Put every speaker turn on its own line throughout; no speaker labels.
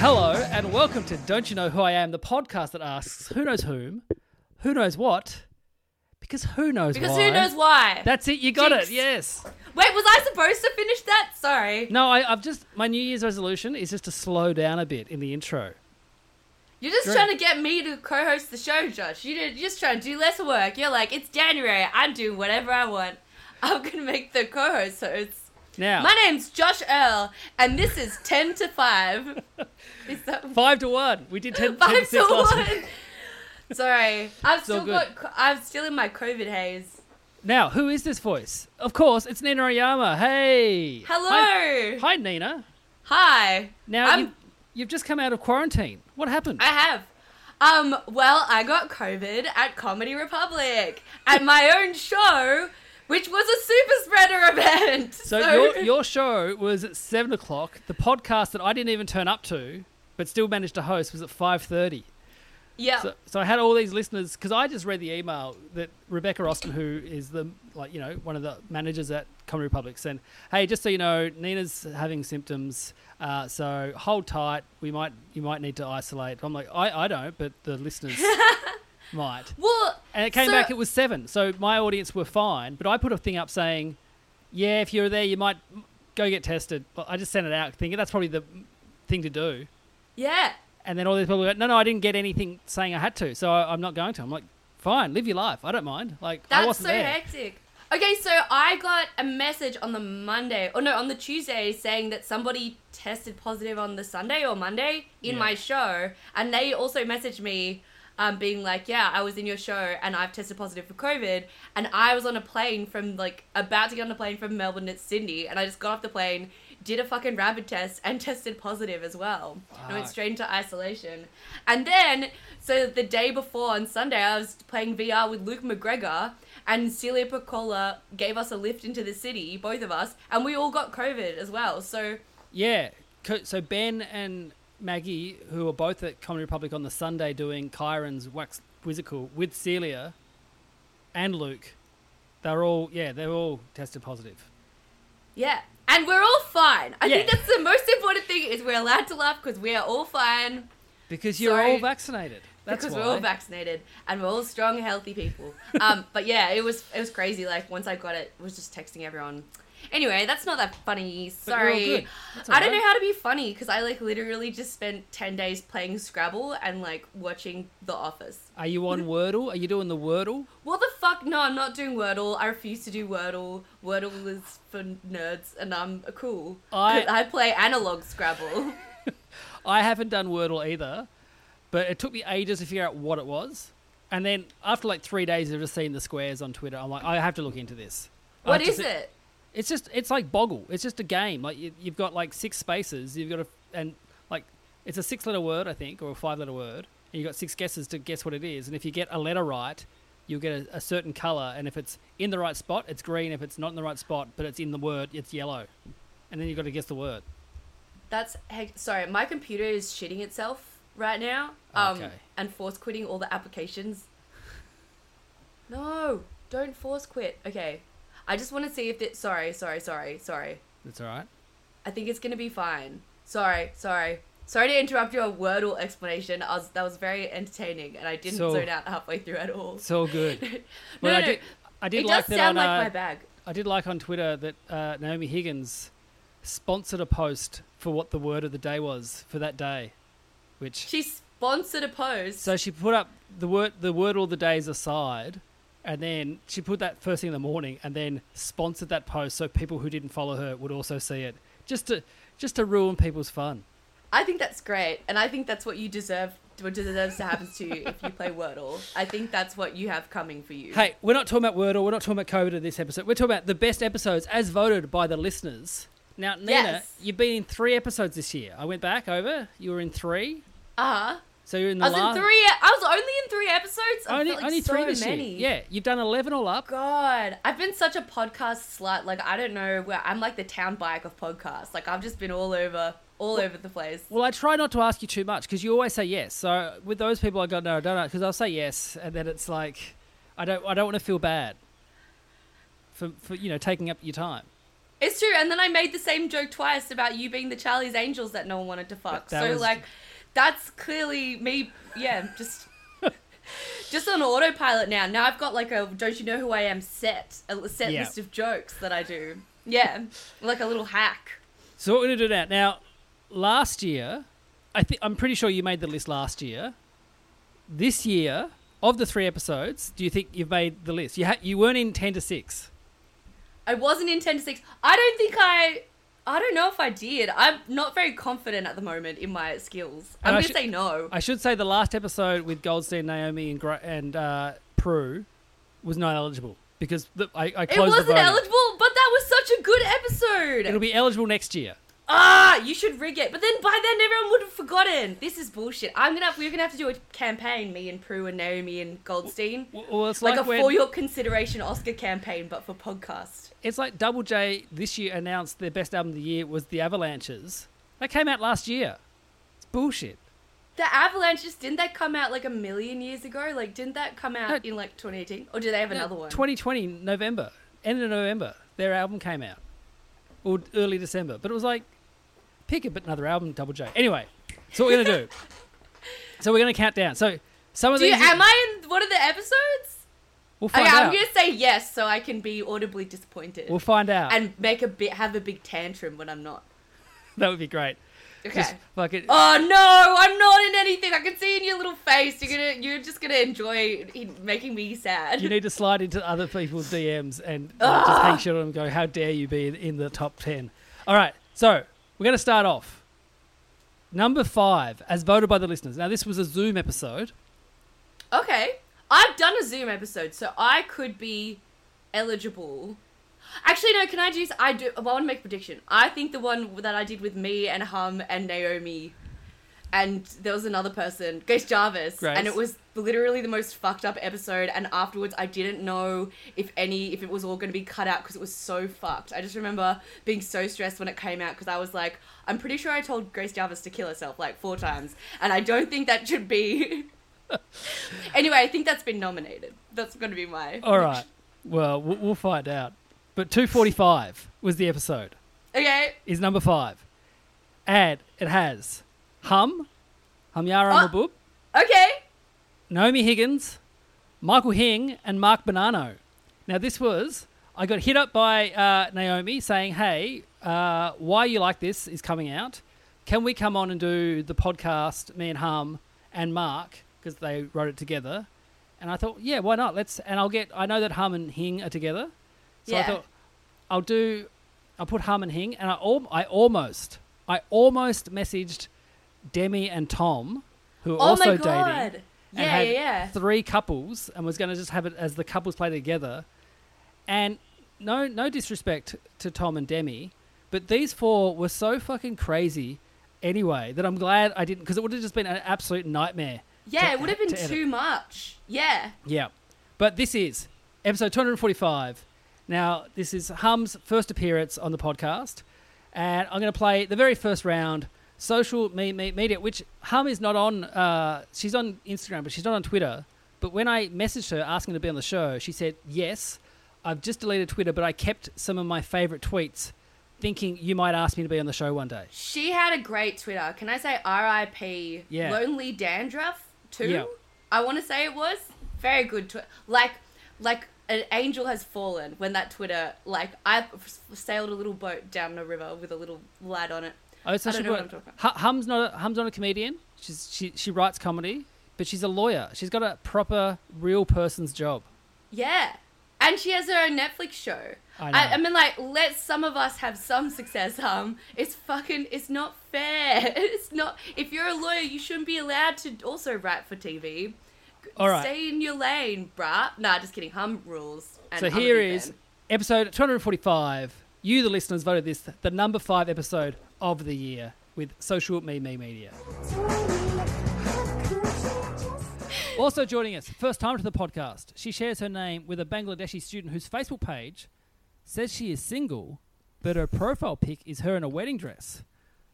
Hello and welcome to Don't You Know Who I Am, the podcast that asks who knows whom, who knows what, because who knows
Because
why.
who knows why?
That's it, you got
Jinx.
it, yes.
Wait, was I supposed to finish that? Sorry.
No, I, I've just, my New Year's resolution is just to slow down a bit in the intro.
You're just trying to get me to co-host the show, Josh. You did- You're just trying to do less work. You're like, it's January. I'm doing whatever I want. I'm gonna make the co-host hosts.
Now,
My name's Josh Earl, and this is ten to five. Is that
five to one. We did 10, 10 to
five to
6 last week.
one? Sorry, I've
all
still
good.
got. co- I'm still in my COVID haze.
Now, who is this voice? Of course, it's Nina Oyama. Hey.
Hello.
Hi, hi, Nina.
Hi.
Now,
I'm-
you, you've just come out of quarantine. What happened?
I have. Um, well, I got COVID at Comedy Republic at my own show, which was a super spreader event.
So your your show was at seven o'clock. The podcast that I didn't even turn up to, but still managed to host, was at five thirty.
yeah,
So, so I had all these listeners because I just read the email that Rebecca Austin, who is the like you know one of the managers at Comedy Republic, sent. Hey, just so you know, Nina's having symptoms, uh, so hold tight. We might you might need to isolate. I'm like I, I don't, but the listeners might.
well,
And it came
so-
back, it was seven. So my audience were fine, but I put a thing up saying, yeah, if you're there, you might go get tested. But I just sent it out thinking that's probably the thing to do.
yeah.
And then all these people were like, no, no, I didn't get anything saying I had to, so I, I'm not going to. I'm like, fine, live your life. I don't mind. Like, I
That's so
wasn't there.
hectic. Okay, so I got a message on the Monday, or no, on the Tuesday, saying that somebody tested positive on the Sunday or Monday in
Yeah.
my show, and they also messaged me, um, being like, "Yeah, I was in your show, and I've tested positive for COVID, and I was on a plane from like about to get on a plane from Melbourne to Sydney, and I just got off the plane, did a fucking rapid test, and tested positive as well. And I went
Fuck.
straight into isolation. And then, so the day before on Sunday, I was playing VR with Luke McGregor, and Celia Piccola gave us a lift into the city, both of us, and we all got COVID as well. So,
Yeah. Co- So Ben and Maggie, who were both at Comedy Republic on the Sunday doing Kyron's Wax Whizzical with Celia and Luke, they're all, yeah, they're all tested positive.
yeah. And we're all fine. I think
Yeah.
that's the most important thing is we're allowed to laugh because we are all fine.
Because you're
Sorry.
all vaccinated. That's
because
why.
we're all vaccinated and we're all strong, healthy people. Um, but yeah, it was it was crazy. Like once I got it, I was just texting everyone. Anyway, that's not that funny.
But you're all
Sorry,
good. That's all
I don't
right.
know how to be funny because I like literally just spent ten days playing Scrabble and like watching The Office.
Are you on Wordle? Are you doing the Wordle?
What the fuck? No, I'm not doing Wordle. I refuse to do Wordle. Wordle is for nerds, and I'm cool.
I-
'Cause I play analog Scrabble.
I haven't done Wordle either, but it took me ages to figure out what it was. And then after like three days of just seeing the squares on Twitter, I'm like, I have to look into this. I
What
have to
is
see-
it?
It's just it's like Boggle. It's just a game. Like you, you've got like six spaces. You've got a and like it's a six-letter word, I think, or a five-letter word, and you've got six guesses to guess what it is. And if you get a letter right, you'll get a, a certain color. And if it's in the right spot, it's green. If it's not in the right spot, but it's in the word, it's yellow. And then you've got to guess the word.
That's heck. Sorry, my computer is shitting itself right now. Um,
Oh, Okay.
and force quitting all the applications. No, don't force quit. Okay, I just want to see if it. Sorry, sorry, sorry, sorry.
That's all right.
I think it's gonna be fine. Sorry, sorry, sorry to interrupt your wordle explanation. I was that was very entertaining, and I didn't
So-
zone out halfway through at all.
It's all good.
no,
Well,
no,
I
no.
did, I did
it
like
does
that on,
sound like
uh,
my bag.
I did like on Twitter that uh, Naomi Higgins sponsored a post for what the word of the day was for that day, which
She sponsored a post.
so she put up the word the word all the days aside, and then she put that first thing in the morning, and then sponsored that post so people who didn't follow her would also see it, just to just to ruin people's fun.
I think that's great, and I think that's what you deserve. What deserves to happen to you if you play Wordle. I think that's what you have coming for you.
Hey, we're not talking about Wordle. We're not talking about COVID in this episode. We're talking about the best episodes as voted by the listeners. Now, Nina,
Yes.
you've been in three episodes this year. I went back over. You were in three.
Uh huh.
So you're in the
I was
last.
in three. e, I was only in three episodes. I
Only,
felt like
only
so
three this
many.
year. Yeah, you've done 11 all up.
God, I've been such a podcast slut. Like I don't know where I'm like the town bike of podcasts. Like I've just been all over, all over the place.
Well, I try not to ask you too much because you always say yes. So with those people, I go no, I don't know because I'll say yes, and then it's like I don't, I don't want to feel bad for, for you know taking up your time.
It's true. And then I made the same joke twice about you being the Charlie's Angels that no one wanted to fuck.
That
so
was-
like, that's clearly me. Yeah, just. Just on autopilot now. Now I've got like a "Don't you know who I am?" set a l- set
Yeah.
list of jokes that I do. Yeah, like a little hack.
So what we're gonna do now? Now, last year, I think I'm pretty sure you made the list last year. This year, of the three episodes, do you think you've made the list? You ha- you weren't in ten to six.
I wasn't in 10 to 6. I don't think I. I don't know if I did. I'm not very confident at the moment in my skills. I'm
And I
going to
should-
say no.
I should say the last episode with Goldstein, Naomi, and Gra- and uh, Prue was not eligible because the, I, I
it
closed the
wasn't
voting.
eligible, but that was such a good episode.
It'll be eligible next year.
ah, you should rig it. But then by then everyone would have forgotten. This is bullshit. I'm gonna. We're gonna have to do a campaign. Me and Prue and Naomi and Goldstein.
Well, it's
like,
like,
a
when,
for your consideration Oscar campaign, but for podcast.
it's like Double J this year announced their best album of the year was The Avalanches. That came out last year. It's bullshit.
The Avalanche just didn't that come out like a million years ago? Like didn't that come out
No.
in like 2018? Or do they have another one?
2020 November, end of November, their album came out, or early December. But it was like, pick a bit another album, Double J. Anyway, so what we're gonna do? so we're gonna count down. So some of
Do you,
these,
am I in one of the episodes?
Oh, We'll find
Okay,
out.
I'm gonna say yes so I can be audibly disappointed
We'll find out.
and make a bit have a big tantrum when I'm not.
that would be great.
Okay.
Just like it.
Oh no, I'm not in anything. I can see in your little face. You're gonna you're just gonna enjoy it making me sad.
You need to slide into other people's DMs and uh, just hang shit on them and go, how dare you be in, in the top 10. All right, so we're going to start off. Number five, as voted by the listeners. Now, this was a Zoom episode.
okay. I've done a Zoom episode, so I could be eligible. Actually, no. Can I do? I do. I want to make a prediction. I think the one that I did with me and Hum and Naomi, and there was another person, Grace Jarvis,
Grace.
and it was literally the most fucked up episode. And afterwards, I didn't know if any, if it was all going to be cut out because it was so fucked. I just remember being so stressed when it came out because I was like, I'm pretty sure I told Grace Jarvis to kill herself like four times, and I don't think that should be. anyway, I think that's been nominated. That's going to be my.
All right, well, we'll, we'll find out. But 245 was the episode,
Okay.
is number five. And it has Hum, Humyara
Oh.
Mabub,
Okay.
Naomi Higgins, Michael Hing, and Mark Bonanno. Now, this was, I got hit up by uh, Naomi saying, hey, uh, Why You Like This is coming out. Can we come on and do the podcast, me and Hum and Mark, because they wrote it together? And I thought, yeah, why not? Let's, and I'll get, I know that Hum and Hing are together. So I
Yeah.
thought, I'll do, I'll put Hum and Hing, and I, al- I almost, I almost messaged Demi and Tom, who are
Oh
also
my god.
dating
Yeah,
and had
yeah, yeah.
three couples and was going to just have it as the couples play together. And no, no disrespect to Tom and Demi, but these four were so fucking crazy anyway that I'm glad I didn't because it would have just been an absolute nightmare.
yeah,
to-
it would have been
to edit.
too much. Yeah.
Yeah, but this is episode 245. Now this is Hum's first appearance on the podcast, and I'm going to play the very first round. Social me- me- media, which Hum is not on. Uh, she's on Instagram, but she's not on Twitter. But when I messaged her asking to be on the show, she said yes. I've just deleted Twitter, but I kept some of my favorite tweets, thinking you might ask me to be on the show one day.
She had a great Twitter. Can I say RIP
Yeah.
Lonely Dandruff too?
Yeah.
I want to say it was very good Twitter. Like like an angel has fallen when that Twitter like I f- sailed a little boat down a river with a little lad on it.
Oh, so
I don't
she
know what
wrote-
I'm talking about.
Hu- Hum's not a, Hum's not a comedian. She's she she writes comedy, but she's a lawyer. She's got a proper real person's job.
Yeah. and she has her own Netflix show.
I
I,
know.
I, mean, like, let some of us have some success. Um, it's fucking, it's not fair. It's not. If you're a lawyer, you shouldn't be allowed to also write for TV.
All right.
Stay in your lane, bruh. Nah, just kidding. Hum rules. And
So
I'm a
here
big
is
fan.
episode 245. You, the listeners, voted this the number five episode of the year with Social Me Me Media. Also joining us, first time to the podcast, she shares her name with a Bangladeshi student whose Facebook page says she is single, but her profile pic is her in a wedding dress.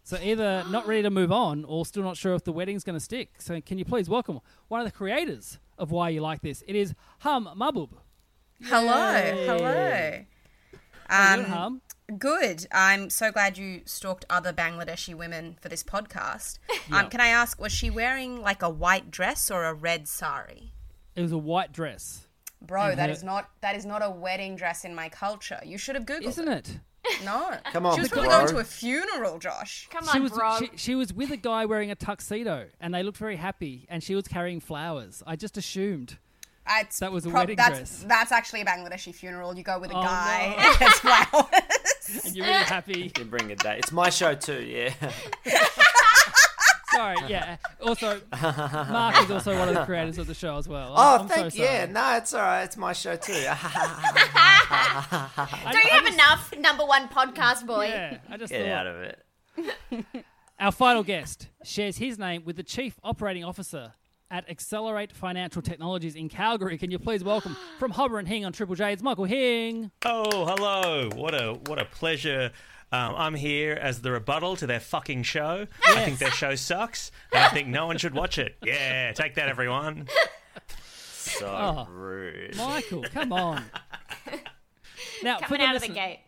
So either not ready to move on or still not sure if the wedding's going to stick. So can you please welcome one of the creators of Why You Like This? It is Hum Mabub.
Hello,
How you
hello.
doing, Hum?
Um, good. I'm so glad you stalked other Bangladeshi women for this podcast. Um, can I ask, was she wearing like a white dress or a red sari?
It was a white dress,
Bro, that
her-
is not that is not a wedding dress in my culture. You should have googled
isn't it?
it. No,
Come on,
she was probably
bro.
going to a funeral, Josh.
Come
She
on,
was,
bro.
she, she was with a guy wearing a tuxedo, and they looked very happy. And she was carrying flowers. I just assumed.
It's
That was a
prob-
wedding
that's,
dress.
That's actually a Bangladeshi funeral. You go with a
Oh,
guy.
no.
and there's flowers.
And you're really happy.
You bring it that. It's my show too. Yeah.
Sorry, yeah. Also, Mark is also one of the creators of the show as well.
Oh,
I'm, I'm
thank
so
you.
sorry.
Yeah, no, it's all right. It's my show too.
I,
Don't you
I
have
just-
enough, number one podcast boy?
Yeah, I just
Get
thought.
out of it.
Our final guest shares his name with the Chief Operating Officer at Accelerate Financial Technologies in Calgary. Can you please welcome from Hobber and Hing on Triple J? It's Michael Hing.
Oh, hello! What a what a pleasure. Um, I'm here as the rebuttal to their fucking show. I think their show sucks, and I think no one should watch it. Yeah, take that, everyone.
So
Oh.
Oh,
rude.
Oh, Michael, come on. Now, for
Coming out of the
listen-
gate.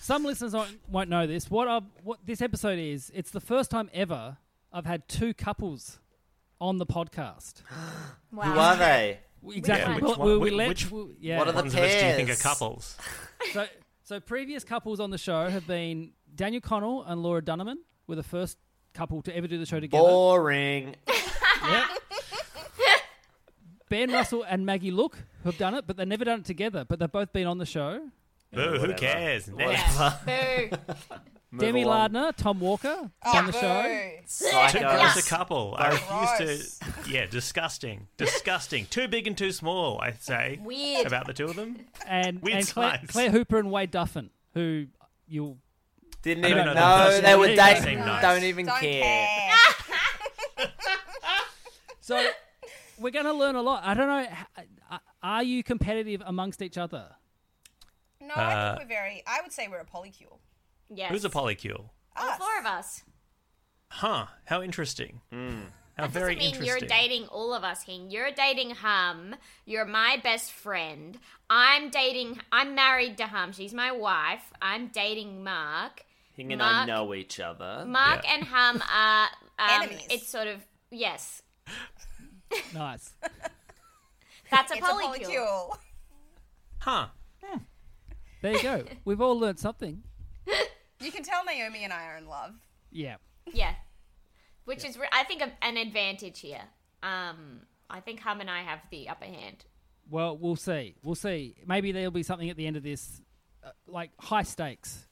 Some listeners won't, won't know this. What, i what this episode is, it's the first time ever I've had two couples on the podcast.
Wow.
Who are they?
Exactly.
which
Well,
one-
we- we
which-
let-
which-
we- yeah.
what are The
Ones of us do you think are
pairs.
couples?
so, so previous couples on the show have been Daniel Connell and Laura Dunneman were the first couple to ever do the show together.
Boring.
Yep. ben Russell and Maggie Look have done it, but they've never done it together. But they've both been on the show.
Boo! Who cares? Next.
Whatever.
Boo.
Move
Demi
along.
Lardner, Tom Walker on
Oh,
the show.
Too
Psychos.
close a couple. I
Gross.
refuse to. Yeah, disgusting. Disgusting. Too big and too small. I say.
Weird.
About the two of them.
and,
Weird
and Claire,
size.
Claire Hooper and Wade Duffin, who you'll
Didn't
I don't
even
know
know,
the person.
they were
Yeah, yeah,
dating.
yeah. Nice.
Don't even
Don't
care.
care.
so we're going to learn a lot. I don't know. h- uh, Are you competitive amongst each other?
No, I think we're very. I would say we're a polycule.
Yes.
Uh, Who's a polycule?
All
Us.
four of us.
Huh? How interesting.
Hmm.
How
That
very
doesn't mean you're
interesting.
dating all of us, Hing. You're dating Hum. You're my best friend. I'm dating. I'm married to Hum. She's my wife. I'm dating Mark.
Hing and I
Mark-
know each other.
Mark and Hum are um,
Enemies.
It's sort of yes.
Nice.
That's a
It's
polycule.
a polycule.
Huh?
There you go. We've all learned something.
You can tell Naomi and I are in love.
Yeah.
Yeah, which is re- I think a, an advantage here. Um, I think Hum and I have the upper hand.
Well, we'll see. We'll see. Maybe there'll be something at the end of this, uh, like high stakes.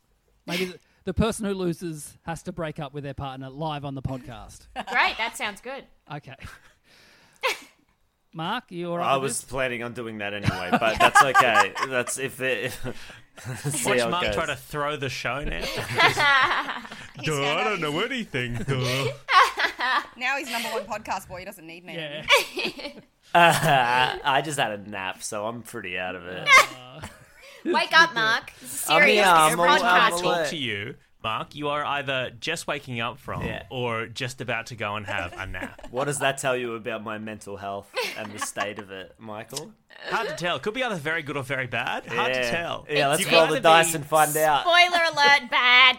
Maybe the, the person who loses has to break up with their partner live on the podcast.
Great. That sounds good.
Okay. Mark, you all right?
I
with
was
this?
planning on doing that anyway, but that's okay. that's if they. see
Watch
how it
Mark
goes.
try to throw the show now.
He's found out he's-
anything.
Now he's number one podcast boy. He doesn't need me.
Yeah.
I just had a nap, so I'm pretty out of it.
Wake up, Mark. This is
I'm
serious.
here,
This
I'm
is
all- I'm
podcasting.
all-
talk to you, Mark. You are either just waking up from
Yeah.
or just about to go and have a nap.
What does that tell you about my mental health and the state of it, Michael?
Hard to tell. Could be either very good or very bad. Hard
yeah.
to tell.
Yeah, let's
You
roll
can
the
either
dice
be-
and find out.
Spoiler alert, bad.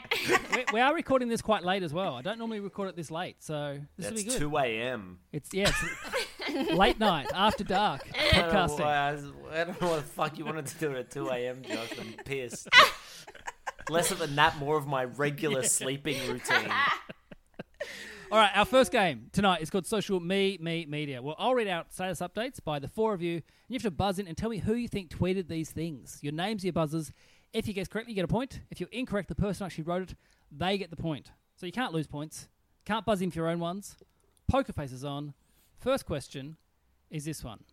we, we are recording this quite late as well. I don't normally record it this late, so this will
It's
be good.
2 a.m.
It's yeah, it's late night after dark
I don't, know why
podcasting.
I was- I don't know what the fuck you wanted to do it at 2 a.m., Josh. I'm pissed. Less of a nap, more of my regular sleeping routine.
All right, our first game tonight is called Social Me Me Media. Well, I'll read out status updates by the four of you, and you have to buzz in and tell me who you think tweeted these things. Your names, are your buzzers. If you guess correctly, you get a point. If you're incorrect, the person who actually wrote it, they get the point. So you can't lose points. Can't buzz in for your own ones. Poker faces on. First question is this one.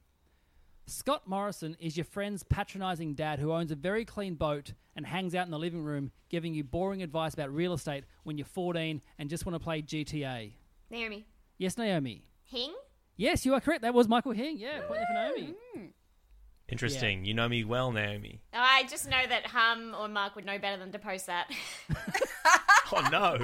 Scott Morrison is your friend's patronizing dad who owns a very clean boat and hangs out in the living room giving you boring advice about real estate when you're 14 and just want to play GTA.
Naomi.
Yes, Naomi.
Hing?
Yes, you are correct. That was Michael Hing. Yeah, point there for Naomi.
Interesting. You know me well, Naomi.
Mm. I just know that Hum or Mark would know better than to post that.
Oh no!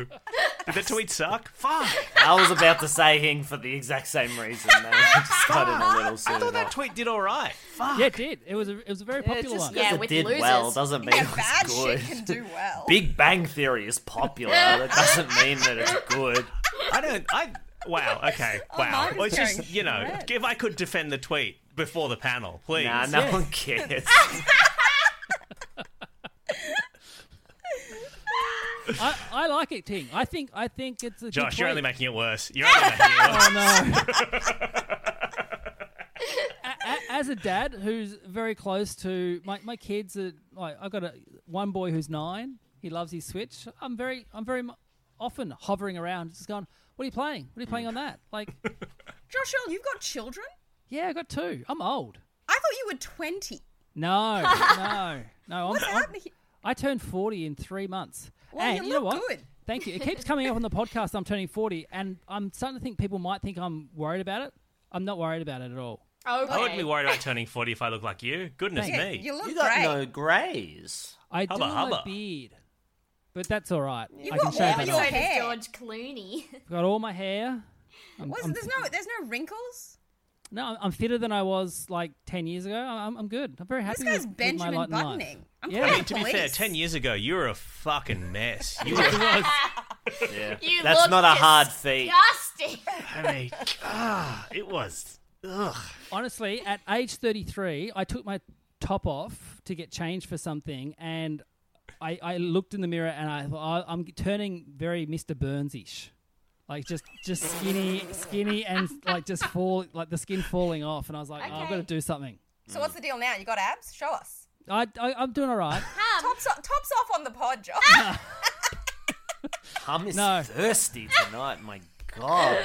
Did the tweet suck? Fuck!
I was about to say Hing for the exact same reason. They just got in a little
I thought
sooner.
that tweet did all right. Fuck!
Yeah, it did. It was a, it was a very
Yeah,
popular
just
one.
'cause
Yeah,
it
with
did
losers.
well doesn't mean
Yeah,
it
bad
was good.
shit can do well.
Big Bang Theory is popular. That doesn't mean that it's good.
I don't. I wow. Okay.
Oh,
Wow.
Mark is
Well, it's just
going
you know,
red.
if I could defend the tweet before the panel, please.
Nah, no one cares.
I, I like it, Ting. I think I think it's a
Josh,
good
you're
tweet.
only making it worse. You're only making it worse.
Oh no. A- a- As a dad who's very close to my, my kids, are, like I've got a one boy who's nine. He loves his Switch. I'm very I'm very mu- often hovering around, just going, "What are you playing? What are you playing on that?" Like,
Joshua, you've got children?
yeah, I got two. I'm old.
I thought you were 20.
No, no, no. I'm,
What's
I'm,
happening?
I turned 40 in three months.
Well,
and
you
know
look
what?
good.
Thank you. It keeps coming up on the podcast. I'm turning 40, and I'm starting to think people might think I'm worried about it. I'm not worried about it at all.
Okay.
I wouldn't be worried about turning 40 if I look like you. Goodness
Yeah,
me.
You look
you got
great.
no greys.
I do
Hubba,
have a
hubba.
beard, but that's all right. I
got
can shave
all
that
So
your
off.
does
hair.
George Clooney.
I've got all my hair. I'm,
What is
I'm-
it? there's no there's no wrinkles.
no, I'm- I'm fitter than I was like 10 years ago. I'm, I'm good. I'm very happy
This guy's
with, with my
Benjamin
lot in life.
Buttoning. I'm
Yeah.
calling
I
I
the
mean, to be fair,
police.
10 years ago, you were a fucking mess. You were,
Yeah.
You
That's
look
not a hard feat.
Disgusting.
I mean, ah, it was. Ugh.
Honestly, at age 33, I took my top off to get changed for something, and I, I looked in the mirror and I thought, "Oh, I'm turning very Mr. Burns ish. Like just, just skinny, skinny, and like just fall, like the skin falling off. And I was like, oh, I've got to
Okay.
do something.
So what's the deal now? You got abs? Show us.
I, I, I'm doing all right.
Tops off, tops off on the pod, Josh.
Ah.
Hum is
No.
thirsty tonight. My God.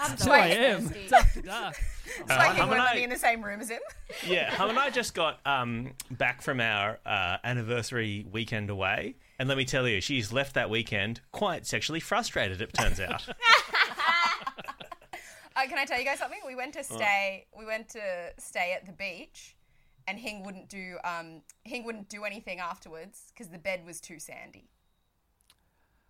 I'm
Who I am. Ah. It's after dark.
it's like
Uh, I'm
you want
gonna-
to be in the same room as him.
Yeah, Hum and I just got um, back from our uh, anniversary weekend away. And let me tell you, she's left that weekend quite sexually frustrated, it turns out.
Uh, can I tell you guys something? We went to stay. We went to stay at the beach, and Hing wouldn't do. Um, Hing wouldn't do anything afterwards because the bed was too sandy.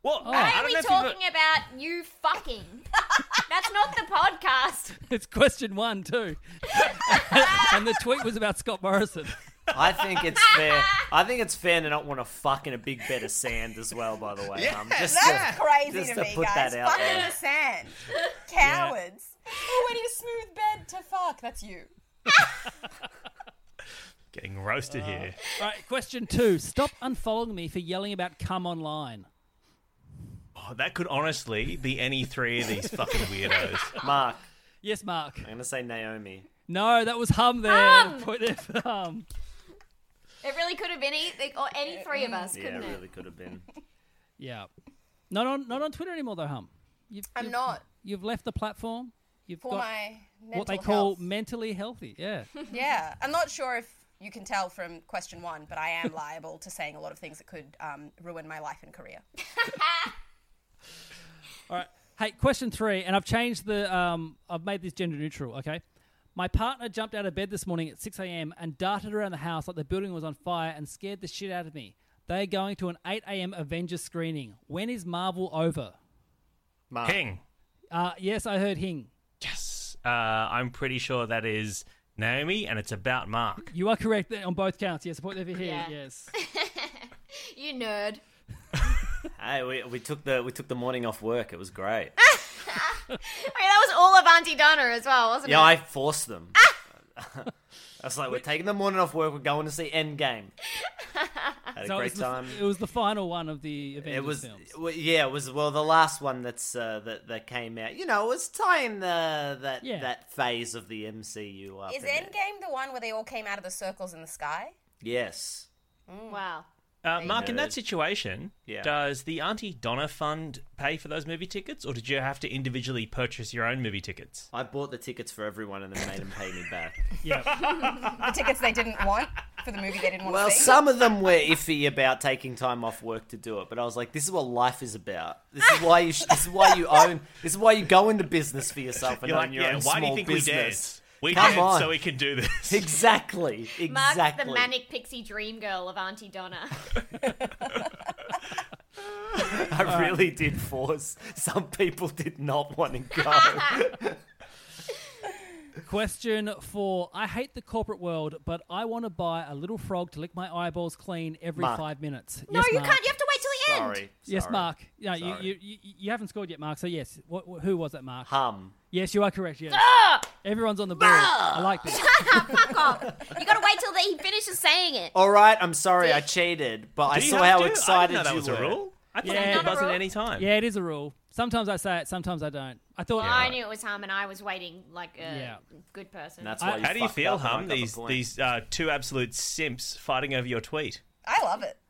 well,
Oh.
Why
I
are
don't
we
know if you've-
talking about you fucking? That's not the podcast.
It's question one too, and the tweet was about Scott Morrison.
I think it's fair. I think it's fair to not want to fuck in a big bed of sand as well. By the way, yeah, um, just
That's
to,
crazy
just
to,
to
me,
put
guys.
that out
fuck in
there.
the sand, cowards. Oh, we need a smooth bed to fuck. That's you.
Getting roasted
Uh.
here.
All right, question two. Stop unfollowing me for yelling about come online.
Oh, that could honestly be any three of these fucking weirdos.
Mark,
Yes, Mark.
I'm gonna say Naomi.
No, that was hum there.
Hum!
Point there for hum.
It really could have been any or any three of us,
Yeah,
couldn't
it
it?
really could have been.
Yeah. Not on not on Twitter anymore though, hum. You've,
I'm
you've-
not
You've left the platform. You've
for
got
my mental
what they call
health.
mentally healthy. Yeah.
Yeah, I'm not sure if you can tell from question one, but I am liable to saying a lot of things that could um, ruin my life and career.
All right. Hey, question three, and I've changed the. Um, I've made this gender neutral. Okay. My partner jumped out of bed this morning at 6 a.m. and darted around the house like the building was on fire and scared the shit out of me. They're going to an 8 a.m. Avengers screening. When is Marvel over?
Mark,
Hing.
Uh, yes, I heard Hing.
Yes. Uh, I'm pretty sure that is Naomi, and it's about Mark.
You are correct there on both counts. Yes, point over here.
Yeah.
Yes.
You nerd.
hey, we, we took the we took the morning off work. It was great.
I mean, that was all of Auntie Donna as well, wasn't
yeah,
it?
I forced them. That's like we're taking the morning off work. We're going to see Endgame. Had a
So it
great
was the-
time.
it was the final one of the Avengers
it was
films.
well, yeah it was well the last one that's uh, that that came out you know it was tying the that
Yeah.
that phase of the MCU up
Is
in it.
Endgame the one where they all came out of the circles in the sky?
yes
Wow.
Uh, Mark, in
Nerd.
that situation,
Yeah.
does the Auntie Donna Fund pay for those movie tickets, or did you have to individually purchase your own movie tickets?
I bought the tickets for everyone and then made them pay me back
The tickets they didn't want for the movie they didn't want
well
to see.
some of them were iffy about taking time off work to do it but I was like this is what life is about this is why you sh- this is why you own this is why you go into business for yourself and
You're
own
like,
your
yeah,
own
why do you
small
think we
business
dance? We
Come
dance
on.
so we can do this.
exactly exactly
Mark's the manic pixie dream girl of Auntie Donna.
I really did force some people did not want to go.
Question four. I hate the corporate world, but I want to buy a little frog to lick my eyeballs clean every
Mark.
five minutes.
no,
yes,
you
Mark.
can't. You have to wait till the end.
Sorry.
Yes,
sorry.
Mark. No, you,
Sorry.
you, you, you haven't scored yet, Mark. So yes, what, wh- who was that, Mark?
Hum.
Yes, you are correct. Yes. Everyone's on the board. I like this.
Fuck off. You gotta wait till the, he finishes saying it.
All right, I'm sorry, I cheated, but I
Do you
saw
have
how
to?
excited
I didn't know
you
that was
were.
a rule. I thought
Yeah.
you could buzz
Not
in
a
any time.
Yeah, it is a rule. Sometimes I say it, sometimes I don't. I thought.
Well, I knew it was hum, and I was waiting like a
Yeah.
good person.
And that's why
I-
you
How do you
fucked
feel,
up and I
Hum?
got the
These
point.
these uh, two absolute simps fighting over your tweet.
I love it.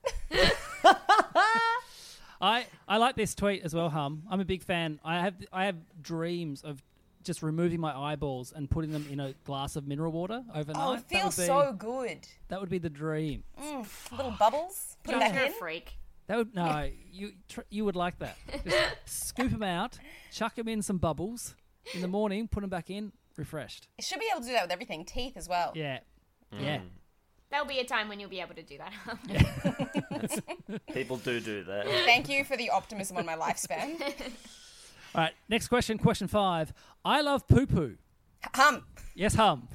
I, I like this tweet as well, Hum. I'm a big fan. I have I have dreams of just removing my eyeballs and putting them in a glass of mineral water overnight.
Oh, it
That
feels
would be-
so good.
That would be the dream.
Mm, Little bubbles. Put
Josh,
that
you're a
in.
freak.
That would no, you tr- you would like that. Just scoop them out, chuck them in some bubbles in the morning, put them back in, refreshed.
It should be able to do that with everything. Teeth as well.
Yeah, yeah.
There'll be a time when you'll be able to do that. Hum.
People do do that.
Thank you for the optimism on my lifespan.
All right, next question, question five. I love poo poo.
Hum.
Yes, hum.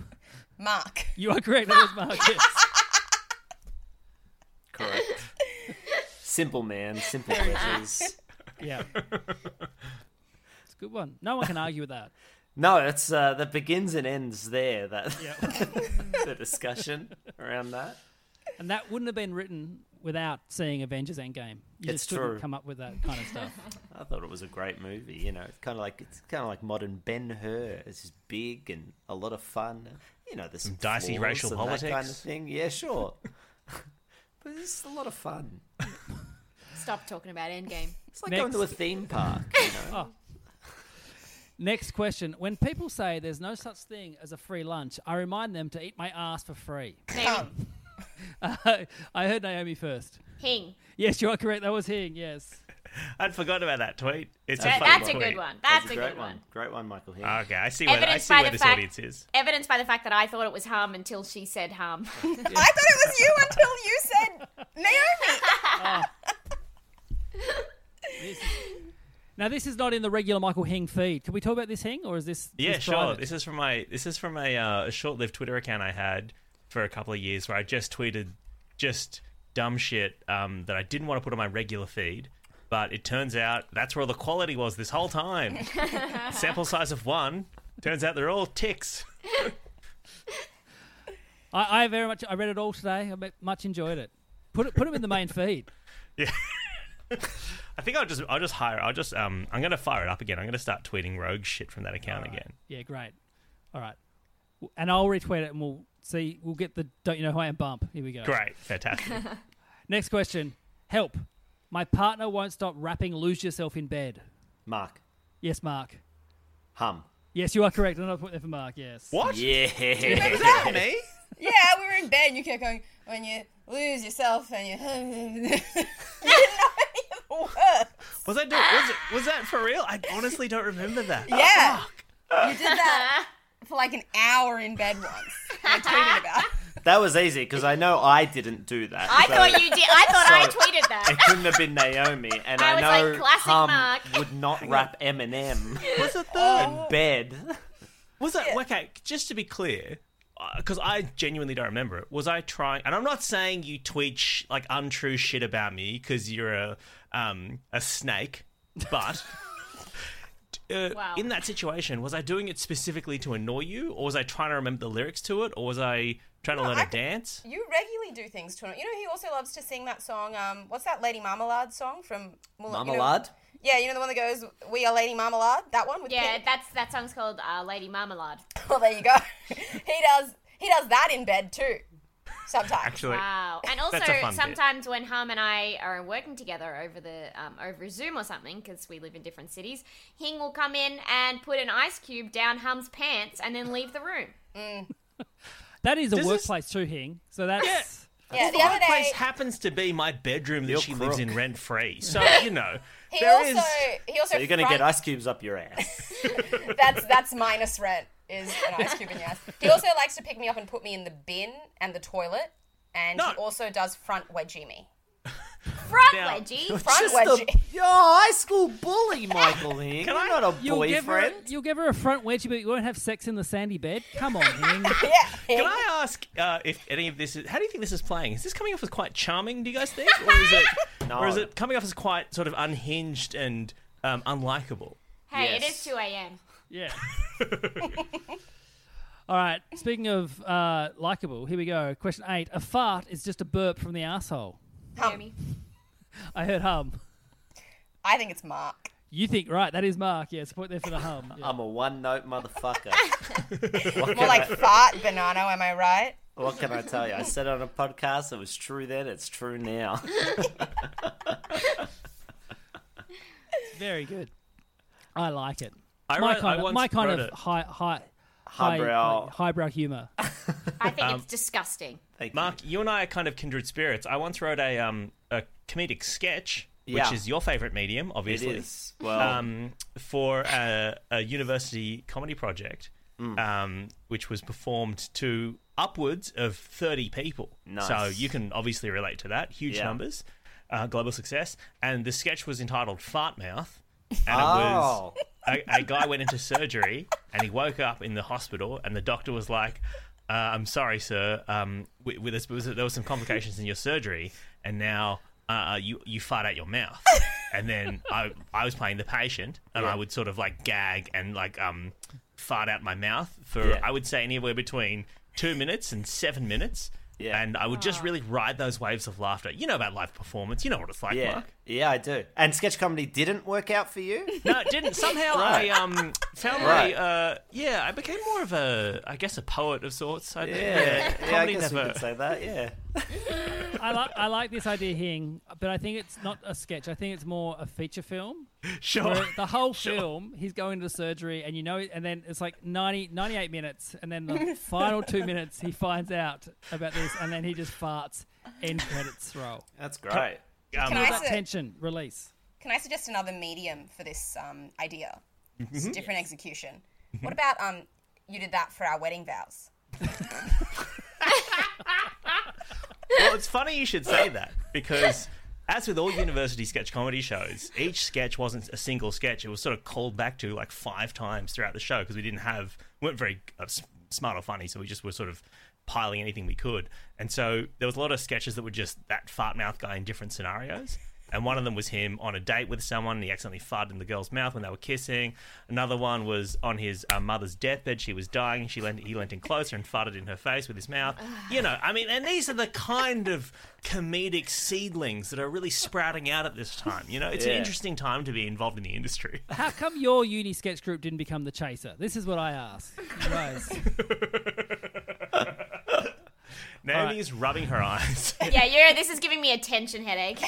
Mark.
You are correct. That was Mark. Yes.
Correct. simple man, simple pleasures.
Yeah. It's a good one. No one can argue with that.
No, it's uh, that begins and ends there. That the discussion around that.
And that wouldn't have been written without seeing Avengers Endgame. You
It's
just couldn't
true.
come up with that kind of stuff.
I thought it was a great movie. You know, it's kind of like it's kind of like modern Ben Hur. It's just big and a lot of fun. You know, there's some
dicey
flaws and
racial
that kind of
politics.
thing. Yeah, sure, but it's a lot of fun.
Stop talking about Endgame.
It's like
Next. Oh.
going to a theme park.
Next question. When people say there's no such thing as a free lunch, I remind them to eat my ass for free. Uh,
Hum.
I heard Naomi first.
Hing.
Yes, you are correct. That was Hing. Yes.
I'd forgotten about that tweet. It's
That-
a fun
that's a
tweet.
good one. That's, a,
great
good one.
Great one, Michael. Here.
Okay, I see where, I
Evidenced
see
by
where
the
this
fact-
audience is.
Evidence by the fact that I thought it was hum until she said hum.
I thought it was you until you said Naomi.
Now, this is not in the regular Michael Hing feed. Can we talk about this Hing, or is this?
Yeah,
this
sure.
private?
This is from my this is from a, uh, a short-lived Twitter account I had for a couple of years where I just tweeted just dumb shit um, that I didn't want to put on my regular feed, but it turns out that's where all the quality was this whole time. Sample size of one. Turns out they're all ticks.
I, I very much. I read it all today. I mu- much enjoyed it. Put it, put them in the main feed.
I think I'll just I'll just hire I'll just um I'm gonna fire it up again. I'm gonna start tweeting rogue shit from that account again.
Yeah, great. All right, W- and I'll retweet it, and we'll see. We'll get the don't you know who I am bump. Here we go.
Great, fantastic.
Next question. Help. My partner won't stop rapping. Lose yourself in bed.
Mark,
Yes, Mark.
hum.
Yes, you are correct. Another point there for Mark. Yes.
what?
Yeah.
Me?
yeah, we were in bed and you kept going, when you lose yourself and you. you didn't know any of the words.
Was I do- was, it- was that for real? I honestly don't remember that.
Yeah. You did that for like an hour in bed once. I tweeted about it.
That was easy because I know I didn't do that.
I
so
thought you did. I thought
So-
I tweeted that.
It couldn't have been Naomi, and
I
I,
was
know
like, classic
hum
Mark.
would not rap Eminem
Was it though?
in bed.
Was that okay? Just to be clear, because I genuinely don't remember it. Was I trying? And I'm not saying you tweet sh- like untrue shit about me because you're a um a snake, but. Uh,
Wow.
In that situation, was I doing it specifically to annoy you, or was I trying to remember the lyrics to it, or was I trying to learn
I
to
could-
dance.
You regularly do things to him. You know, he also loves to sing that song. Um, what's that Lady Marmalade song from Moulin- you know-
Marmalade?
yeah, you know the one that goes, "We are Lady Marmalade." That one with
Yeah,
Pink?
that's that song's called uh, Lady Marmalade.
Well, there you go. he does. He does that in bed too. Sometimes.
Actually,
Wow. And also
That's a fun bit.
sometimes when Harm and I are working together over the um, over Zoom or something because we live in different cities, Hing will come in and put an ice cube down Harm's pants and then leave the room.
Mm.
That is a
Does this-
workplace too, Hing. So that's
yeah. The
my
other day,
place happens to be my bedroom that
You're
she lives in
crook.
rent free. So you know,
he
there
also
is.
he also
So you're gonna
front-
get ice cubes up your ass.
that's that's minus rent is an ice cube in your ass. He also likes to pick me up and put me in the bin and the toilet, and
No.
he also does front wedgie me.
Front
Now-
wedgie.
Front
Just
wedgie.
a, you're a high school bully, Michael. Hing. You're not a
You'll give, her,
boyfriend.
you'll give her a front wedgie, but you won't have sex in the sandy bed. Come on, Hing.
yeah.
Can I ask uh, if any of this is? How do you think this is playing? Is this coming off as quite charming? Do you guys think, or is it,
No.
or is it coming off as quite sort of unhinged and um, unlikable?
Hey, it
Yes.
is 2 a.m.
Yeah. All right. Speaking of uh, likable, here we go. Question eight: A fart is just a burp from the asshole.
Hum.
I heard hum.
I think it's Mark.
You think right? That is Mark. Yeah, it's a point there for the hum. Yeah.
I'm a one note motherfucker. what,
More
can
like
I,
fart banano. Am I right?
what can I tell you? I said it on a podcast. It was true then. It's true now.
Very good. I like it.
I
my
wrote- I
kind of,
once
my kind
wrote
of
it.
high high
Highbrow.
high, highbrow humor.
I
Um,
think it's disgusting.
Thank you.
Mark, you and I are kind of kindred spirits. I once wrote a um a comedic sketch,
Yeah.
which is your favorite medium,
It
obviously.
is. Well,
um, for a, a university comedy project,
Mm.
um, which was performed to upwards of 30 people.
Nice.
So you can obviously relate to that. Huge
Yeah.
numbers, uh, global success. And the sketch was entitled Fart Mouth. And it was
oh,
a, a guy went into surgery and he woke up in the hospital and the doctor was like, uh, "I'm sorry, sir. Um, we, we, this, was, there were some complications in your surgery, and now uh, you you fart out your mouth." and then I I was playing the patient, and I would sort of like gag and like um fart out my mouth for
Yeah.
I would say anywhere between two minutes and seven minutes.
Yeah.
And I would just really ride those waves of laughter. You know about live performance. You know what it's like,
yeah,
Mark.
yeah, I do. And sketch comedy didn't work out for you.
No, it didn't. Somehow
Right.
I um found
Right.
my uh yeah, I became more of a I guess a poet of sorts. I think.
Yeah, yeah, I
comedy
guess we
never.
could say that. Yeah,
I like I like this idea, Hing, but I think it's not a sketch. I think it's more a feature film.
Sure.
Where the whole film, he's going into surgery, and you know, and then it's like 90, 98 minutes, and then the final two minutes, he finds out about this, and then he just farts. End credits roll.
that's great.
Um,
Can I
That
su-
tension release.
Can I suggest another medium for this um, idea? It's
Mm-hmm.
different execution. What about um? You did that for our wedding vows.
well, it's funny you should say that because. As with all university sketch comedy shows, each sketch wasn't a single sketch. It was sort of called back to like five times throughout the show because we didn't have, we weren't very uh, s- smart or funny, so we just were sort of piling anything we could. And so there was a lot of sketches that were just that fart mouth guy in different scenarios. And one of them was him on a date with someone. And he accidentally farted in the girl's mouth when they were kissing. Another one was on his uh, mother's deathbed. She was dying. She leant, he leant in closer and farted in her face with his mouth. You know, Uh, I mean, and these are the kind of comedic seedlings that are really sprouting out at this time. You know, it's
Yeah.
an interesting time to be involved in the industry.
How come your uni sketch group didn't become the chaser? This is what I ask. You guys.
Naomi is rubbing her eyes.
Yeah, you're, this is giving me a tension headache.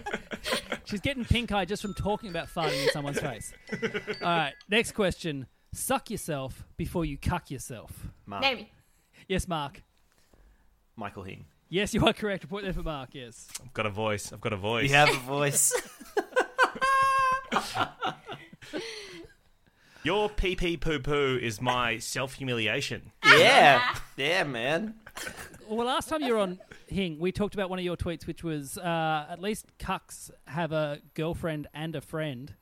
She's getting pink eye just from talking about farting in someone's face. All right, next question. Suck yourself before you cuck yourself.
Mark,
Naomi.
Yes, Mark.
Michael Hing.
Yes, you are correct. A point there for Mark. Yes.
I've got a voice. I've got a voice.
You have a voice.
Your pee pee poo poo is my self humiliation.
yeah, yeah, man.
Well, last time you were on Hing, we talked about one of your tweets, which was uh, at least cucks have a girlfriend and a friend.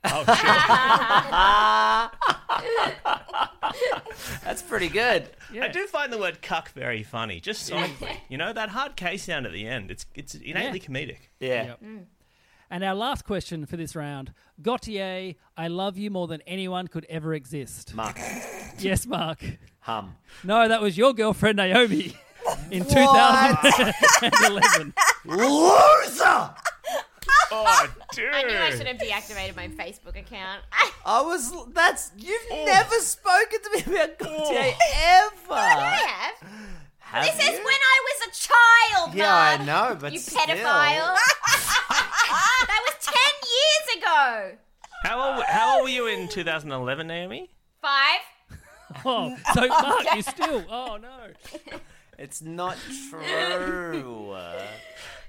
That's pretty good.
I do find the word cuck very funny. Just sonically. you know, that hard K sound at the end, it's, it's innately
Yeah.
comedic.
Yeah.
Yep.
Mm.
And our last question for this round Gautier, I love you more than anyone could ever exist.
Mark.
Yes, Mark.
Hum.
No, that was your girlfriend Naomi in 2011.
Loser!
Oh, dude.
I knew I should have deactivated my Facebook account.
I was. That's. You've
Oh.
never spoken to me about Gaultier
Oh. I
ever.
have.
Have
This is
you?
when I was a child,
Yeah,
Mark.
I know, but
you
still.
pedophile. that was ten years ago.
How old, how old were you in 2011, Naomi?
Five.
Oh, so Mark, you still? Oh no.
It's not true.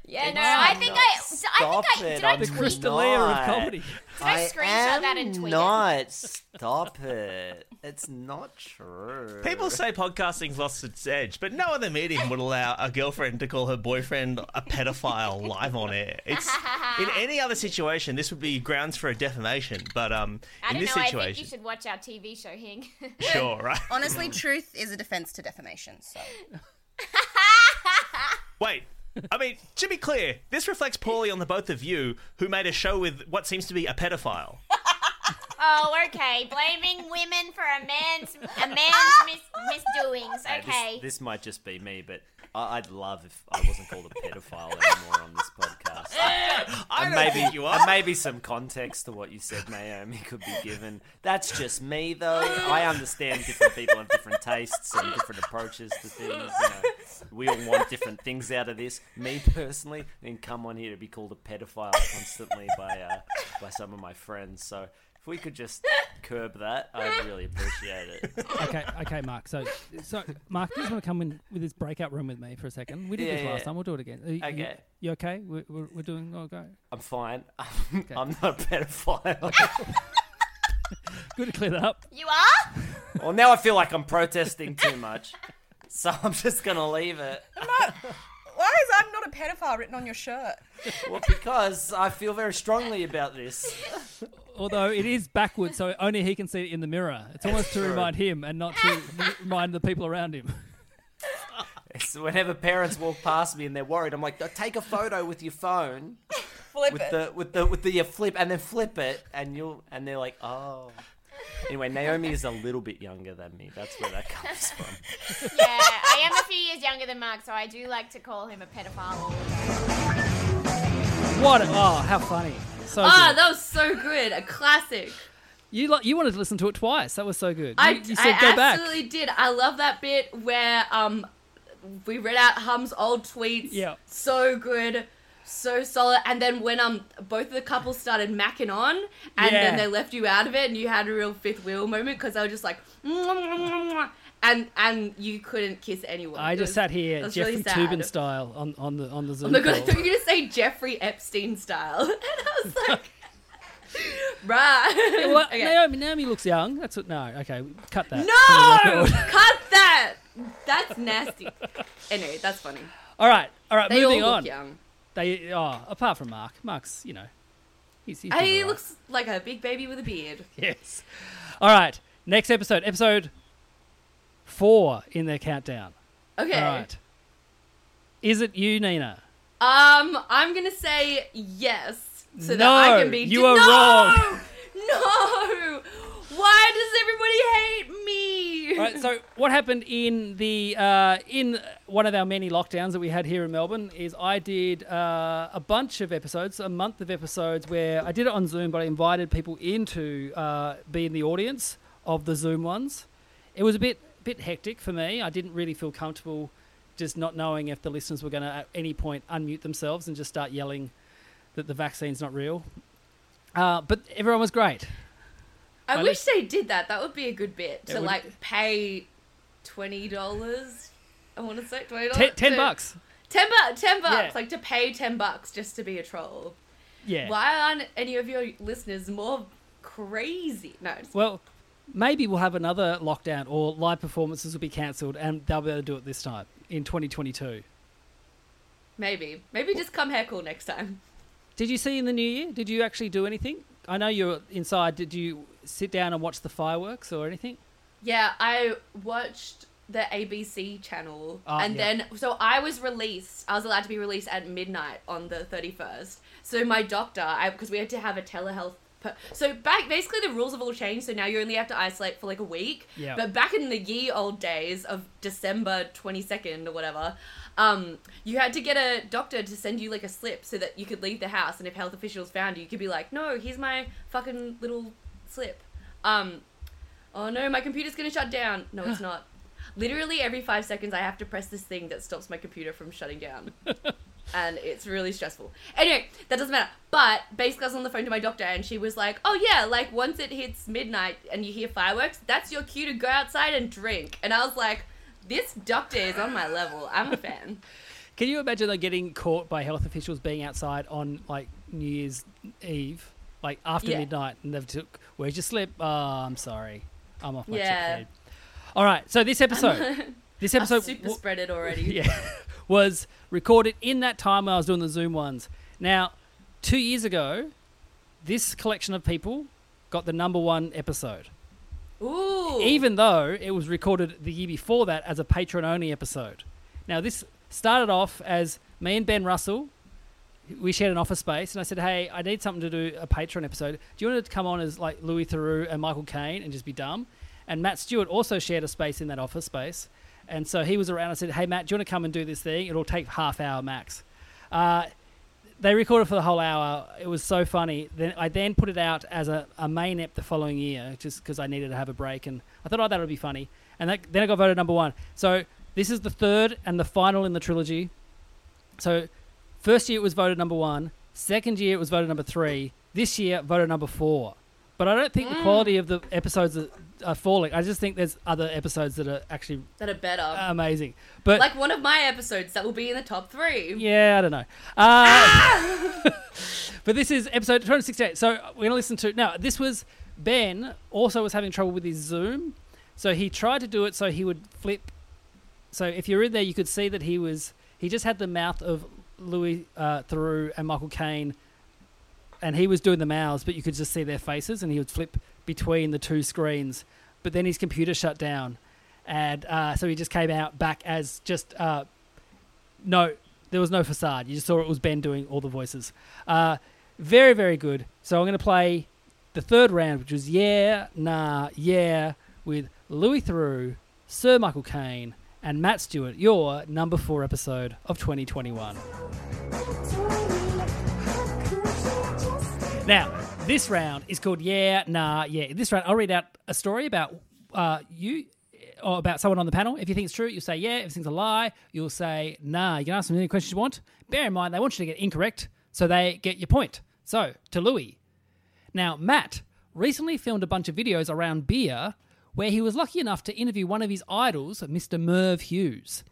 Yeah, no,
Wow.
I think I. I
Stop
think I
it,
did. I
I'm
The
tweet.
Chris-
Crystalia of
not.
comedy.
I screenshot
am
that and tweet it?
not. Stop it. It's not true.
People say podcasting's lost its edge, but no other medium would allow a girlfriend to call her boyfriend a pedophile live on air. It's in any other situation, this would be grounds for a defamation. But um,
I
in
don't
this
know. I think you
situation,
should watch our TV show, Hing.
sure, right?
Honestly, truth is a defense to defamation. So
Wait. I mean, to be clear, this reflects poorly on the both of you who made a show with what seems to be a pedophile.
oh, okay. Blaming women for a man's a man's mis- misdoings.
Hey, this-
Okay.
This, might just be me, but I, I'd love if I wasn't called a pedophile anymore on this podcast.
I
And
don't
maybe,
think you are.
and maybe some context to what you said, Naomi, could be given. That's just me, though. I understand different people have different tastes and different approaches to things. You know. We all want different things out of this. Me personally, didn't come on here to be called a pedophile constantly by uh, by some of my friends. So if we could just curb that, I'd really appreciate it.
Okay, okay, Mark. So, so Mark, do you just want to come in with this breakout room with me for a second? We did this
Yeah,
last
yeah.
time. We'll do it again. Are you- you-
Okay.
You, okay? We're, we're, we're doing oh, okay.
I'm fine. I'm, I'm not a pedophile.
Good to clear that up.
You are?
well, now I feel like I'm protesting too much. So I'm just going to leave it.
why is "I'm not a pedophile" written on your shirt?
Well, because I feel very strongly about this.
Although it is backwards, so only he can see it in the mirror. It's almost to
true.
remind him and not to remind the people around him.
So whenever parents walk past me and they're worried, I'm like, take a photo with your phone
Flip
with
it.
the with the with the you flip and then flip it and you'll and they're like, "Oh." Anyway, Naomi is a little bit younger than me. That's where that comes from.
Yeah, I am a few years younger than Mark, so I do like to call him a pedophile. all the time.
What? A, oh, how funny! So
Ah,
good.
that was so good. A classic.
you li- you wanted to listen to it twice. That was so good.
I,
you, you said
I
go
absolutely
back.
did. I love that bit where um we read out Hum's old tweets.
Yeah.
So good. So solid. And then when um both of the couples started macking on and
Yeah.
then they left you out of it and you had a real fifth wheel moment because they were just like "Mwah, mwah, mwah, mwah," and and you couldn't kiss anyone.
I
It
just
was-
sat
it
here,
was
Jeffrey
really sad.
Tubin style, on, on the on the
Oh
Zoom.
my god, I
call.
thought you were gonna say Jeffrey Epstein style. And I was like Right.
Well,
Okay.
Naomi, Naomi looks young. That's what. No, okay, cut that. for the
No!
record.
Cut that! That's nasty. anyway, that's funny.
All right, all right.
They
moving
all look
on.
young.
They oh, apart from Mark. Mark's, you know, he's, he's doing
He
all right.
looks like a big baby with a beard.
yes. All right, next episode, episode four in their countdown.
Okay.
All right. Is it you, Nina?
Um, I'm gonna say yes so
No,
that I can be.
you
de-
are
no!
wrong.
No. Why does everybody hate me?
All right. So what happened in the uh, in one of our many lockdowns that we had here in Melbourne is I did uh, a bunch of episodes, a month of episodes where I did it on Zoom, but I invited people in to uh, be in the audience of the Zoom ones. It was a bit bit hectic for me. I didn't really feel comfortable just not knowing if the listeners were going to at any point unmute themselves and just start yelling that the vaccine's not real. Uh, but everyone was great.
I
my
wish they did that. That would be a good bit to
would-
like pay twenty dollars. I want to say twenty
Ten,
dollars.
ten bucks.
Ten bucks. Ten bucks.
Yeah.
Like to pay ten bucks just to be a troll.
Yeah.
Why aren't any of your listeners more crazy? No. Just,
Well, maybe we'll have another lockdown or live performances will be cancelled and they'll be able to do it this time in 2022.
Maybe. Maybe just come heckle next time.
Did you see in the new year? Did you actually do anything? I know you're inside. Did you sit down and watch the fireworks or anything?
Yeah, I watched the ABC channel.
Ah,
and
yeah.
then, so I was released. I was allowed to be released at midnight on the 31st. So my doctor, because we had to have a telehealth per- so back basically the rules have all changed so now you only have to isolate for like a week
Yeah.
but back in the ye old days of december 22nd or whatever um, you had to get a doctor to send you like a slip so that you could leave the house and if health officials found you you could be like no here's my fucking little slip um, oh no my computer's gonna shut down no it's not literally every five seconds i have to press this thing that stops my computer from shutting down and it's really stressful. Anyway, that doesn't matter. But basically, I was on the phone to my doctor, and she was like, "Oh yeah, like once it hits midnight and you hear fireworks, that's your cue to go outside and drink." And I was like, "This doctor is on my level. I'm a fan."
Can you imagine like getting caught by health officials being outside on like New Year's Eve, like after
Yeah.
midnight, and they've took where's your slip? Oh, I'm sorry, I'm off my
Yeah.
chip feed. All right, so this episode, this
I'm
episode,
super
w-
spread it already.
yeah, was recorded in that time when I was doing the Zoom ones. Now, two years ago, this collection of people got the number one episode,
Ooh.
even though it was recorded the year before that as a patron only episode. Now, this started off as me and Ben Russell. We shared an office space, and I said, "Hey, I need something to do a Patreon episode. Do you want to come on as like Louis Theroux and Michael Caine and just be dumb?" And Matt Stewart also shared a space in that office space, and so he was around. I said, "Hey, Matt, do you want to come and do this thing? It'll take half hour max." Uh, they recorded for the whole hour. It was so funny. Then I then put it out as a, a main ep the following year, just because I needed to have a break, and I thought, oh, that would be funny. And that, then I got voted number one. So this is the third and the final in the trilogy. So first year it was voted number one. Second year it was voted number three. This year voted number four. But I don't think the quality of the episodes are, are falling. I just think there's other episodes that are actually
that are better.
amazing. um, But
Um, like one of my episodes that will be in the top three.
yeah, I don't know. Uh, but this is episode 268. So we're going to listen to. Now, this was Ben also was having trouble with his Zoom. So he tried to do it so he would flip. So if you're in there, you could see that he was. He just had the mouth of Louis uh, Theroux and Michael Caine, and he was doing the mouths, but you could just see their faces, and he would flip between the two screens. But then his computer shut down, and uh, so he just came out back as just uh, no, there was no facade. You just saw it was Ben doing all the voices. Uh, very, very good. So I'm going to play the third round, which was Yeah, Nah, Yeah, with Louis Theroux, Sir Michael Caine, and Matt Stewart, your number four episode of 2021. Now, this round is called Yeah, Nah, Yeah. In this round, I'll read out a story about uh, you or about someone on the panel. If you think it's true, you'll say yeah. If you think it's a lie, you'll say nah. You can ask them any questions you want. Bear in mind, they want you to get incorrect, so they get your point. So, to Louis. Now, Matt recently filmed a bunch of videos around beer where he was lucky enough to interview one of his idols, Mr. Merv Hughes.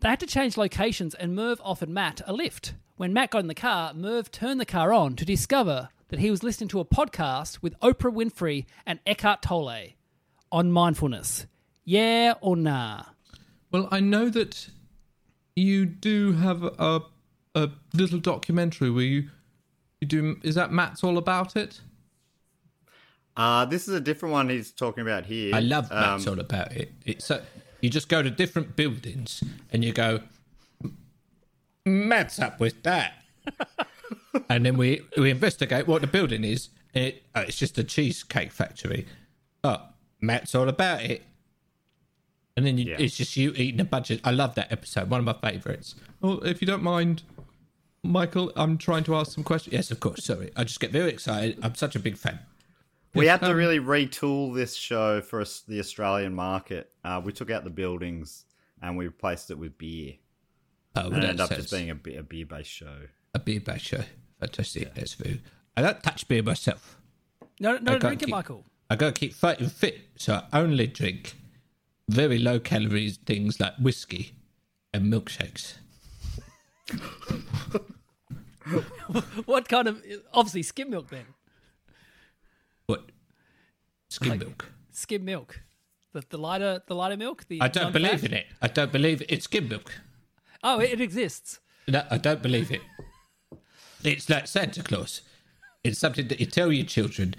They had to change locations, and Merv offered Matt a lift. When Matt got in the car, Merv turned the car on to discover that he was listening to a podcast with Oprah Winfrey and Eckhart Tolle on mindfulness. Yeah or nah?
Well, I know that you do have a a little documentary where you you do is that Matt's all about it?
Uh, this is a different one he's talking about here.
I love Matt's
Um,
all about it. It's so you just go to different buildings and you go, Matt's up with that, and then we we investigate what the building is. And it, oh, it's just a cheesecake factory. Oh, Matt's all about it. And then you,
Yeah.
it's just you eating a bunch of. I love that episode. One of my favorites.
Well, if you don't mind, Michael, I'm trying to ask some questions.
Yes, of course. Sorry, I just get very excited. I'm such a big fan.
we had to really retool this show for us, the Australian market. Uh, we took out the buildings and we replaced it with beer.
Oh,
And it
that
ended up just
sounds-
being a, be- a beer based show.
a beer based show. Fantastic. That's food. I don't touch beer myself.
No, no,
I can't
drink it,
keep-
Michael.
I gotta keep fighting fit, so I only drink very low calories things like whiskey and milkshakes.
What kind of obviously skim milk then?
What? Skim milk.
Skim milk, the, the lighter the lighter milk. The
I don't believe in it. I don't believe it's skim milk.
Oh, it, it exists.
No, I don't believe it. It's like Santa Claus. It's something that you tell your children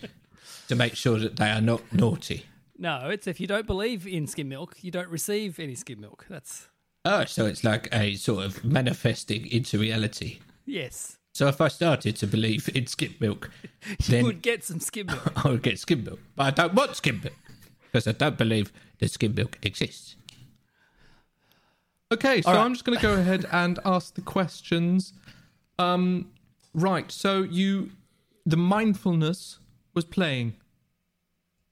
to make sure that they are not naughty.
No, it's if you don't believe in skim milk, you don't receive any skim milk. That's
Oh, so it's like a sort of manifesting into reality.
yes.
So if I started to believe in skim milk, then
you would get some skim milk.
I would get skim milk. But I don't want skim milk because I don't believe that skim milk exists.
Okay, so
All right.
I'm just going to go ahead and ask the questions. Um, right. So you, the mindfulness was playing.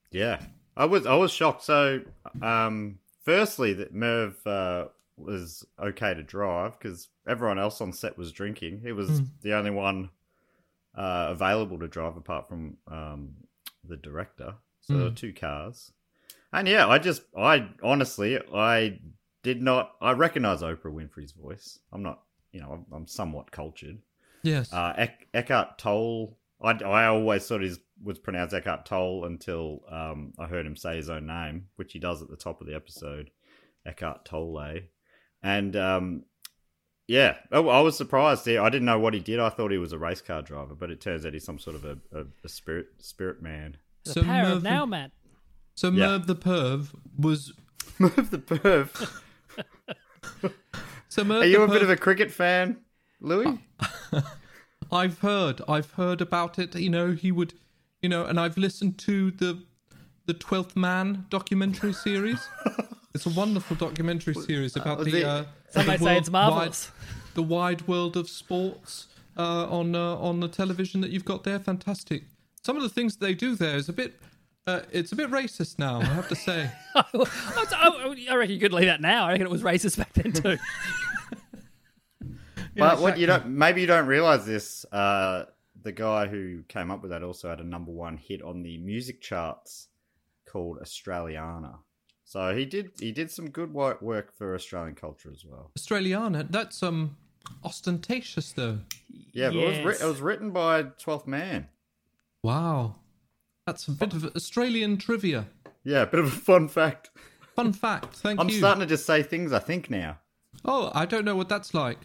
Yeah, I was I was shocked. So, um, firstly, that Merv uh, was okay to drive because everyone else on set was drinking. He was
Hmm.
the only one uh, available to drive apart from um, the director. So there were
Hmm.
two cars, and yeah, I just I honestly I did not I recognize Oprah Winfrey's voice. I'm not you know I'm, I'm somewhat cultured.
Yes.
Uh, Ec- Eckhart Tolle. I, I always thought he was pronounced Eckhart Tolle until um, I heard him say his own name, which he does at the top of the episode, Eckhart Tolle. And um, yeah, I, I was surprised. there. I didn't know what he did. I thought he was a race car driver, but it turns out he's some sort of a, a, a spirit spirit man.
The power of
Merv-
now, man.
So
Yeah.
Merv the perv was
Merv the perv.
So Oh, Merv
Are you
the
a bit
perv-
of a cricket fan, Louis?
I've heard, I've heard about it. You know, he would, you know, and I've listened to the the Twelfth Man documentary series. it's a wonderful documentary series about
was
the.
it-
Uh,
Some
the
might say it's
world wide-
marvellous.
the wide world of sports uh, on uh, on the television that you've got there, fantastic. Some of the things they do there is a bit. Uh, it's a bit racist now, I have to say.
I, I- I reckon you could leave that now. I reckon it was racist back then too.
but what you don't maybe you don't realize this uh the guy who came up with that also had a number one hit on the music charts called australiana so he did he did some good wo- work for australian culture as well
Australiana, that's um ostentatious though.
yeah but it, was
Yes.
writ it was written by 12th man
Wow, that's a bit of Australian trivia.
yeah a bit of a fun fact
Fun fact, thank
i'm
you.
starting to just say things i think now
Oh, I don't know what that's like.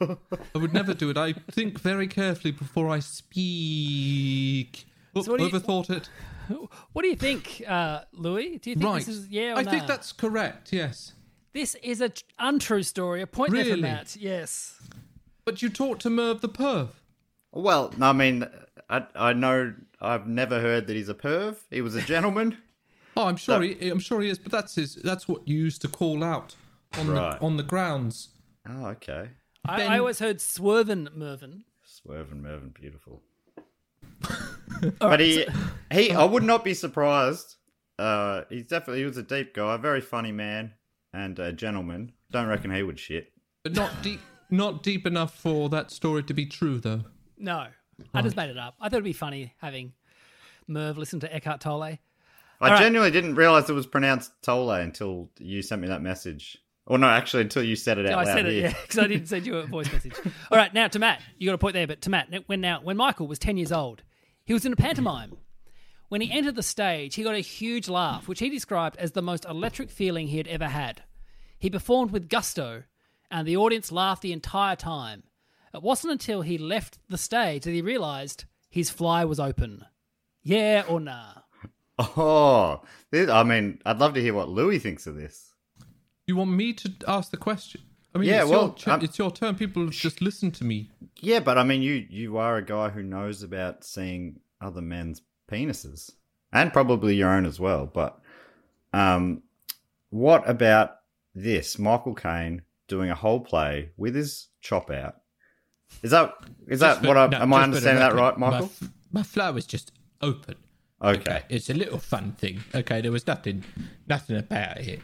I would never do it. I think very carefully before I speak. Oop,
what do you-
overthought it.
What do you think, uh, Louis? Do you think
Right.
this is yeah? Or
I think
nah?
that's correct. Yes.
this is a tr- untrue story. A point there
Really?
for Matt. Yes.
But you talked to Merv the perv.
well no, i mean i i know i've never heard that he's a perv he was a gentleman
Oh, I'm sure. He, I'm sure he is. But that's his. That's what you used to call out on
Right.
the on the grounds.
oh okay
I,
Ben-
I always heard Swervin Mervin.
Swervin Mervin, beautiful. but he, he, I would not be surprised. Uh, he's definitely he was a deep guy, a very funny man, and a gentleman. Don't reckon he would shit.
But not deep. not deep enough for that story to be true, though.
No, I just made it up. I thought it'd be funny having Merv listen to Eckhart Tolle.
I
All right.
genuinely didn't realize it was pronounced Tole until you sent me that message. Or no, actually, until you said it out
I
loud
said it,
here.
yeah, because I didn't send you a voice message. All right, now to Matt. You got a point there, but to Matt, when now when Michael was ten years old, he was in a pantomime. When he entered the stage, he got a huge laugh, which he described as the most electric feeling he had ever had. He performed with gusto, and the audience laughed the entire time. It wasn't until he left the stage that he realized his fly was open. Yeah or nah?
Oh, this, I mean, I'd love to hear what Louis thinks of this.
You want me to ask the question? I mean,
Yeah,
it's,
well,
your,
I'm-
turn it's your turn. People have just listen to me.
Yeah, but I mean, you you are a guy who knows about seeing other men's penises and probably your own as well. But um, what about this? Michael Caine doing a whole play with his chop out. Is that is that
Just for-
what I,
no,
am I
just for
understanding that
the
right,
record, my
Michael?
f- My, flower was just open.
Okay.
it's a little fun thing. Okay, there was nothing, nothing about it,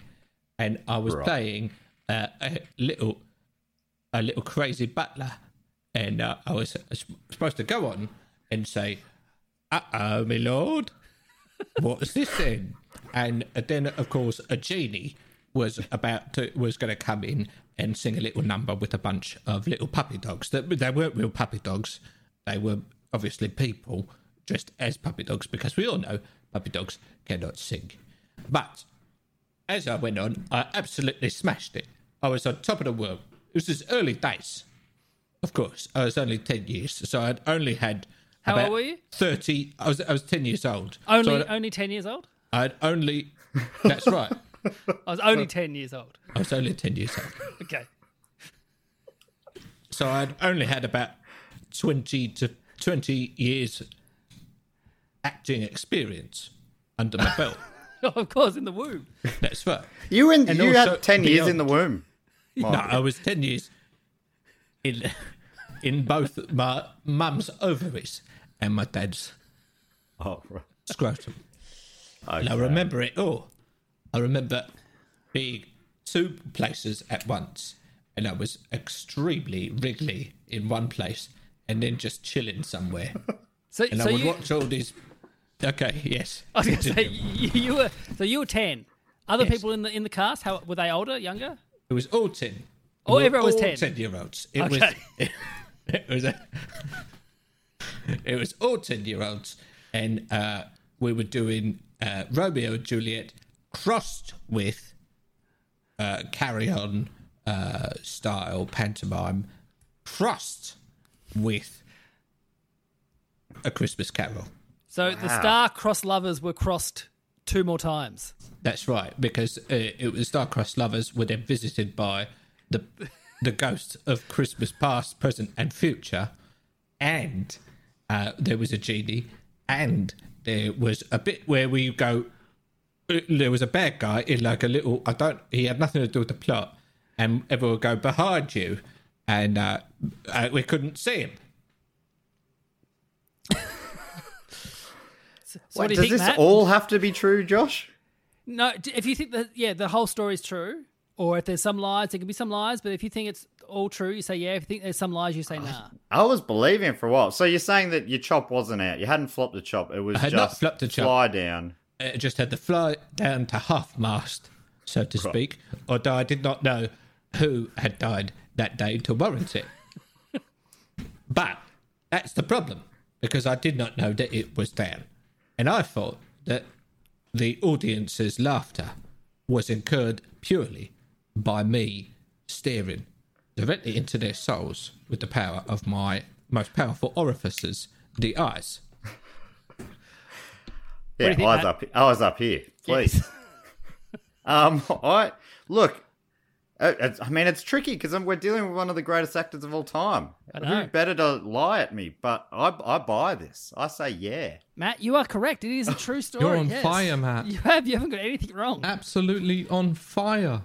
and I was
Right.
playing uh, a little, a little crazy butler, and uh, I was s- supposed to go on and say, "Uh oh, my lord, what's this then?" And then, of course, a genie was about to was going to come in and sing a little number with a bunch of little puppy dogs. That they weren't real puppy dogs; they were obviously people dressed as puppy dogs because we all know puppy dogs cannot sing. But as I went on, I absolutely smashed it. I was on top of the world. It was his early days. Of course, I was only ten years, so I'd only had
How
about
old were you?
Thirty. I was I was ten years old. So
Only
I'd-
only ten years old.
I'd only. That's right.
I was only ten years old.
I was only ten years old,
Okay.
so I'd only had about twenty to twenty years acting experience under my belt.
of course, in the womb.
That's right.
You in,
And
you had
also
ten years in
beyond.
the womb.
No,
Mark.
I was ten years in in both my mum's ovaries and my dad's
Oh, right.
scrotum. And I
Okay.
remember it all. I remember being two places at once, and I was extremely wriggly in one place, and then just chilling somewhere.
So,
And
so
I would
you,
watch all these. Okay, yes.
I was going to say
Continue.
you, you were so you were ten. Other
Yes.
people in the in the cast, how were they older, younger?
It was all ten.
Oh,
We were
everyone was
all
10.
year olds. It
Okay.
was. It was. A, it was all ten year olds, and uh, we were doing uh, Romeo and Juliet crossed with uh, Carry On uh, style pantomime, crossed with a Christmas Carol.
So the star-crossed lovers were crossed two more times.
That's right, because uh, it was Starcrossed lovers were then visited by the the ghosts of Christmas past, present, and future, and uh, there was a genie, and there was a bit where we go. uh, There was a bad guy in like a little. I don't. He had nothing to do with the plot, and everyone would go behind you, and uh, uh, we couldn't see him.
So what
Wait,
do you
does
think,
this
Matt?
all have to be true, Josh?
No, d- if you think that yeah, the whole story's true, or if there's some lies, there can be some lies. But if you think it's all true, you say yeah. If you think there's some lies, you say nah.
I was believing for a while. So you're saying that your chop wasn't out? You hadn't flopped the chop. It was
I had not
just
flopped the chop.
fly down.
it just had to fly down to half mast, so to speak, although I did not know who had died that day to warrant it. but that's the problem, because I did not know that it was down. And I thought that the audience's laughter was incurred purely by me staring directly into their souls with the power of my most powerful orifices, the eyes.
Yeah,
think,
I was
Matt?
up. I was up here. Please. um. I look. uh, it's- I mean, it's tricky because we're dealing with one of the greatest actors of all time.
know.
Who better to lie at me? But I, I buy this. I say yeah.
Matt, you are correct. It is a true story.
on
yes.
fire, Matt.
You have. You haven't got anything wrong.
Absolutely on fire.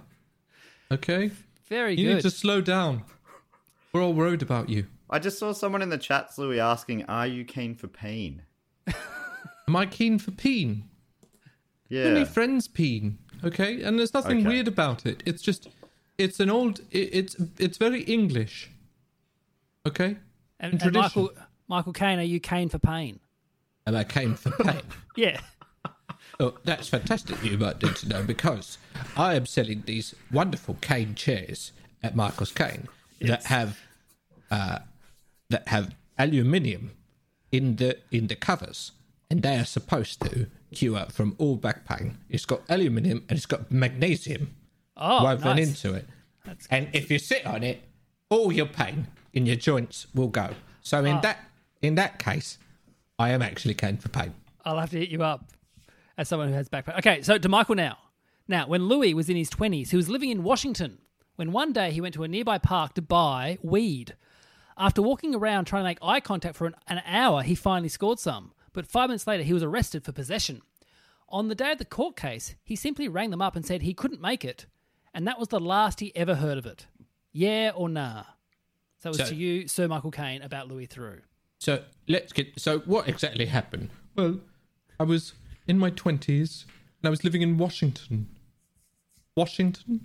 Okay?
Very
You
good.
need to slow down. We're all worried about you.
I just saw someone in the chat, Louis, asking, "Are you keen for peen?"
Am I keen for peen?
Yeah.
Only friends peen, okay? And there's nothing
Okay.
weird about it. It's just, it's an old, it, it's it's very English, okay?
and, and
tradition.
Michael Michael Caine, are you Caine for pain?
And I came for pain.
Yeah.
Oh, that's fantastic you might need to know because I am selling these wonderful cane chairs at Michael's Cane that have uh, that have aluminium in the in the covers and they are supposed to cure from all back pain. It's got aluminium and it's got magnesium
Oh,
woven
nice.
into it. and if you sit on it, all your pain in your joints will go. So
Ah.
in that in that case, I am actually cane for pain.
I'll have to hit you up as someone who has back pain. Okay, so to Michael now. Now, when Louis was in his 20s, he was living in Washington when one day he went to a nearby park to buy weed. After walking around trying to make eye contact for an, an hour, he finally scored some. But five minutes later, he was arrested for possession. On the day of the court case, he simply rang them up and said he couldn't make it. And that was the last he ever heard of it. Yeah or nah? So it was
So-
to you, Sir Michael Caine, about Louis Theroux.
So let's get. So what exactly happened?
Well, I was in my 20s and I was living in Washington. Washington?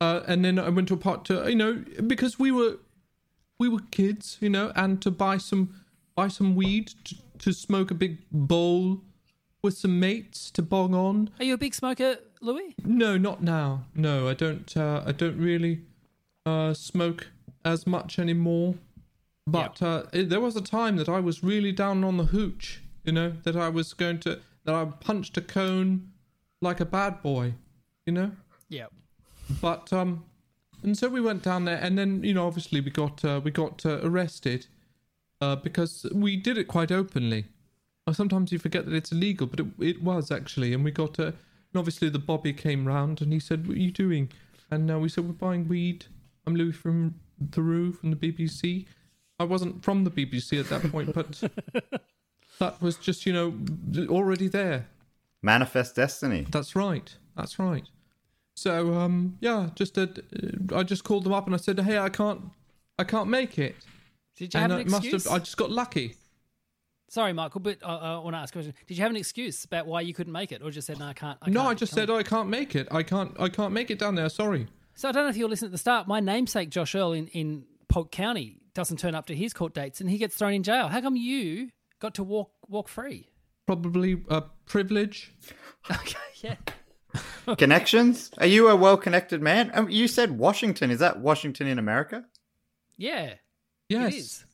Uh, and then I went to a park to, you know, because we were we were kids, you know, and to buy some buy some weed to, to smoke a big bowl with some mates to bong on.
Are you a big smoker, Louis?
No, not now. No, I don't uh, I don't really uh, smoke as much anymore. But uh, it, there was a time that I was really down on the hooch, you know, that I was going to, that I punched a cone like a bad boy, you know?
Yeah.
But, um, and so we went down there and then, you know, obviously we got, uh, we got uh, arrested, uh, because we did it quite openly. Well, sometimes you forget that it's illegal, but it, it was actually, and we got, uh, and obviously the Bobby came round and he said, what are you doing? And uh, we said, we're buying weed. I'm Louis from Theroux from the BBC I wasn't from the BBC at that point, but that was just you know already there.
Manifest Destiny.
That's right. That's right. So um, yeah, just a, uh, I just called them up and I said, hey, I can't, I can't make it.
Did you
and
have an
it must
excuse?
have, I just got lucky.
Sorry, Michael, but uh, uh, I want to ask a question. Did you have an excuse about why you couldn't make it, or just said no, I can't? I
no,
can't
I just
come?"
said I can't make it. I can't, I can't make it down there. Sorry.
So I don't know if you were listening at the start. My namesake Josh Earl in, in Polk County doesn't turn up to his court dates, and he gets thrown in jail. How come you got to walk walk free?
Probably a privilege.
Connections? Are you a well-connected man? Um, you said Washington. Is that Washington in America?
Yeah,
Yes.
it is.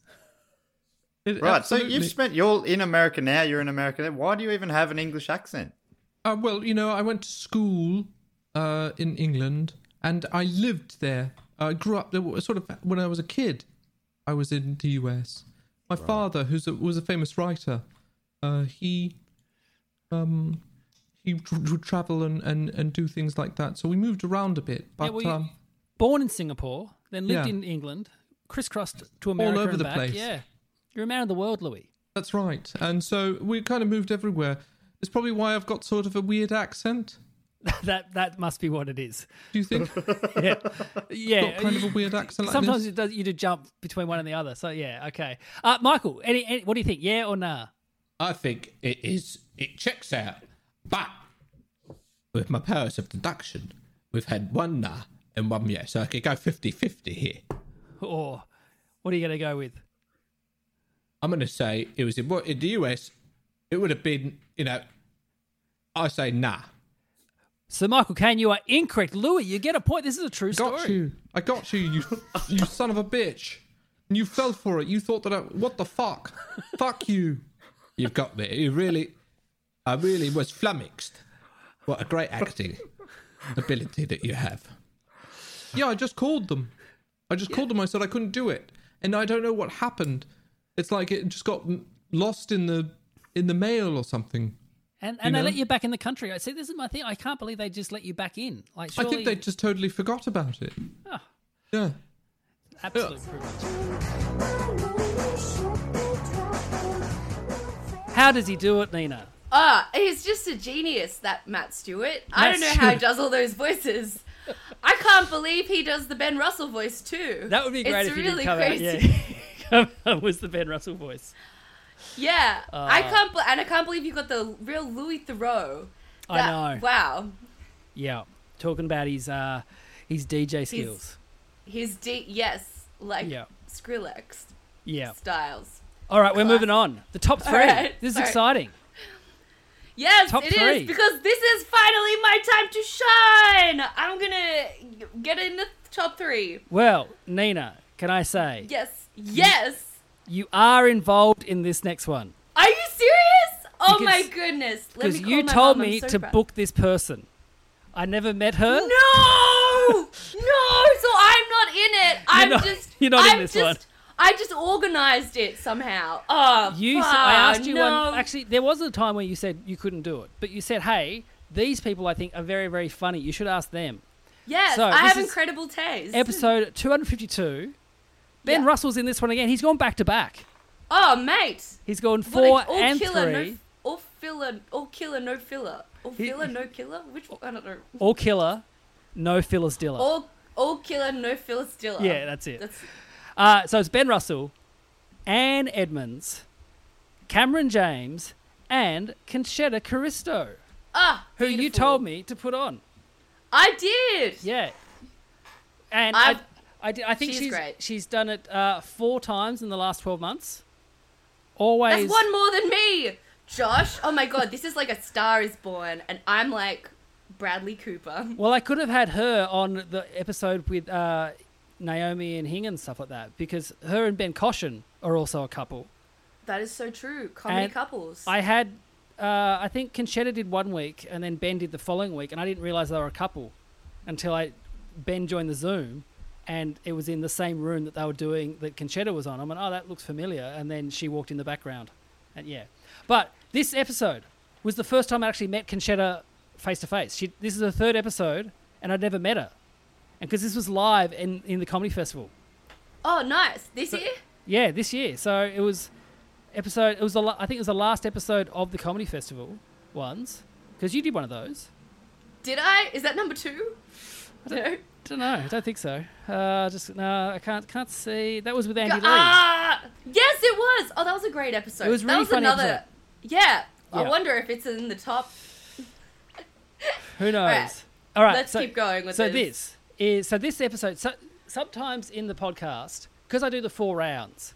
It-
Right. So
absolutely.
you've spent. You're in America now. You're in America. Then why do you even have an English accent?
Uh, well, you know, I went to school uh, in England and I lived there. I grew up there, was sort of when I was a kid. I was in the US. My father, who's a, was a famous writer, uh, he um, he tr- would travel and, and, and do things like that. So we moved around a bit, but
well, you-
um,
Born in Singapore, then lived
Yeah.
in England, crisscrossed to America
over
and
the
back.
place.
Yeah, you're a man of the world, Louis.
that's right. And so we kind of moved everywhere. It's probably why I've got sort of a weird accent.
that that must be what it is.
Do you think?
Yeah,
got kind of a weird accent. Like
sometimes
this?
it does, you do jump between one and the other. So yeah, okay. Uh, Michael, any, any, what do you think? Yeah or nah?
I think it is. It checks out, but with my powers of deduction, we've had one nah and one yes, so I could go 50-50 here.
Or what are you going to go with?
I'm going to say it was in, what- in the US. It would have been, you know, I say nah.
So Michael Kane, you are incorrect. Louis, you get a point. This is a true
got
story.
you. I got you. You, you son of a bitch. And you fell for it. You thought that I. What the fuck? fuck you.
You've got me. You really, I really was flummoxed. What a great acting ability that you have.
Yeah, I just called them. I just called them. I said I couldn't do it, and I don't know what happened. It's like it just got m- lost in the in the mail or something.
And and
You
they
know?
let you back in the country. I see. This is my thing. I can't believe they just let you back in. Like surely,
I think they just totally forgot about it. Yeah.
absolute privilege. How does he do it, Nina?
Ah, he's just a genius, that Matt Stewart. I don't know how he does all those voices. I can't believe he does the Ben Russell voice too.
That would be great
it's
if you
really
did come
crazy.
out. Yeah. Come out with the Ben Russell voice.
Yeah, I
Ah.
can't, be- and I can't believe you got the real Louis Theroux.
I know.
Wow,
Yeah, talking about his uh his DJ skills.
his D, yes, like
Yeah.
Skrillex
Yeah.
styles.
All right, we're moving on. The top three.
right,
This is
sorry.
exciting.
Yes,
Top
it is
three.
because this is finally my time to shine. I'm gonna get in the top three.
Well, Nina, can I say
Yes, yes.
you are involved in this next one
Are you serious? Oh
Because-
my goodness! Let me
because
call
you
my
told
mom, I'm
me
so
to
proud.
book this person. I never met her.
No, no. So I'm not in it. I'm
not-
just.
you're not in
I'm
this
just,
one.
I just organized it somehow. Oh,
You, s
fuck,
I asked you
no.
one. Actually, there was a time where you said you couldn't do it, but you said, "Hey, these people I think are very, very funny. You should ask them."
Yes,
so
I
this
have
is
incredible taste.
Episode 252. Ben
Yeah.
Russell's in this one again. He's gone back to back.
oh, mate.
He's gone
What
four
a, all
and
killer,
three.
No, all filler, all killer, no filler. All filler, no killer. Which one? I don't know.
All killer, no fillers diller.
All, all killer, no filler, stiller.
Yeah, that's it.
That's,
Uh, so it's Ben Russell, Anne Edmonds, Cameron James, and Conchetta Caristo,
ah,
who you
beautiful.
told me to put on.
I did.
Yeah. And I,
I've-
I, di- I think
she's
she's
great.
she's done it uh, four times in the last 12 months. Always.
That's one more than me, Josh. Oh my god, this is like a Star Is Born, and I'm like Bradley Cooper.
Well, I could have had her on the episode with uh, Naomi and Hing and stuff like that because her and Ben Caution are also a couple.
That is so true. Comedy
And
couples.
I had, uh, I think Conchetta did one week and then Ben did the following week, and I didn't realize they were a couple until I Ben joined the Zoom, and it was in the same room that they were doing that Conchetta was on. I went, oh, that looks familiar, and then she walked in the background, and yeah. But this episode was the first time I actually met Conchetta face to face. She this is her third episode, and I'd never met her, and because this was live in in the comedy festival.
oh, nice. This year?
Yeah, this year. So it was episode. It was the la- I think it was the last episode of the comedy festival ones because you did one of those.
Did I? Is that number two? No.
Don't know. I don't think so. Uh, just no. I can't. Can't see. That was with Andy Lee.
Ah, yes, it was. Oh, that was a great episode.
It was
that
really
was
funny
another.
episode.
Yeah.
Yeah.
I wonder if it's in the top.
Who knows? All right.
right. Let's keep going with
so
this.
is so this episode. So sometimes in the podcast, because I do the four rounds,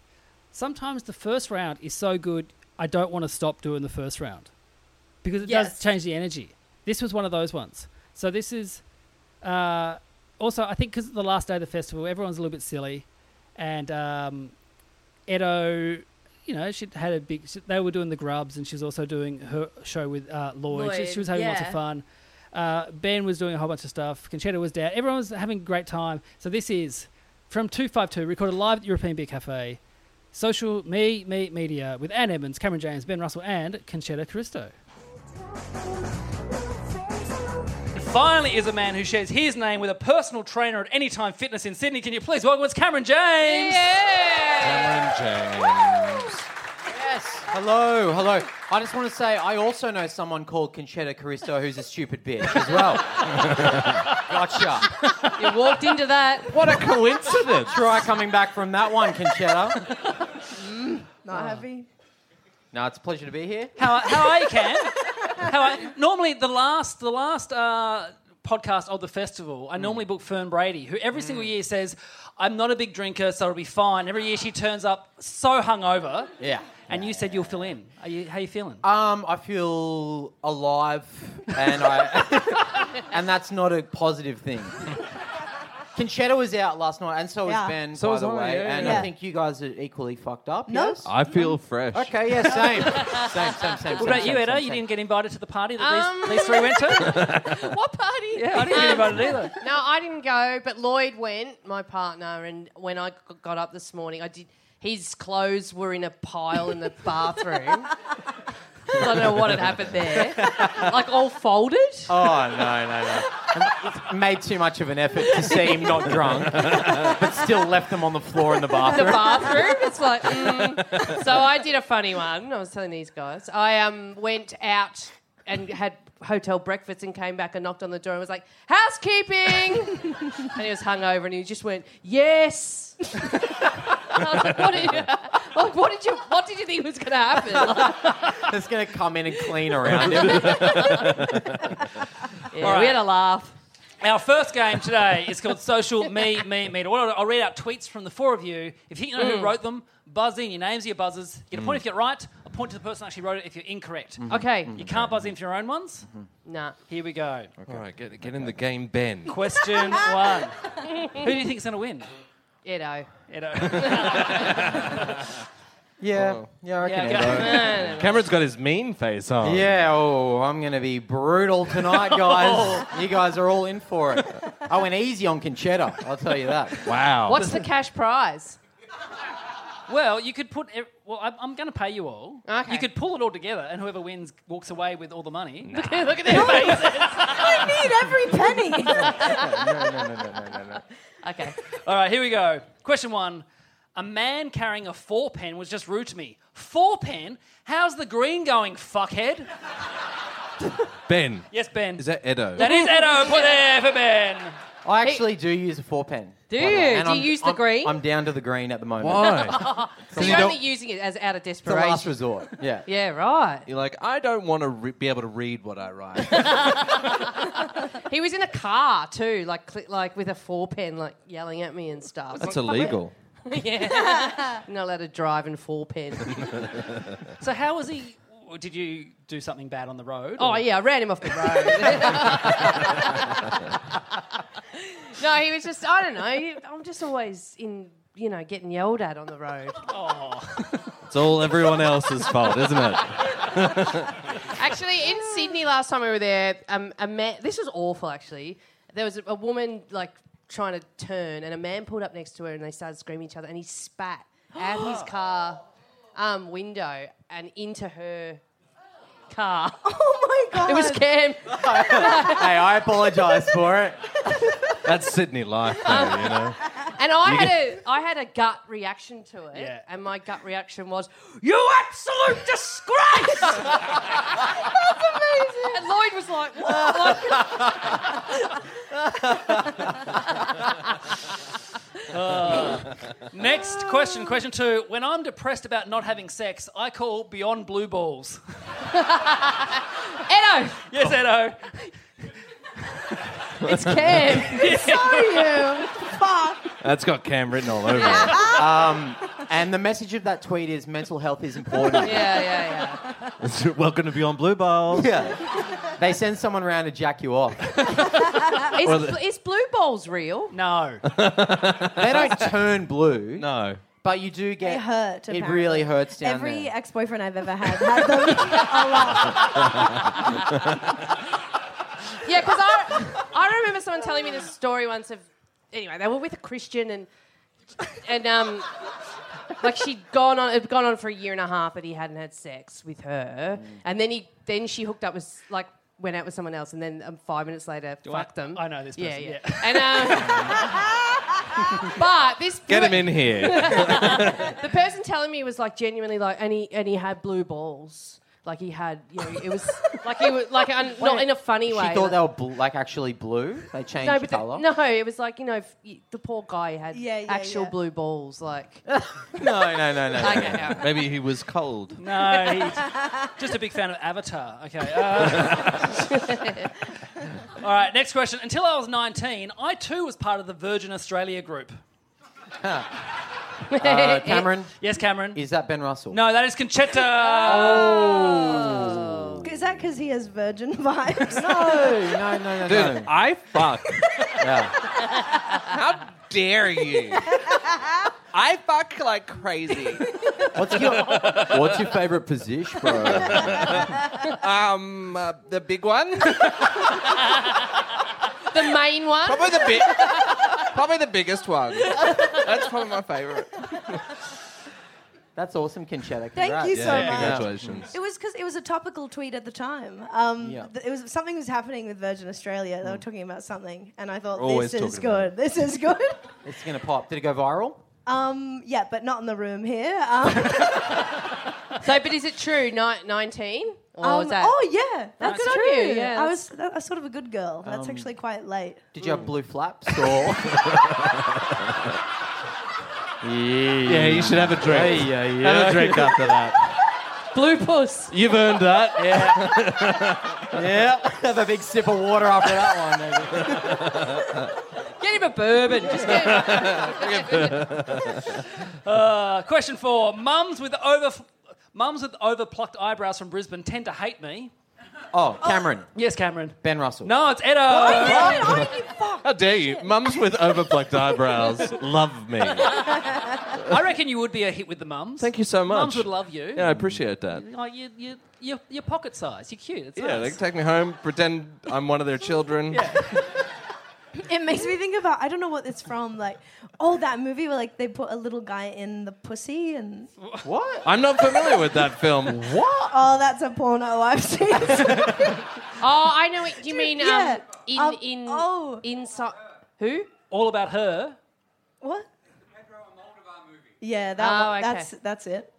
sometimes the first round is so good I don't want to stop doing the first round because it does
Yes.
change the energy. This was one of those ones. So this is uh, also I think because the last day of the festival, everyone's a little bit silly, and um, Edo, you know, she had a big. She, they were doing the grubs, and she was also doing her show with uh, Lloyd. She, she
Lloyd,
was having lots of
yeah.
fun. Uh, ben was doing a whole bunch of stuff. Conchetta was down. Everyone was having a great time. So this is from two five two, recorded live at the European Beer Cafe. Social me me media with Ann Edmonds, Cameron James, Ben Russell, and Conchetta Cristo. Finally, is a man who shares his name with a personal trainer at Anytime Fitness in Sydney. Can you please welcome? It's Cameron James.
Cameron James. Yes. Hello, hello. I just want to say I also know someone called Conchetta Caristo who's a stupid bitch as well. gotcha.
You walked into that.
What a coincidence. Try coming back from that one, Conchetta.
Not heavy.
No, it's a pleasure to be here.
How, how are you, Cam? how are, normally, the last the last uh, podcast of the festival,
Mm.
I normally book Fern Brady, who every single year says, "I'm not a big drinker, so it'll be fine." Every year she turns up so hungover.
Yeah.
And you said you'll fill in. Are you, how you feeling?
Um, I feel alive, and I, and that's not a positive thing. Conchetta was out last night, and so was
Yeah.
Ben,
So
by
was
the
I,
way.
yeah,
and
yeah.
I think you guys are equally fucked up.
No.
Yes.
I feel fresh.
Okay. Yeah. Same. same. Same. Same. Um,
What about you, Edda? You didn't get invited to the party that these, these three went to?
what party?
Yeah, I didn't get
Um,
invited either.
No, I didn't go, but Lloyd went, my partner, and when I g- got up this morning, I did. His clothes were in a pile in the bathroom. I don't know what had happened there. Like all folded.
Oh no, no, no! And Made too much of an effort to seem not drunk, but still left them on the floor in the
the
bathroom.
bathroom. It's like, mm. so I did a funny one. I was telling these guys, I um went out and had hotel breakfast and came back and knocked on the door and was like, housekeeping, and he was hungover and he just went, yes. And I was like, what did you, like, what did you, what did you think was going to happen? Like,
That's gonna come in and clean around him.
yeah, We had a laugh.
Our first game today is called Social Me Me Meter. What I'll I'll read out tweets from the four of you. If you know
Mm.
who wrote them, buzz in. Your names are your buzzers. You Get a point
Mm.
if you get it right. A point to the person who actually wrote it if you're incorrect.
Mhm. Okay. Mhm.
You can't buzz in for your own ones.
Nah.
Here we go.
All right, get, get in the game, Ben.
Question one. Who do you think's going to win?
Edo.
Edo.
Oh.
Yeah, yeah, I reckon Edo.
okay.
Cameron's got his mean face on.
Yeah, oh, I'm going to be brutal tonight,
Oh.
guys. you guys are all in for it. I went easy on Conchetta, I'll tell you that.
Wow.
What's the cash prize?
Well, you could put. ev- Well, I'm, I'm going to pay you all.
Okay.
You could pull it all together, and whoever wins walks away with all the money.
Look at their faces.
I need every penny.
no, no, no, no, no.
Okay.
All right, here we go. Question one. A man carrying a four pen was just rude to me. Four pen? How's the green going, fuckhead?
Ben.
Yes, Ben.
Is that Edo?
That is Edo. Put there for Ben.
I actually do use a four pen.
Do
by the way,
you?
and
Do you
I'm-
use the
I'm-
green?
I'm down to the green at the moment.
so you're only using it as out of
It's the
desperation.
last resort. Yeah.
Yeah, right.
You're like, I don't want to re- be able to read what I write.
He was in a car too, like cli like with a four pen, like yelling at me and stuff.
That's
Like,
illegal.
yeah, not allowed to drive in four pen.
So how was he? w- Did you do something bad on the road?
oh
or-
yeah, I ran him off the road. no, he was just I don't know. I'm just always in, you know, getting yelled at on the road.
It's all everyone else's Oh. fault, isn't it?
Actually, in Sydney last time we were there, um, a man. This was awful. Actually, there was a, a woman like trying to turn, and a man pulled up next to her, and they started screaming at each other, and he spat at his car um, window and into her car. Oh my god! It was Cam.
hey, I apologise for it.
That's Sydney life, though, you know.
And I
You
had
get-
a I had a gut reaction to it,
Yeah.
and my gut reaction was, "You absolute disgrace!" That's amazing. And Lloyd was like, "What?"
Uh, next question, question two. When I'm depressed about not having sex, I call Beyond Blue Balls.
Edo.
Yes, Edo.
it's Cam. Sorry, you.
Fuck.
That's got Cam written all over it.
um, and the message of that tweet is mental health is important.
Yeah, yeah,
Welcome to Beyond Blue Balls.
Yeah. They send someone around to jack you off.
yeah. is,
Well, the-
is blue balls real?
No.
they don't turn blue.
No.
But you do get.
They hurt.
It
apparently.
really hurts down
Every
there.
ex-boyfriend Oh, I've ever had had them a lot.
Yeah, because I, I remember someone telling me this story once of, anyway, they were with a Christian and, and um, like she'd gone on, it'd gone on for a year and a half, but he hadn't had sex with her,
Mm.
and then he, then she hooked up with like. Went out with someone else, and then um, five minutes later,
Do I-
fucked them.
I know this
Yeah,
person,
yeah.
yeah.
And um, but this
Get him in here.
the person telling me was like genuinely like, and he and he had blue balls. Like he had, you know, it was like he was like un, not in a funny
she
way. like-
thought they were bl- like actually blue. They changed
no,
the
but
color.
the, no, it was like you know if you, the poor guy had
Yeah, yeah,
actual
yeah.
blue balls. Like
No, no, no, no.
Okay,
no. Maybe he was cold.
No, he's just a big fan of Avatar. Okay. uh, all right, next question. Until I was 19, I too was part of the Virgin Australia group.
Uh, Cameron?
Yes, Cameron.
Is that Ben Russell? Oh.
No, that is Conchetta.
Oh.
Is that because he has virgin vibes?
no, no, no,
Dude, I fuck.
How dare you? I fuck like crazy.
What's your What's your favorite position, bro?
um uh, the big one?
the main one.
Probably the big Probably the biggest one. That's probably my favorite.
That's awesome, Conchetta.
Thank
Congrats.
you so much.
congratulations.
It was because it was a topical tweet at the time. Um,
Yeah. Mm.
th- it was something was happening with Virgin Australia. They were talking about something, and I thought
Always
this is
talking about
good. This is good.
It's gonna pop. Did it go viral?
Um, yeah, but not in the room here. Um,
so, but is it true? Ni- Nineteen or
um,
was that?
Oh yeah, that's
Good on
true.
you, yeah,
I was that, I was sort of a good girl. That's
Um,
actually quite late.
Did you have blue flaps or? yeah,
Yeah, you should have a drink.
Yeah, yeah.
Have a drink after that.
Blue puss.
You've earned that.
Yeah. yeah. Have a big sip of water after that one.
Get him a bourbon. Just get
Uh, question four. Mums with over mums with overplucked eyebrows from Brisbane tend to hate me.
Oh, Cameron.
Yes, Cameron.
Ben Russell.
No, it's Edo.
How dare you? Mums with overplucked eyebrows love me.
I reckon you would be a hit with the mums.
Thank you so much.
Mums would love you.
Yeah, I appreciate that.
Like you, you, you're, you're pocket size. You're cute. It's
Yeah, they
nice.
can take me home, pretend I'm one of their children.
It makes me think about I don't know what it's from. Like, oh, that movie where like they put a little guy in the pussy and
What?
I'm not familiar with that film. What?
oh, that's a porno I've seen.
Oh, I know what you mean.
yeah. oh.
Um, in in inside who?
All about her.
What? Yeah, that
Oh,
one-
okay.
that's that's it.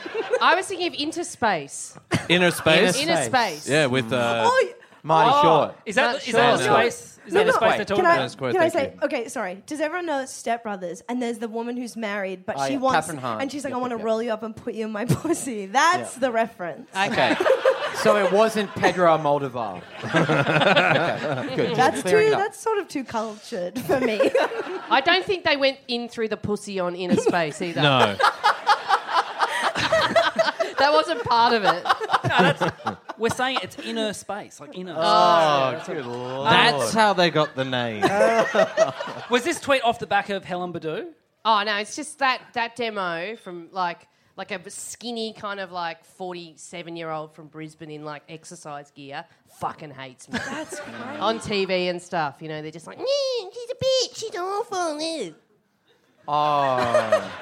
I was thinking of interspace.
Inner space.
Inner Inner space. space.
Yeah, with uh,
Oh, y-
Marty
Oh,
Short.
is that- Marty is that Short. a space- is that a space they're talking
can I,
That's great,
can I
thank
say okay? Sorry. Does everyone know Step Brothers? And there's the woman who's married, but
Oh,
she
yeah,
wants,
Catherine Hahn.
and she's like,
Yep,
"I want to
yep, yep.
roll you up and put you in my pussy." That's
Yeah.
the reference.
Okay. so it wasn't Pedro Moldovar. okay. Good.
That's
Clearing
too.
it up.
That's sort of too cultured for me.
I don't think they went in through the pussy on inner space either.
No.
that wasn't part of it.
We're saying it's inner space, like inner.
Oh,
space. Um,
good lord.
That's
That's how they got the name.
Was this tweet off the back of Helen Badu?
Oh no, it's just that that demo from like like a skinny kind of like forty seven year old from Brisbane in like exercise gear fucking hates me. That's
crazy.
On TV and stuff, you know, they're just like, "Yeah, she's a bitch, she's awful. yeah."
Oh.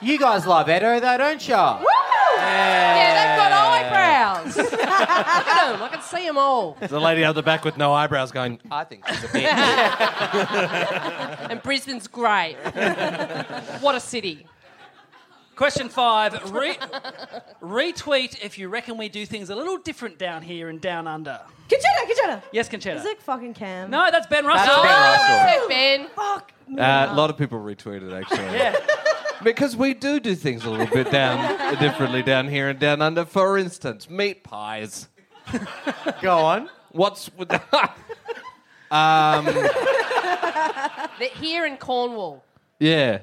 you guys love Edo, though, don't you?
Yeah, they've got eyebrows. eyebrows. Look at them. I can see them all.
The lady out the back with no eyebrows going, I think she's a
and Brisbane's great. what a city.
Question five. Re- retweet if you reckon we do things a little different down here and down under.
Conchetta, Conchetta.
Yes, Conchetta.
Is it fucking Cam?
No, that's Ben Russell. Oh,
That's
Ben Russell.
Fuck.
bitch. Uh, a lot of people retweeted, actually.
Yeah.
Because we do do things a little bit down differently down here and down under. For instance, meat pies. Go on. What's with that? um,
They're here in Cornwall.
yeah.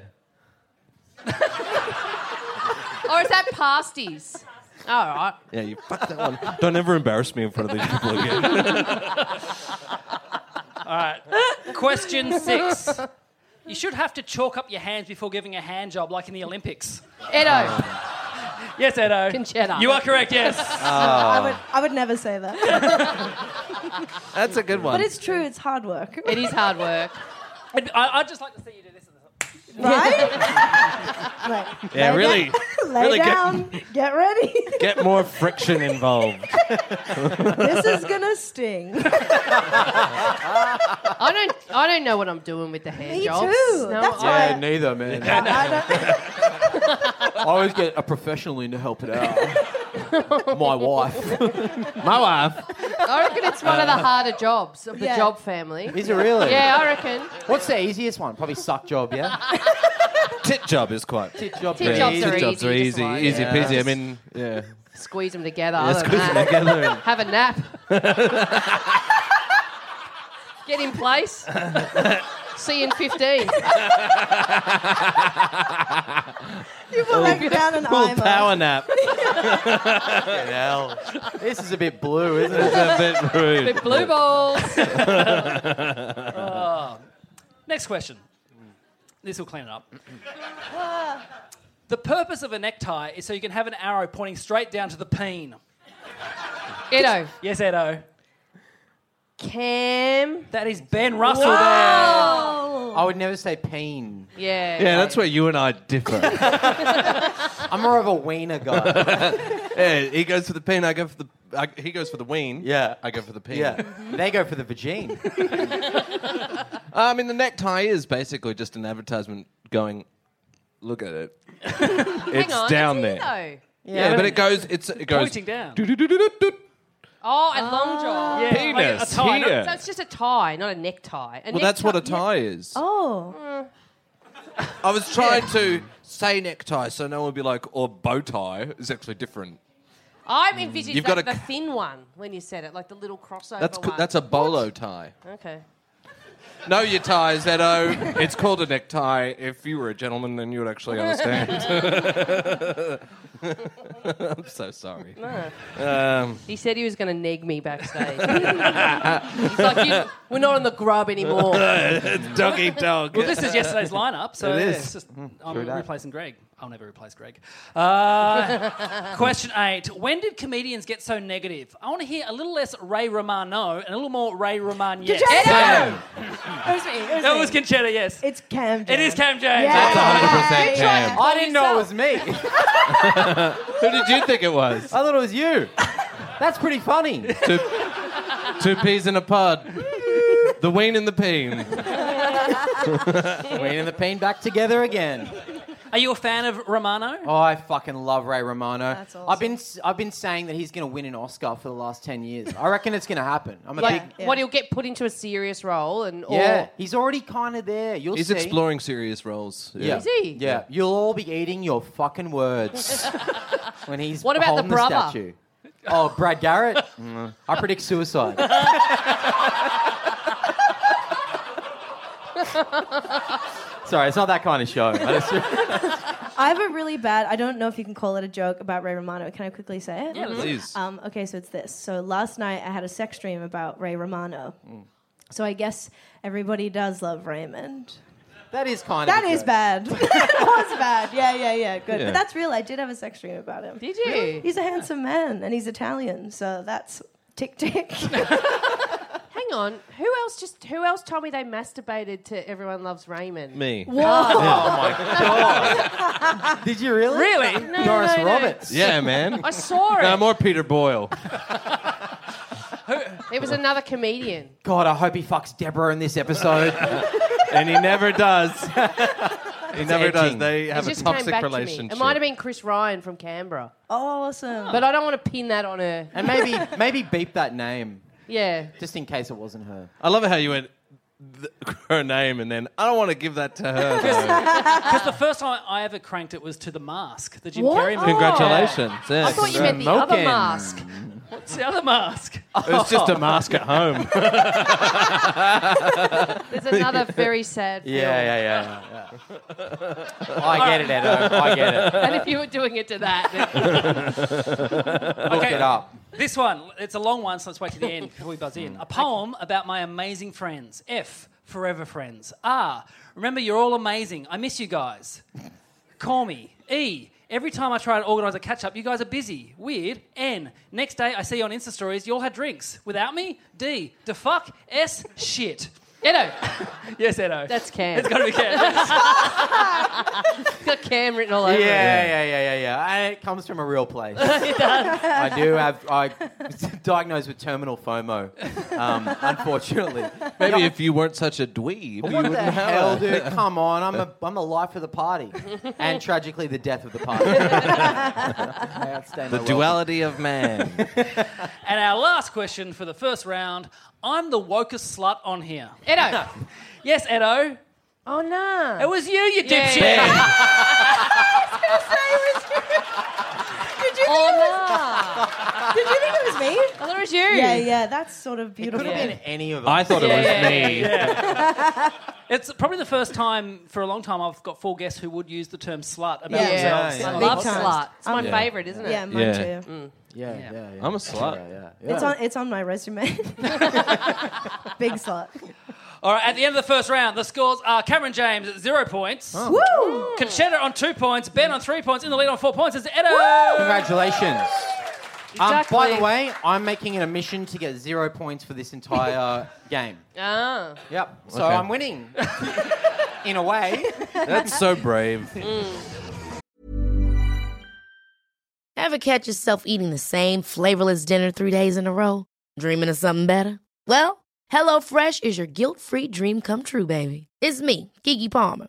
Or is that pasties? All right.
Yeah, you fucked that one. Don't ever embarrass me in front of these people again.
All right. Question six. You should have to chalk up your hands before giving a hand job, like in the Olympics.
Edo.
Yes, Edo.
Conchetta.
You are correct, yes.
Oh,
I
uh,
would, I would never say that.
That's a good
but it's true. It's hard work.
It is hard work.
I'd, I- I'd just like to see you do this.
Like,
Yeah,
lay
really-
down- lay
really get-
down. Get, ready.
Get more friction involved.
this is gonna sting.
I don't. I don't know what I'm doing with the hand
Me
jobs.
too.
No,
That's
I-
Yeah, neither, man. I always get a professional in to help it out. My wife.
My wife.
I reckon it's one of the
Uh,
harder jobs of the
yeah.
job family.
Is it really?
Yeah, I reckon.
What's the easiest one? Probably suck job, yeah?
Tit job is quite.
Tit jobs
Tit
Yeah,
jobs are
tit jobs
easy, just
are easy,
like-
easy
Yeah.
peasy. I mean, yeah.
Squeeze them together.
Yeah,
other than
squeeze 'em
that.
together and-
Have a nap. Get in place. See you in 15.
You were like down an
Full
Imer.
power nap.
Fucking hell. This is a bit blue, isn't it?
It's a bit rude.
Bit
blue balls.
Oh. Next question. This will clean it up. The purpose of a necktie is so you can have an arrow pointing straight down to the peen.
Edo.
Yes, Edo.
Cam.
That is Ben Russell
I would never say peen.
Yeah.
Yeah, that's where you and I differ.
I'm more of a wiener guy.
yeah, he goes for the peen. I go for the. I, he goes for the ween. Yeah, Mm-hmm. I go for the peen.
Yeah. They go for the vagine.
I mean, the necktie is basically just an advertisement going, look at it. it's
on,
down
it's
there.
here though.
Yeah,
Yeah.
but it goes. It's it goes.
Pointing
down.
Oh, a long job.
Ah. Yeah, Penis, like a tie, not- here.
So it's just a tie, not a necktie. A
Well, that's what a
necktie- Mm.
tie is.
Oh.
I was trying to say necktie, so no one would be like, or bow tie is actually different.
I'm envisioning
You've got
like
a
the thin one when you said it, like the little crossover
That's co-
one.
that's a bolo tie.
Okay.
Know your ties, Edo. it's called a necktie. If you were a gentleman, then you would actually understand. I'm so sorry.
No.
Um,
He said he was going to neg me backstage. He's like, you, we're not on the grub anymore.
It's dog eat dog.
Well, this is yesterday's lineup, so
It
yeah,
is.
it's just
Mm,
I'm
true that.
replacing Greg. I'll never replace Greg. Uh, question eight: When did comedians get so negative? I want to hear a little less Ray Romano and a little more Ray Roman. Um, Yes,
Conchetta! It was me, it was
that
me.
was Conchetta. Yes,
it's Cam.
It is Cam James.
That's
100% You tried to Cam. call
I didn't know it was me.
Who did you think it was?
I thought it was you. That's pretty funny.
Two, two peas in a pod. The ween and the peen.
Wayne and the Pain back together again.
Are you a fan of Romano?
Oh, I fucking love Ray Romano.
That's
I've been s- I've been saying that he's going to win an Oscar for the last ten years. I reckon it's going to happen. I'm a
like,
big
what he'll get put into a serious role and or
yeah. He's already kind of there. You'll
He's
see.
exploring serious roles.
Yeah.
Is he?
Yeah. You'll all be eating your fucking words when he's
What about the
holding
brother?
statue. Oh, Brad Garrett. Mm. I predict suicide. Sorry, it's not that kind of show. I just-
I have a really bad. I don't know if you can call it a joke about Ray Romano. Can I quickly say it?
Yeah, Mhm. please.
Um, okay, so it's this. So last night I had a sex dream about Ray Romano. So I guess everybody does love Raymond.
that is kind
That
of. a
is
joke.
bad. that was bad. Yeah, yeah, yeah. Good.
Yeah.
But that's real. I did have a sex dream about him. Did
you?
He's a handsome man and he's Italian, so that's tick tick. Hang
hang on. Who else just who else told me they masturbated to Everyone Loves Raymond?
Me. Oh
Whoa.
Did you really?
Really? No,
Doris
no, no.
Roberts.
Yeah, man.
I saw it.
No, more Peter Boyle.
It was another comedian.
God, I hope he fucks Deborah in this episode.
and he never does. he
It's
never does.
edging.
They
It
have a
just came back
toxic
to me.
relationship.
It might have been Chris Ryan from Canberra.
Oh, awesome.
But I don't want to pin that on her.
and maybe maybe beep that name
Yeah.
just in case it wasn't her.
I love it how you went th- her name and then I don't want to give that to her. though."
Because the first time I ever cranked it was to The Mask, the Jim
What?
Carrey movie.
Congratulations.
I thought you meant the other mask. What's the other mask?
It was just a mask at home.
There's another very sad film.
yeah,
yeah,
I get it, Edo. I get it.
And if you were doing it to that, then...
Look it up.
This one, it's a long one, so let's wait to the end before we buzz in. A poem about my amazing friends. F, forever friends. R, remember you're all amazing. I miss you guys. Call me. E, every time I try to organise a catch up, you guys are busy. Weird. N, next day I see you on Insta stories, you all had drinks. Without me? D, the fuck? S, shit.
Edo.
Yes, Edo.
That's Cam.
It's got to be Cam.
It's got Cam written all over
yeah,
it.
yeah, yeah, yeah, yeah. And it comes from a real place.
It does.
I do have. I was diagnosed with terminal FOMO, um, unfortunately.
Maybe if you weren't such a dweeb, you
What
wouldn't
the hell, dude?
have.
Come on, I'm a I'm a life of the party, and tragically the death of the party. I outstay
The
my
duality of man.
And our last question for the first round I'm the wokest slut on here.
Edo.
yes, Edo.
Oh, no.
It was you, you
Yeah,
dipshit.
yeah,
Did you think it was? Did you think it was me? I
thought it was you.
Yeah, yeah. That's sort of beautiful.
could've been
any of
I thought it was Yeah. me.
Yeah.
It's probably the first time for a long time I've got four guests who would use the term slut about
Yeah.
themselves.
Yeah, yeah, I yeah. love Big time. slut. It's my Yeah. favourite, isn't it?
Yeah, mine
Yeah.
too.
Mm.
Yeah, yeah, yeah,
I'm a slut.
It's on. It's on my resume. Big slut.
All right, at the end of the first round, the scores are Cameron James at zero points,
Oh. Woo!
Conchetta on two points, Ben on three points, in the lead on four points is Edo.
Congratulations. Um, by
Exactly.
the way, I'm making an admission to get zero points for this entire game.
Ah.
Oh.
Yep. So
Okay.
I'm winning. In a way.
That's so brave.
Mm.
Ever catch yourself eating the same flavorless dinner three days in a row? Dreaming of something better? Well, HelloFresh is your guilt free dream come true, baby. It's me, Kiki Palmer.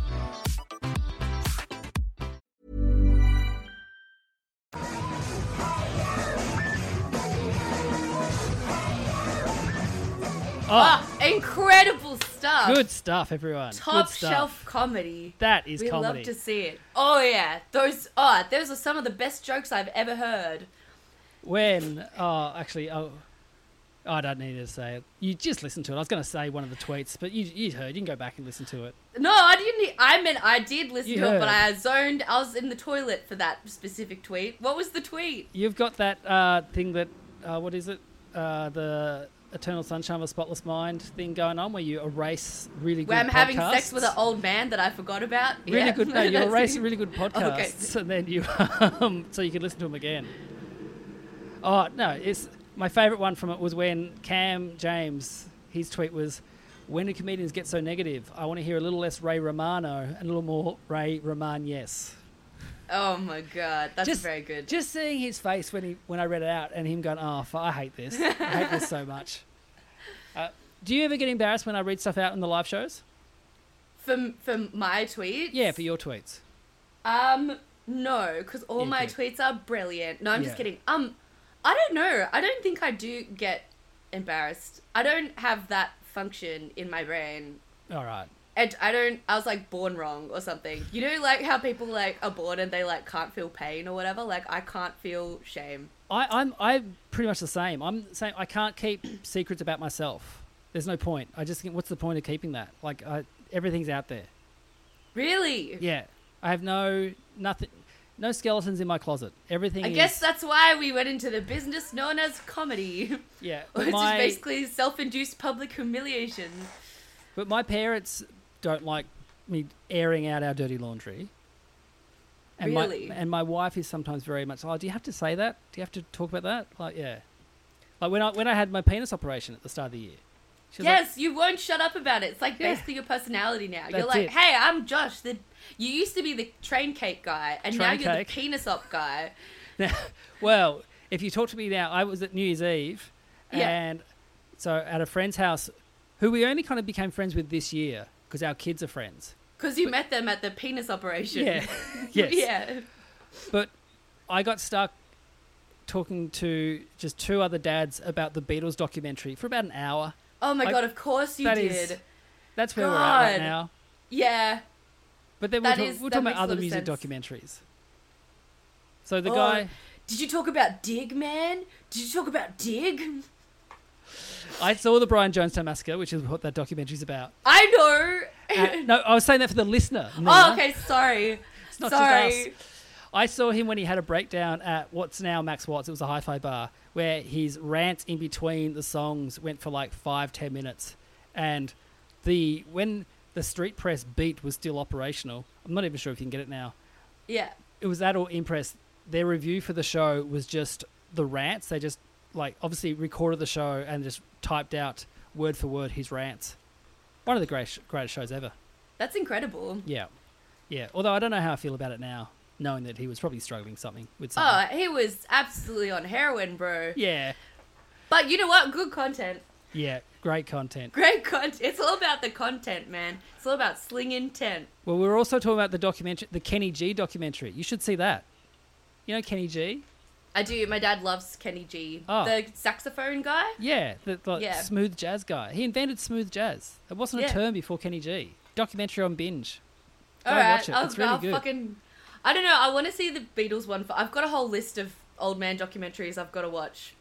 Oh,
Ah, Incredible stuff.
good stuff, everyone.
Top
Good stuff.
shelf comedy.
That is
we
comedy.
love to see it. Oh yeah, those. Oh, those are some of the best jokes I've ever heard.
When, oh, actually, oh, I don't need to say it. You just listen to it. I was going to say one of the tweets, but you, you heard. You can go back and listen to it.
No, I didn't. e, I meant I did listen
You
to it, but
heard.
I zoned. I was in the toilet for that specific tweet. What was the tweet?
You've got that uh, thing that, uh, what is it? Uh, the Eternal Sunshine of a Spotless Mind thing going on where you erase really good
Where I'm having sex
podcasts.
with an old man that I forgot about.
Really
Yeah.
good. No, you
That's-
erase really good
Okay.
podcasts, and then you um, so you can listen to them again. Oh no, it's my favourite one from it was when Cam James his tweet was, "When do comedians get so negative? I want to hear a little less Ray Romano and a little more Ray Roman." Yes,
Oh my god, that's
Just-
very good.
just seeing his face when he when I read it out and him going, "Oh, fu- I hate this. I hate this so much." Uh, do you ever get embarrassed when I read stuff out in the live shows?
From from my tweet.
Yeah, for your tweets.
Um, no, because all
Yeah,
my
good.
tweets are brilliant. No, I'm
Yeah.
just kidding. Um, I don't know. I don't think I do get embarrassed. I don't have that function in my brain.
All right.
And I don't. I was like born wrong or something. You know, like how people like are born and they like can't feel pain or whatever. Like I can't feel shame.
I, I'm I'm pretty much the same. I'm the same. I can't keep secrets about myself. There's no point. I just think, what's the point of keeping that? Like, I, everything's out there.
Really?
Yeah, I have no nothing, No skeletons in my closet. Everything.
I
is-
guess that's why we went into the business known as comedy.
Yeah, but
Which
my-
is basically self induced public humiliation.
But my parents don't like me airing out our dirty laundry. And
Really?
My, and my wife is sometimes very much, oh, do you have to say that? Do you have to talk about that? Like, yeah. Like when I when I had my penis operation at the start of the year. she was like,
yes, you won't shut up about it. It's like basically your personality now. You're
That's
like,
it.
hey, I'm Josh. The you used to be the train cake guy, and now
Train
you're
cake.
the penis up guy.
well, if you talk to me now, I was at New Year's Eve,
Yeah.
and so at a friend's house, who we only kind of became friends with this year because our kids are friends.
Because you met them at the penis operation.
Yeah. Yes.
yeah.
But I got stuck talking to just two other dads about the Beatles documentary for about an hour.
Oh my
Like,
god! Of course you
that
did.
is- that's where we're at right
God.
now.
Yeah.
But then we'll
That
talk,
is-
we'll
that
talk about
makes a lot
other
of
music
sense.
documentaries. So the
Oh,
guy,
Did you talk about Dig, man? Did you talk about Dig?
I saw the Brian Jonestown Massacre, which is what that documentary's about.
I know.
And- no, I was saying that for the listener.
Oh,
Nina.
okay. Sorry.
It's not
sorry.
just us. I saw him when he had a breakdown at what's now Max Watts. It was a hi-fi bar where his rants in between the songs went for like five, ten minutes, and the when the street press beat was still operational. I'm not even sure if you can get it now.
Yeah.
It was that or Impress. Their review for the show was just the rants. They just like obviously recorded the show and just typed out word for word his rants. One of the great, greatest shows ever.
That's incredible.
Yeah. Yeah. Although I don't know how I feel about it now, knowing that he was probably struggling something with
Oh,
something.
he was absolutely on heroin, bro.
yeah.
But you know what? Good content.
Yeah. Great content.
Great content. It's all about the content, man. It's all about slinging tent.
Well, we were also talking about the documentary, the Kenny G documentary. You should see that. You know Kenny G?
I do. My dad loves Kenny G,
Oh.
the saxophone guy.
Yeah. The, the
Yeah.
smooth jazz guy. He invented smooth jazz. It wasn't a
Yeah.
term before Kenny G. Documentary on binge. Go
All right,
watch it.
I'll,
it's really
I'll
good.
fucking. I don't know. I want to see the Beatles one. For, I've got a whole list of old man documentaries I've got to watch.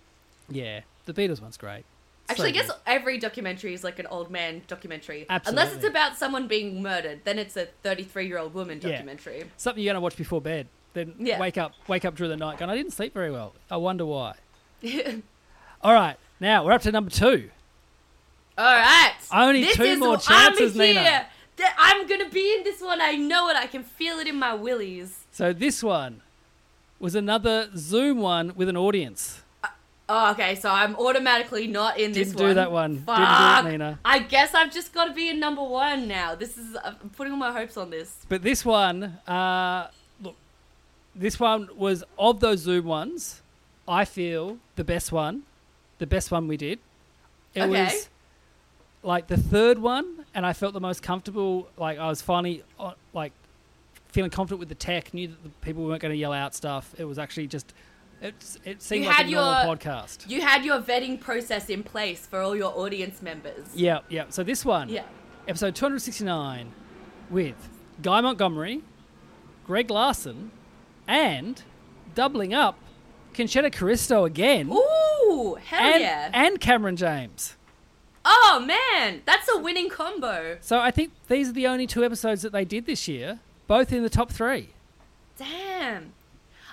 Yeah. The Beatles one's great. So
Actually, I guess
good.
every documentary is like an old man documentary, unless it's
Absolutely.
about someone being murdered. Then it's a thirty-three-year-old woman
Yeah.
documentary.
Something you're going to watch before bed. Then
Yeah.
wake up, wake up during the night going, I didn't sleep very well. I wonder why. All right. Now we're up to number two.
All right.
Only
This
two
is-
more
I'm
chances, Nina.
here. Th- I'm gonna be in this one. I know it. I can feel it in my willies.
So this one was another Zoom one with an audience.
Oh, okay. So I'm automatically not in this
Didn't
one.
do that one. Didn't
Fuck.
do it, Nina.
I guess I've just got to be in number one now. This is. uh, I'm putting all my hopes on this.
But this one, uh, look, this one was of those Zoom ones. I feel the best one, the best one we did. It
Okay.
was like the third one, and I felt the most comfortable. Like I was finally uh, like feeling confident with the tech. Knew that the people weren't going to yell out stuff. It was actually just it. It seemed like a normal podcast.
You had your vetting process in place for all your audience members.
Yeah, yeah. So this one,
Yeah.
episode 269, with Guy Montgomery, Greg Larson, and doubling up, Conchetta Caristo again.
Ooh, hell
and,
yeah.
And Cameron James.
Oh man, that's a winning combo.
So I think these are the only two episodes that they did this year, both in the top three.
Damn.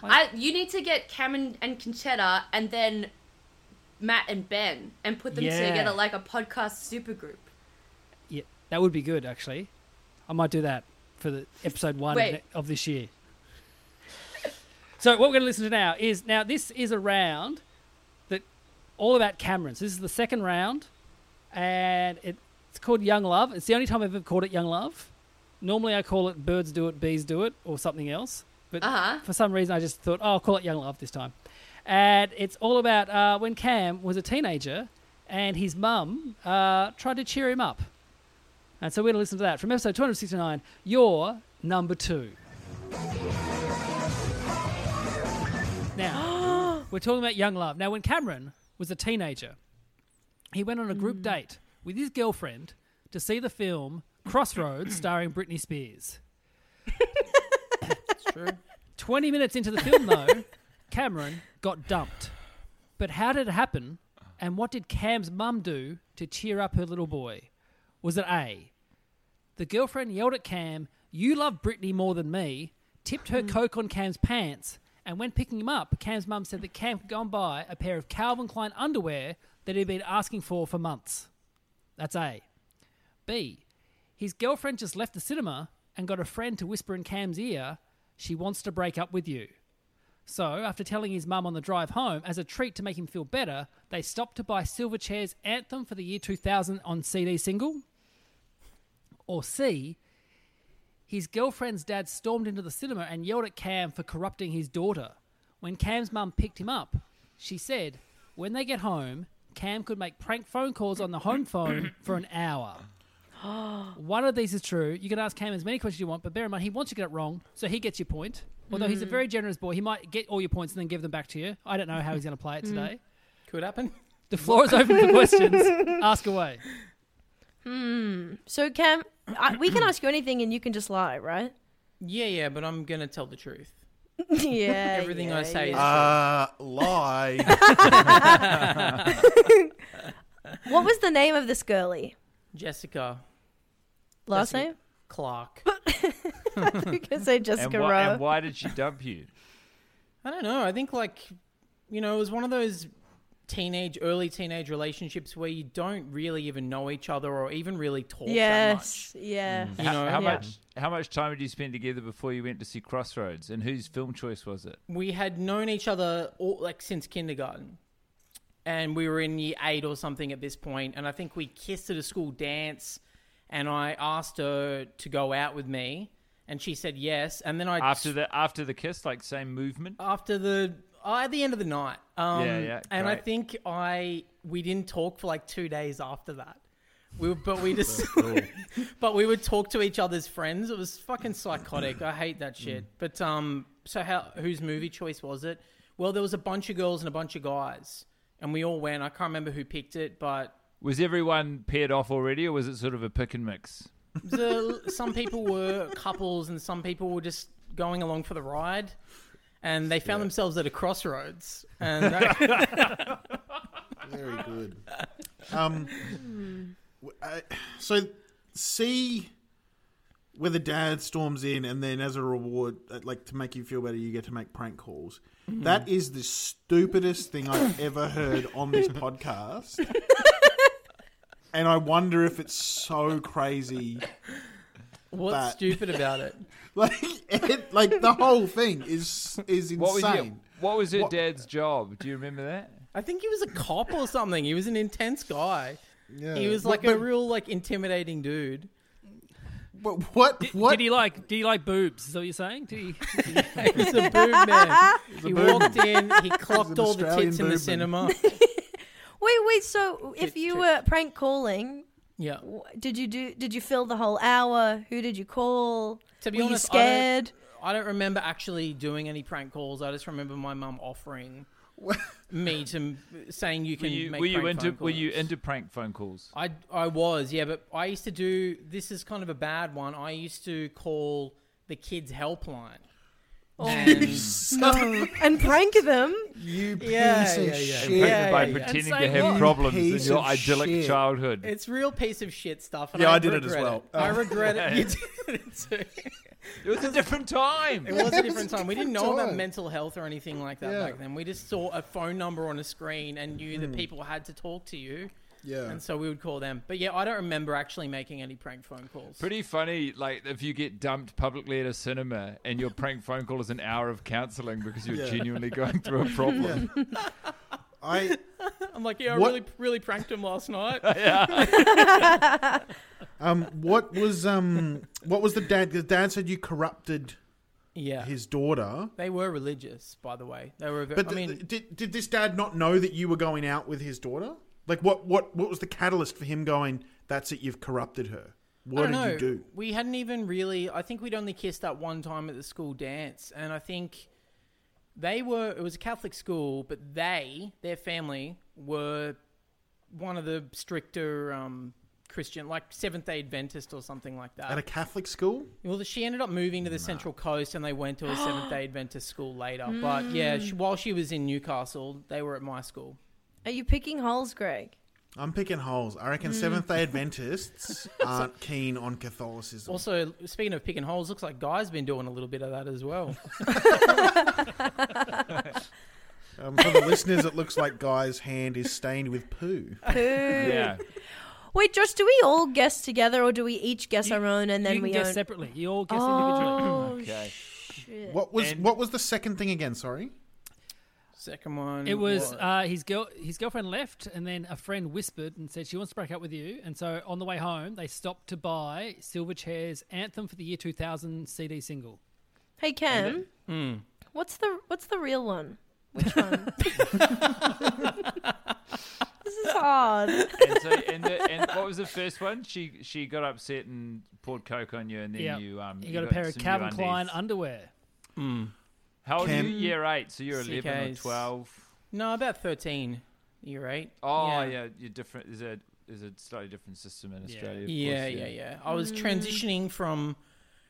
I you need to get Cameron and Conchetta and then Matt and Ben and put them
Yeah.
together like a podcast supergroup.
Yeah, that would be good actually. I might do that for the episode one of
Wait.
ne- of this year. so what we're going to listen to now is now this is a round that all about Cameron's. This is the second round, and it, it's called Young Love. It's the only time I've ever called it Young Love. Normally I call it Birds Do It, Bees Do It, or something else. But
Uh-huh.
for some reason I just thought, oh, I'll call it Young Love this time. And it's all about uh, when Cam was a teenager and his mum uh, tried to cheer him up. And so we're going to listen to that from episode 269, your number two. Now, we're talking about young love. Now, when Cameron was a teenager, he went on a group date with his girlfriend to see the film Crossroads starring Britney Spears. It's true. 20 minutes into the film, though, Cameron got dumped. But how did it happen? And what did Cam's mum do to cheer up her little boy? Was it A? The girlfriend yelled at Cam, You love Britney more than me. tipped her Coke on Cam's pants, and when picking him up, Cam's mum said that Cam could go and buy a pair of Calvin Klein underwear that he'd been asking for for months. That's A. B. His girlfriend just left the cinema and got a friend to whisper in Cam's ear, she wants to break up with you. So, after telling his mum on the drive home, as a treat to make him feel better, they stopped to buy Silverchair's Anthem for the year 2000 on CD single. Or C, his girlfriend's dad stormed into the cinema and yelled at Cam for corrupting his daughter. When Cam's mum picked him up, she said, when they get home, Cam could make prank phone calls on the home phone for an hour. One of these is true. You can ask Cam as many questions you want, but bear in mind he wants you to get it wrong, so he gets your point. Although he's a
Hmm.
Mhm.
very generous boy, he might get all your points and then give them back to you. I don't know how he's going to play it
Hmm.
Mm.
today.
Could happen.
The floor is open for questions. Ask away.
Hmm. So Cam, I, we can ask you anything and you can just lie, right?
Yeah, yeah, but I'm gonna tell the truth.
yeah.
Everything
yeah,
I say
Uh,
is true.
lie.
What was the name of this girly?
Jessica.
Last
Jessica
name?
Clark.
you can say Jessica
and why,
Rowe.
and why did she dump you?
I don't know. I think like you know, it was one of those teenage, early teenage relationships where you don't really even know each other or even really talk.
Yes. Yeah.
Mm.
You
how,
know,
how
yeah.
much how much time did you spend together before you went to see Crossroads? And whose film choice was it?
That much. We had known each other all, like since kindergarten, and we were in year eight or something at this point. And I think we kissed at a school dance, and I asked her to go out with me, and she said yes. And then I
after the after the kiss, like same movement.
after the uh, at the end of the night. Um,
Yeah, yeah,
And I
great.
think I we didn't talk for like two days after that. We were, but we just but we would talk to each other's friends. It was fucking psychotic. I hate that shit.
Mm.
But um, so how whose movie choice was it? Well, there was a bunch of girls and a bunch of guys, and we all went. I can't remember who picked it, but
Was everyone paired off already, or was it sort of a pick and mix?
the, some people were couples and some people were just going along for the ride and they found themselves at a crossroads and
Very good. Um, w- I- so see where the dad storms in, and then as a reward, uh, like to make you feel better, you get to make prank calls.
Mhm.
That is the stupidest thing I've ever heard on this podcast. And I wonder if it's so crazy.
What's stupid about it?
Like, it, like the whole thing is is insane.
What was your, what was her dad's job? Do you remember that?
i think he was a cop or something he was an intense guy
yeah.
he was like
What-
a
but-
real like intimidating dude
but what
Did, did he like? Did he like boobs? Is that what you're saying? Did he?
He's a boob man.
He's a
He
boob
walked
man.
in, he clocked
an
all the
Australian
tits in the
boob man.
cinema.
Wait, wait. So if you were prank calling,
Yeah.
w- did you do? Did you fill the whole hour? Who did you call?
To be
Were
honest,
you scared?
I don't, I don't remember actually doing any prank calls. I just remember my mum offering me to m- saying you
Were
can
you,
make
were you
prank
into
phone
were you
calls.
into prank phone calls?
I, I was, yeah, but I used to do this is kind of a bad one. I used to call the kids' helpline.
Oh,
And-
no. and prank them.
You
Yeah, yeah, yeah.
And prank- by pretending to have problems in your idyllic childhood.
It's real piece of shit stuff. and
Yeah, I did it as
regret
well.
I
Oh.
regret it. You did it too. It was a different time. It was a
It was
different
a
time. We didn't know
different
about
time.
mental health or anything like that
Yeah. Hmm.
back then. We just saw a phone number on a screen and knew that people had to talk to you.
Yeah.
And so we would call them. But yeah, I don't remember actually making any prank phone calls.
Pretty funny, like if you get dumped publicly at a cinema and your prank phone call is an hour of counselling because you're
Yeah.
genuinely going through a problem.
I
I'm like, yeah,
What-
I really really pranked him last night.
Yeah. um, what was um, what was the dad? The dad said you corrupted,
Yeah.
his daughter.
They were religious, by the way. They were. Very,
But
I mean,
th- did did this dad not know that you were going out with his daughter? Like, what what what was the catalyst for him going? That's it. You've corrupted her. What
I
did
don't
you
know.
do?
We hadn't even really. I think we'd only kissed that one time at the school dance, and I think they were. It was a Catholic school, but they, their family, were one of the stricter um, Christian, like Seventh Day Adventist or something like that.
At a Catholic school?
Well, she ended up moving to the Central Coast, and they went to a Seventh Day Adventist school later. But yeah,
Mm.
she, while she was in Newcastle, they were at my school.
Are you picking holes, Greg?
I'm picking holes. I reckon
Mm.
Seventh Day Adventists aren't keen on Catholicism.
Also, speaking of picking holes, looks like Guy's been doing a little bit of that as well.
Um, for the listeners, it looks like Guy's hand is stained with poo.
Poo. Yeah. Wait, Josh, do we all guess together or do we each guess our own and then
you can
we
guess
own-
separately. You all guess
oh,
individually.
Okay.
Shit.
What was what was the second thing again? Sorry.
Second one.
It was
was-
uh, his girl. His girlfriend left, and then a friend whispered and said she wants to break up with you. And so on the way home, they stopped to buy Silverchair's "Anthem for the Year 2000" CD single.
Hey Cam,
Mm.
what's the what's the real one? Which one? this is hard.
and so, and, the, and what was the first one? She she got upset and poured coke on you, and then
Yeah.
you um
You got a pair of
some new
Calvin
undies.
Klein underwear.
Hmm.
How old are
Cam-
you? Year eight, so you're eleven or
CKs.
twelve.
No, about 13. You're eight.
Oh yeah, you're different. Is a is a slightly different system in Australia. of
yeah,
course,
yeah, yeah. I
Mm.
was transitioning from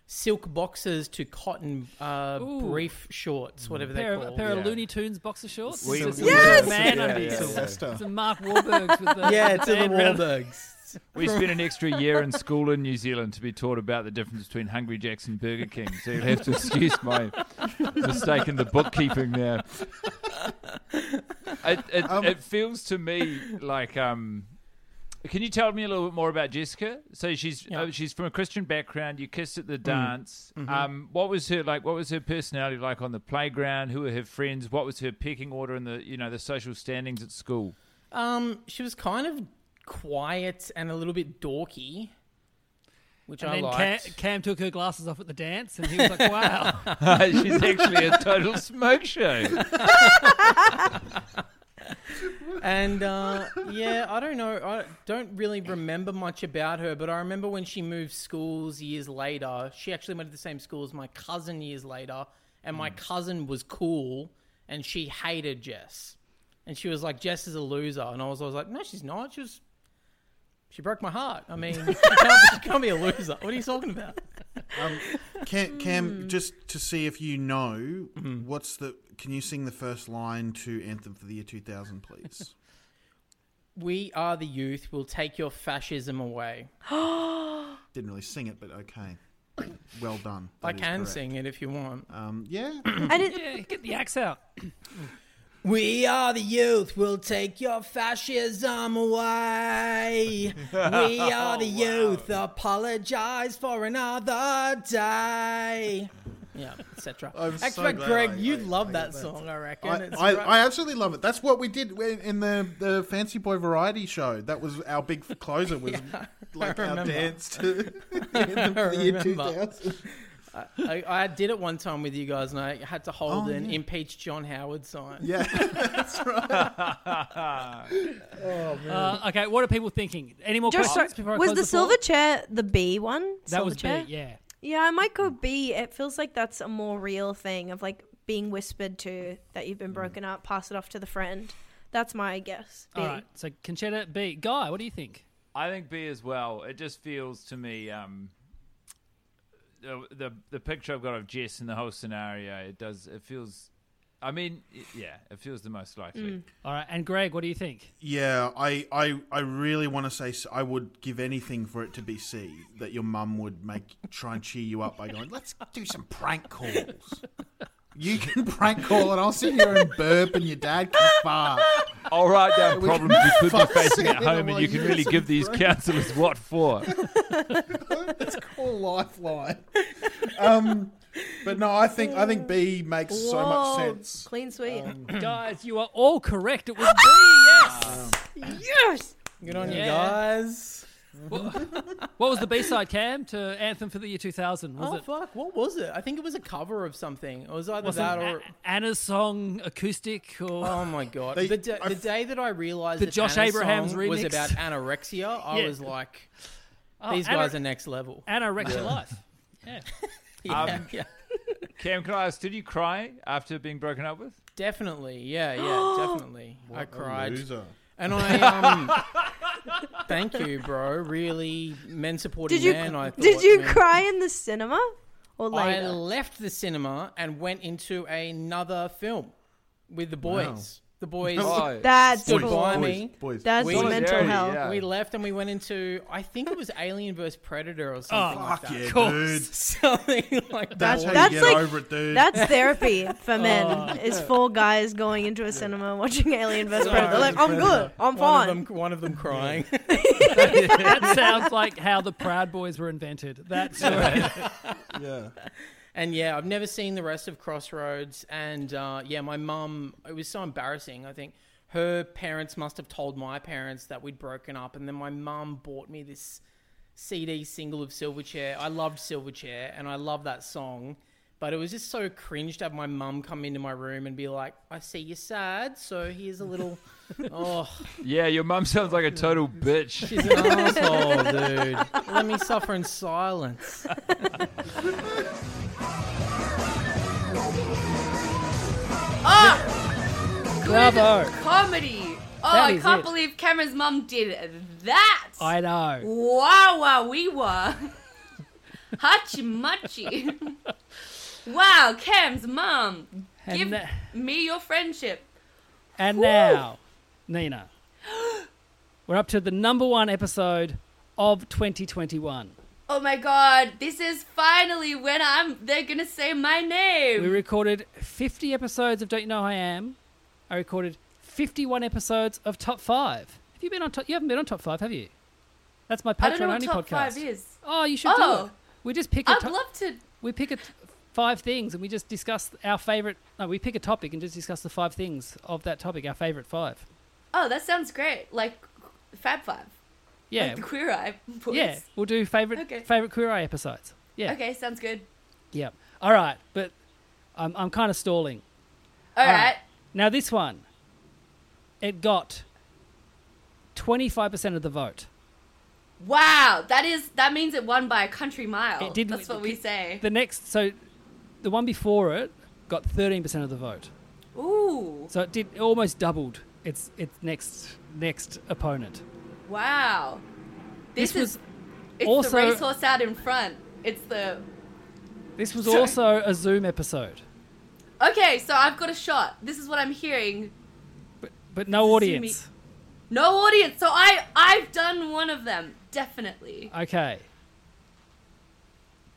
silk boxers to cotton uh,
Ooh.
brief
Mm.
shorts, whatever
A
they
pair,
call
of, a pair of Looney Tunes boxer shorts.
We-
It's a-
Yes!
it's a Man
Yeah,
undies.
yeah, yeah.
It's a Mark Wahlberg's with the
Yeah, it's in the
band around-
Wahlbergs.
We spent an extra year in school in New Zealand to be taught about the difference between Hungry Jack's and Burger King. So you'll have to excuse my mistake in the bookkeeping there. It, it, it feels to me like. Um, can you tell me a little bit more about Jessica? So she's uh, she's from a Christian background. You kissed at the dance.
Mhm.
Um, what was her like? What was her personality like on the playground? Who were her friends? What was her pecking order and the you know the social standings at school?
Um, she was kind of quiet and a little bit dorky, which
And
I
then Cam,
liked.
Cam took her glasses off at the dance, and he was like, "Wow,
She's actually a total smoke show.
and uh, yeah, I don't know. I don't really remember much about her, but I remember when she moved schools years later. She actually went to the same school as my cousin years later, and
Mm.
my cousin was cool, and she hated Jess, and she was like, "Jess is a loser," and I was, I was like, "No, she's not. She was." She broke my heart. I mean, you can't, you can't be a loser. What are you talking about?
Um,
Hmm.
Cam, Cam
Hmm.
just to see if you know what's the. Can you sing the first line to Anthem for the Year 2000, please?
We are the youth. We'll take your fascism away.
Didn't really sing it, but okay. Well done.
I
That is
can
correct.
sing it if you want.
Um, yeah.
yeah, get the axe out."
We are the youth. We'll take your fascism away. We are the
Oh,
youth. Apologize for another day. Yeah, etc.
I'm
Expect
so glad
Greg,
I-
you'd
I-
love
I
that
got that.
song. I reckon.
I,
It's
I,
right-
I absolutely love it. That's what we did when- in the, the Fancy Boy Variety Show. That was our big closer. Was like our
remember.
dance to Anthem
I
for the Year
remember.
2000.
I, I, I did it one time with you guys, and I had to hold
Oh,
an
yeah.
impeach John Howard sign.
Yeah, that's
Ah.
right.
Uh, okay, what are people thinking? Any more
Josh,
questions?
sorry,
before I
was
close
the
poll?
silver chair the B one?
That was
Silverchair?
B, yeah.
Yeah, I might go B. It feels like that's a more real thing of like being whispered to that
Hmm.
you've been broken up, pass it off to the friend. That's my guess. B.
All right, so Conchetta B, Guy, what do you think?
I think B as well. It just feels to me um, the, the the picture I've got of Jess in the whole scenario. It does. It feels. I mean, y- yeah, it feels the most likely.
Mm.
All right, and Greg, what do you think?
Yeah, I, I, I really want to say s- I would give anything for it to be C. That your mum would make try and cheer you up by going, "Let's do some prank calls. You can prank call, and I'll sit here and burp, and your dad can fart."
All right,
down
Problems you could be facing at home, and you can really give these counsellors what for.
It's called Lifeline. Um, but no, I think I think B makes so much sense.
Clean sweep.
Um, Guys, you are all correct. It was B, yes.
yes.
Good on you
Yeah.
guys.
What was the B side, Cam, to Anthem for the Year 2000? Was
oh
it
fuck! What was it? I think it was a cover of something. It was either
was
that
it
or
A- Anna's song acoustic or
Oh my god!
They-
the, da-
I-
the day that I realized
The
that
Josh
Anna's
Abraham's
song was
remix.
about anorexia, I
Yeah.
was like,
Oh,
"These
ana-
guys are next level."
Anorexia
Yeah.
Life? Yeah.
Yeah,
Um,
yeah.
Cam, can I ask? Did you cry after being broken up with?
Definitely, yeah, yeah, definitely.
What
I
a
cried,
loser.
and I um, thank you, bro. Really, men supporting
Did you
men. I thought,
did you
man.
cry in the cinema or
I
later?
left the cinema and went into another film with the boys. The boys
Oh.
Boys. That's
stood
boys.
by
Boys.
me.
Boys. That's
we,
mental health. yeah.
We left and we went into, I think it was Alien vs Predator or something like
Oh, fuck
that.
yeah, Of course. dude.
something like that.
That's how you
that's
get
like
over it, dude.
that's therapy for men.
Oh.
Is four guys going into a cinema watching Alien vs
So-
Predator? Like I'm good. I'm
One
fine.
of them, one of them crying.
that sounds like how the Proud Boys were invented. That's
yeah.
And yeah, I've never seen the rest of Crossroads. And uh, yeah, my mum, it was so embarrassing. I think her parents must have told my parents that we'd broken up. And then my mum bought me this CD single of Silverchair. I loved Silverchair and I love that song. But it was just so cringe to have my mum come into my room and be like, I see you're sad. So here's a little. oh,
Yeah, your mum sounds like a total bitch.
She's an asshole, dude. Let me suffer in silence.
Good
Bravo.
Oh, comedy. Oh,
That
I
is
can't
it.
believe Cameron's mum did that.
I know.
Wow, wow, we were. Hachi machi. wow, Cam's mum.
And uh,
Give
that-
me your friendship.
And
Whew.
now, Nina, we're up to the number one episode of 2021.
Oh my god, this is finally when I'm they're gonna say my name.
We recorded 50 episodes of Don't You Know Who I Am. I recorded 51 episodes of Top Five. Have you been on top? You haven't been on Top Five, have you? That's my Patreon
I don't know what
only
top
podcast.
five is.
Oh, you should do it. We just pick. A
I'd
to-
love to.
We pick a t- five things, and we just discuss our favorite. No, we pick a topic and just discuss the five things of that topic. Our favorite five.
Oh, that sounds great. Like Fab Five.
Yeah.
Like the Queer Eye boys.
Yeah, we'll do favorite
Okay.
favorite Queer Eye episodes. Yeah.
Okay, sounds good.
Yep. All right, but I'm I'm kind of stalling.
All
All right.
right.
Now this one, it got twenty five percent of the vote.
Wow, that is that means it won by a country mile.
It did-
That's what we say.
The next, so the one before it got thirteen percent of the vote.
Ooh,
So it did it almost doubled its its next next opponent.
wow. This,
This
is
was
it's
also-
the racehorse out in front. It's the
This was
Sorry.
also a Zoom episode,
okay. So I've got a shot. This is what I'm hearing.
but no audience.
No audience. So I I've done one of them definitely.
Okay.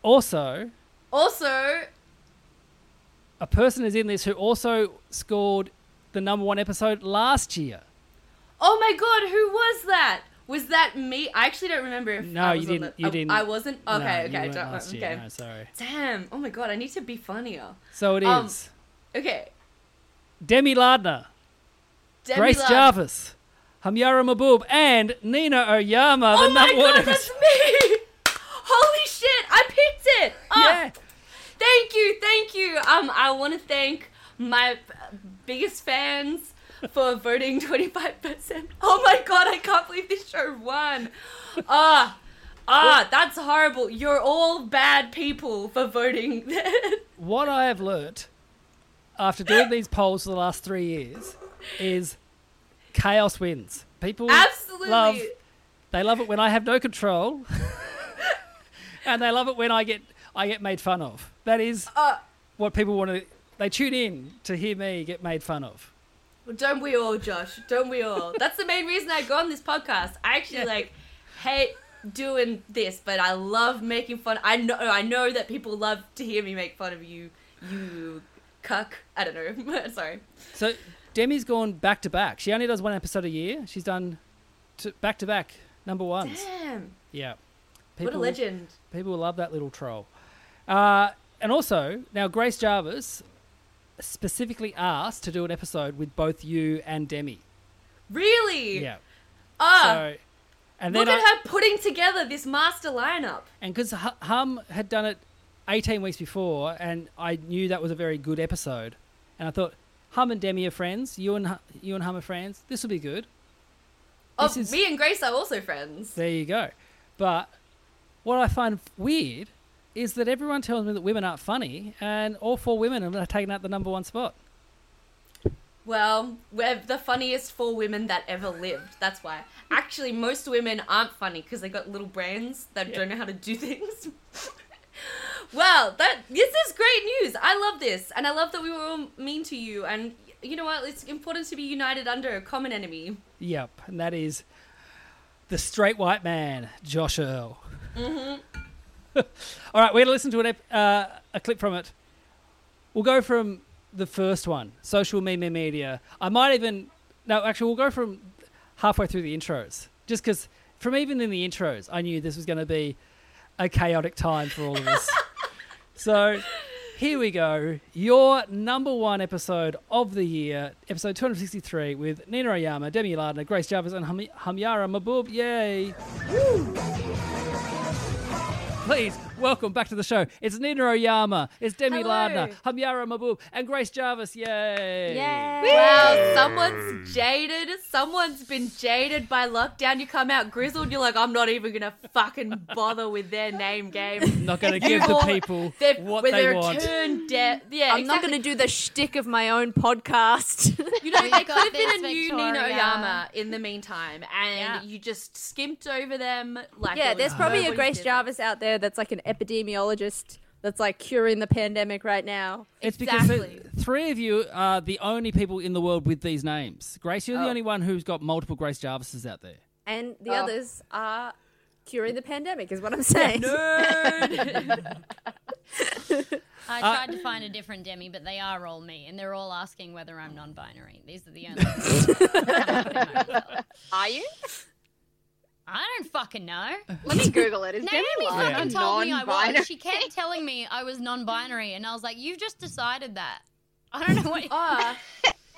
Also,
Also,
a person is in this who also scored the number one episode last year.
oh my god, who was that? Was that me? I actually don't remember if
No,
I
you
was on
didn't.
the-
you
I-
didn't.
I wasn't.
No,
Okay, okay,
you
I
weren't
don't.
last year.
okay.
No, sorry.
Damn. Oh my god, I need to be funnier.
So it is
Um, Okay.
Demi Lardner,
Demi
Grace
Lovato.
Jarvis, Hamyara Maboob, and Nina Oyama.
oh
the
my
number one
god,
episode.
that's me! Holy shit, I picked it! Oh, Thank you, thank you. Um, I want to thank my uh, biggest fans for voting 25%. Oh my god, I can't believe this show won. Ah, ah, that's horrible. You're all bad people for voting.
What I have learnt after doing these polls for the last three years is chaos wins. People
Absolutely.
love they love it when I have no control, and they love it when I get I get made fun of. That is
Uh,
what people want to. They tune in to hear me get made fun of.
Don't we all, Josh? Don't we all? That's the main reason I go on this podcast. I actually like hate doing this, but I love making fun. I know I know that people love to hear me make fun of you, you cuck. I don't know. Sorry.
So Demi's gone back to back. She only does one episode a year. She's done t- back to back number ones.
Damn.
Yeah.
What a legend.
People love that little troll. Uh, and also, now Grace Jarvis specifically asked to do an episode with both you and Demi.
Really?
Yeah.
Ah.
So, and then
Look at
I-
her putting together this master lineup.
and because Hum had done it 18 weeks before, and I knew that was a very good episode, and I thought Hum and Demi are friends. You and Hu- you and Hum are friends. This will be good.
Oh,
This is-
me and Grace are also friends.
There you go. But what I find f- weird is that everyone tells me that women aren't funny, and all four women have taken out the number one spot.
Well, we're the funniest four women that ever lived. That's why. Actually, most women aren't funny because they got little brains that don't know how to do things. well, that this is great news. I love this, and I love that we were all mean to you. And you know what? It's important to be united under a common enemy.
Yep, and that is the straight white man, Josh Earl.
Mm-hmm.
All right, we're going to listen to an ep- uh, a clip from it. We'll go from the first one, social meme media. I might even no, actually, we'll go from halfway through the intros, just because from even in the intros, I knew this was going to be a chaotic time for all of us. so here we go. Your number one episode of the year, episode 263, with Nina Oyama, Demi Lardner, Grace Jarvis, and Ham- Hamyara Mabub. Yay! Please welcome back to the show. It's Nina Oyama, it's Demi
Hello.
Lardner, Hamyara Mabub, and Grace Jarvis. Yay!
Yay! Wow, someone's jaded. Someone's been jaded by lockdown. You come out grizzled. You're like, I'm not even gonna fucking bother with their name game.
not going to
You
give the
all-
people
They're,
what
when
they
they're
want.
turned dead. Yeah,
I'm not
exactly.
going to do the shtick of my own podcast.
You know,
We've
they could
got
have been a
this,
new Nina
Victoria.
Oyama in the meantime, and
Yeah.
you just skimped over them. Like, there
yeah, there's
was
probably a
nobody
Grace
did.
Jarvis out there that's like an epidemiologist that's like curing the pandemic right now.
It's because the three of you are the only people in the world with these names. Grace, you're the
Oh.
only one who's got multiple Grace Jarvises out there.
and the
Oh.
others are curing the pandemic, is what I'm saying.
I
Uh,
tried to find a different Demi, but they are all me, and they're all asking whether I'm non-binary. These are the only. ones.
are you?
I don't fucking know.
Let me Google it. Is
Naomi
Demi Lovato
fucking told me I
non-binary?
was. She kept telling me I was non-binary, and I was like, "You've just decided that." I don't know what.
Ah,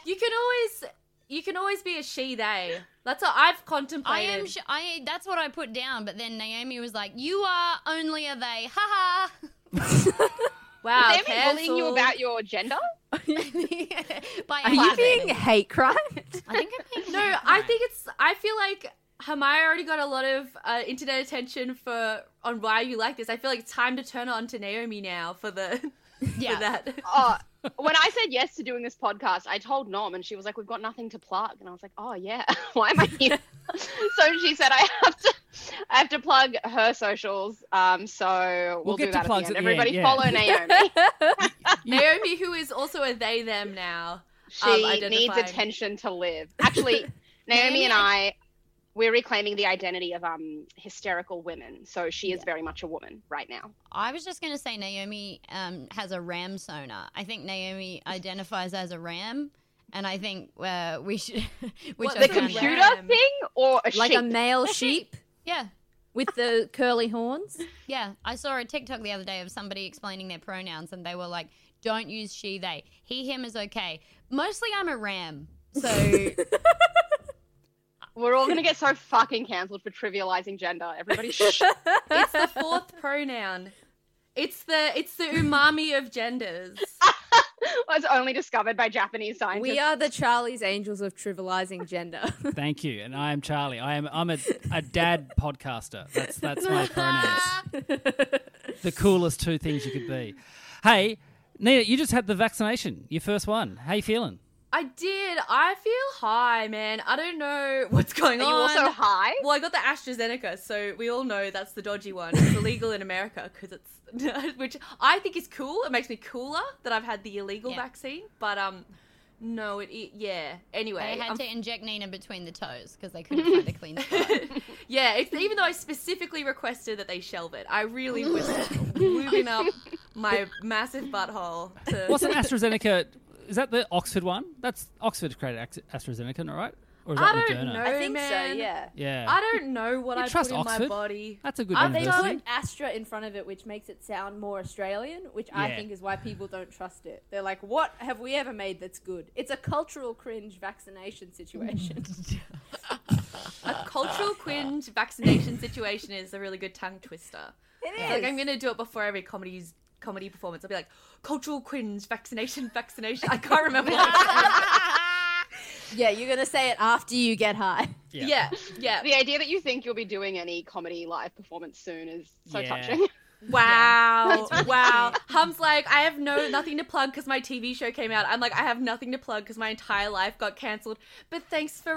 you can always, you can always be a she they. That's what I've
I
contemplated.
am. Sh- I. That's what I put down. But then Naomi was like, "You are only a they." Ha ha.
Wow,
Is Naomi bullying you about
your gender?
By
Are you
accident.
being hate crime?
I think I'm being
No, I think it's. I feel like Hamaya already got a lot of uh, internet attention for on why you like this. I feel like it's time to turn on to Naomi now for the.
Yeah.
For that.
Oh, when I said yes to doing this podcast, I told Norm, and she was like, "We've got nothing to plug," and I was like, "Oh yeah, why am I here?" so she said, "I have to, I have to plug her socials." Um, so we'll,
We'll get
do
to
that
plugs
at
at
the end.
the
Everybody
end, yeah.
follow Naomi.
Naomi, who is also a they them now. um,
She needs attention to live. Actually, Naomi
Naomi,
and
I-
I, we're reclaiming the identity of um hysterical women. So she is very much a woman right now.
I was just going to say Naomi um, has a ram sonar. I think Naomi identifies as a ram, and I think uh, we should. we
What,
should
the
find out.
computer
thing or a
like a
sheep?
male
A
sheep?
sheep. Yeah.
With the curly horns?
Yeah, I saw a TikTok the other day of somebody explaining their pronouns, and they were like, "Don't use she, they. He, him is okay." Mostly, I'm a ram. So
We're all gonna get so fucking cancelled for trivializing gender. Everybody, shh.
it's the fourth pronoun. It's the it's the umami of genders.
was only discovered by Japanese scientists.
We are the Charlie's Angels of trivializing gender.
Thank you, and I am Charlie. I am I'm a, a dad podcaster. That's that's my pronouns. the coolest two things you could be. Hey, Nina, you just had the vaccination, your first one. How you feeling?
I did. I feel high, man. I don't know what's going
Are
on.
you also high?
Well, I got the AstraZeneca, so we all know that's the dodgy one. It's illegal in America because it's which I think is cool. It makes me cooler that I've had the illegal vaccine, but um, no, it, it yeah. Anyway,
they had
I'm-
to inject Nina between the toes because they couldn't find a clean spot.
yeah. It's, even though I specifically requested that they shelve it, I really was moving up my massive butthole. To...
What's an AstraZeneca? Is that the Oxford one? That's Oxford created Ax- AstraZeneca, all right? Or is that
I don't
Moderna?
know,
I think so,
man.
yeah.
Yeah.
I don't know what
You
I
trust
put in my
Oxford?
body.
That's a good
Uh, they
university.
put Astra in front of it, which makes it sound more Australian, which I
Yeah.
think is why people don't trust it. They're like, "What have we ever made that's good?" It's a cultural cringe vaccination situation.
a cultural cringe vaccination situation is a really good tongue twister.
It
It's Like
is.
I'm gonna do it before every comedy's comedy performance. I'll be like, cultural cringe, vaccination, vaccination. I can't remember. what it's
yeah, you're gonna say it after you get high.
Yeah. yeah.
The idea that you think you'll be doing any comedy live performance soon is so
Yeah.
touching.
Wow, wow. Hum's like, I have no nothing to plug because my TV show came out. I'm like, I have nothing to plug because my entire life got cancelled. But thanks for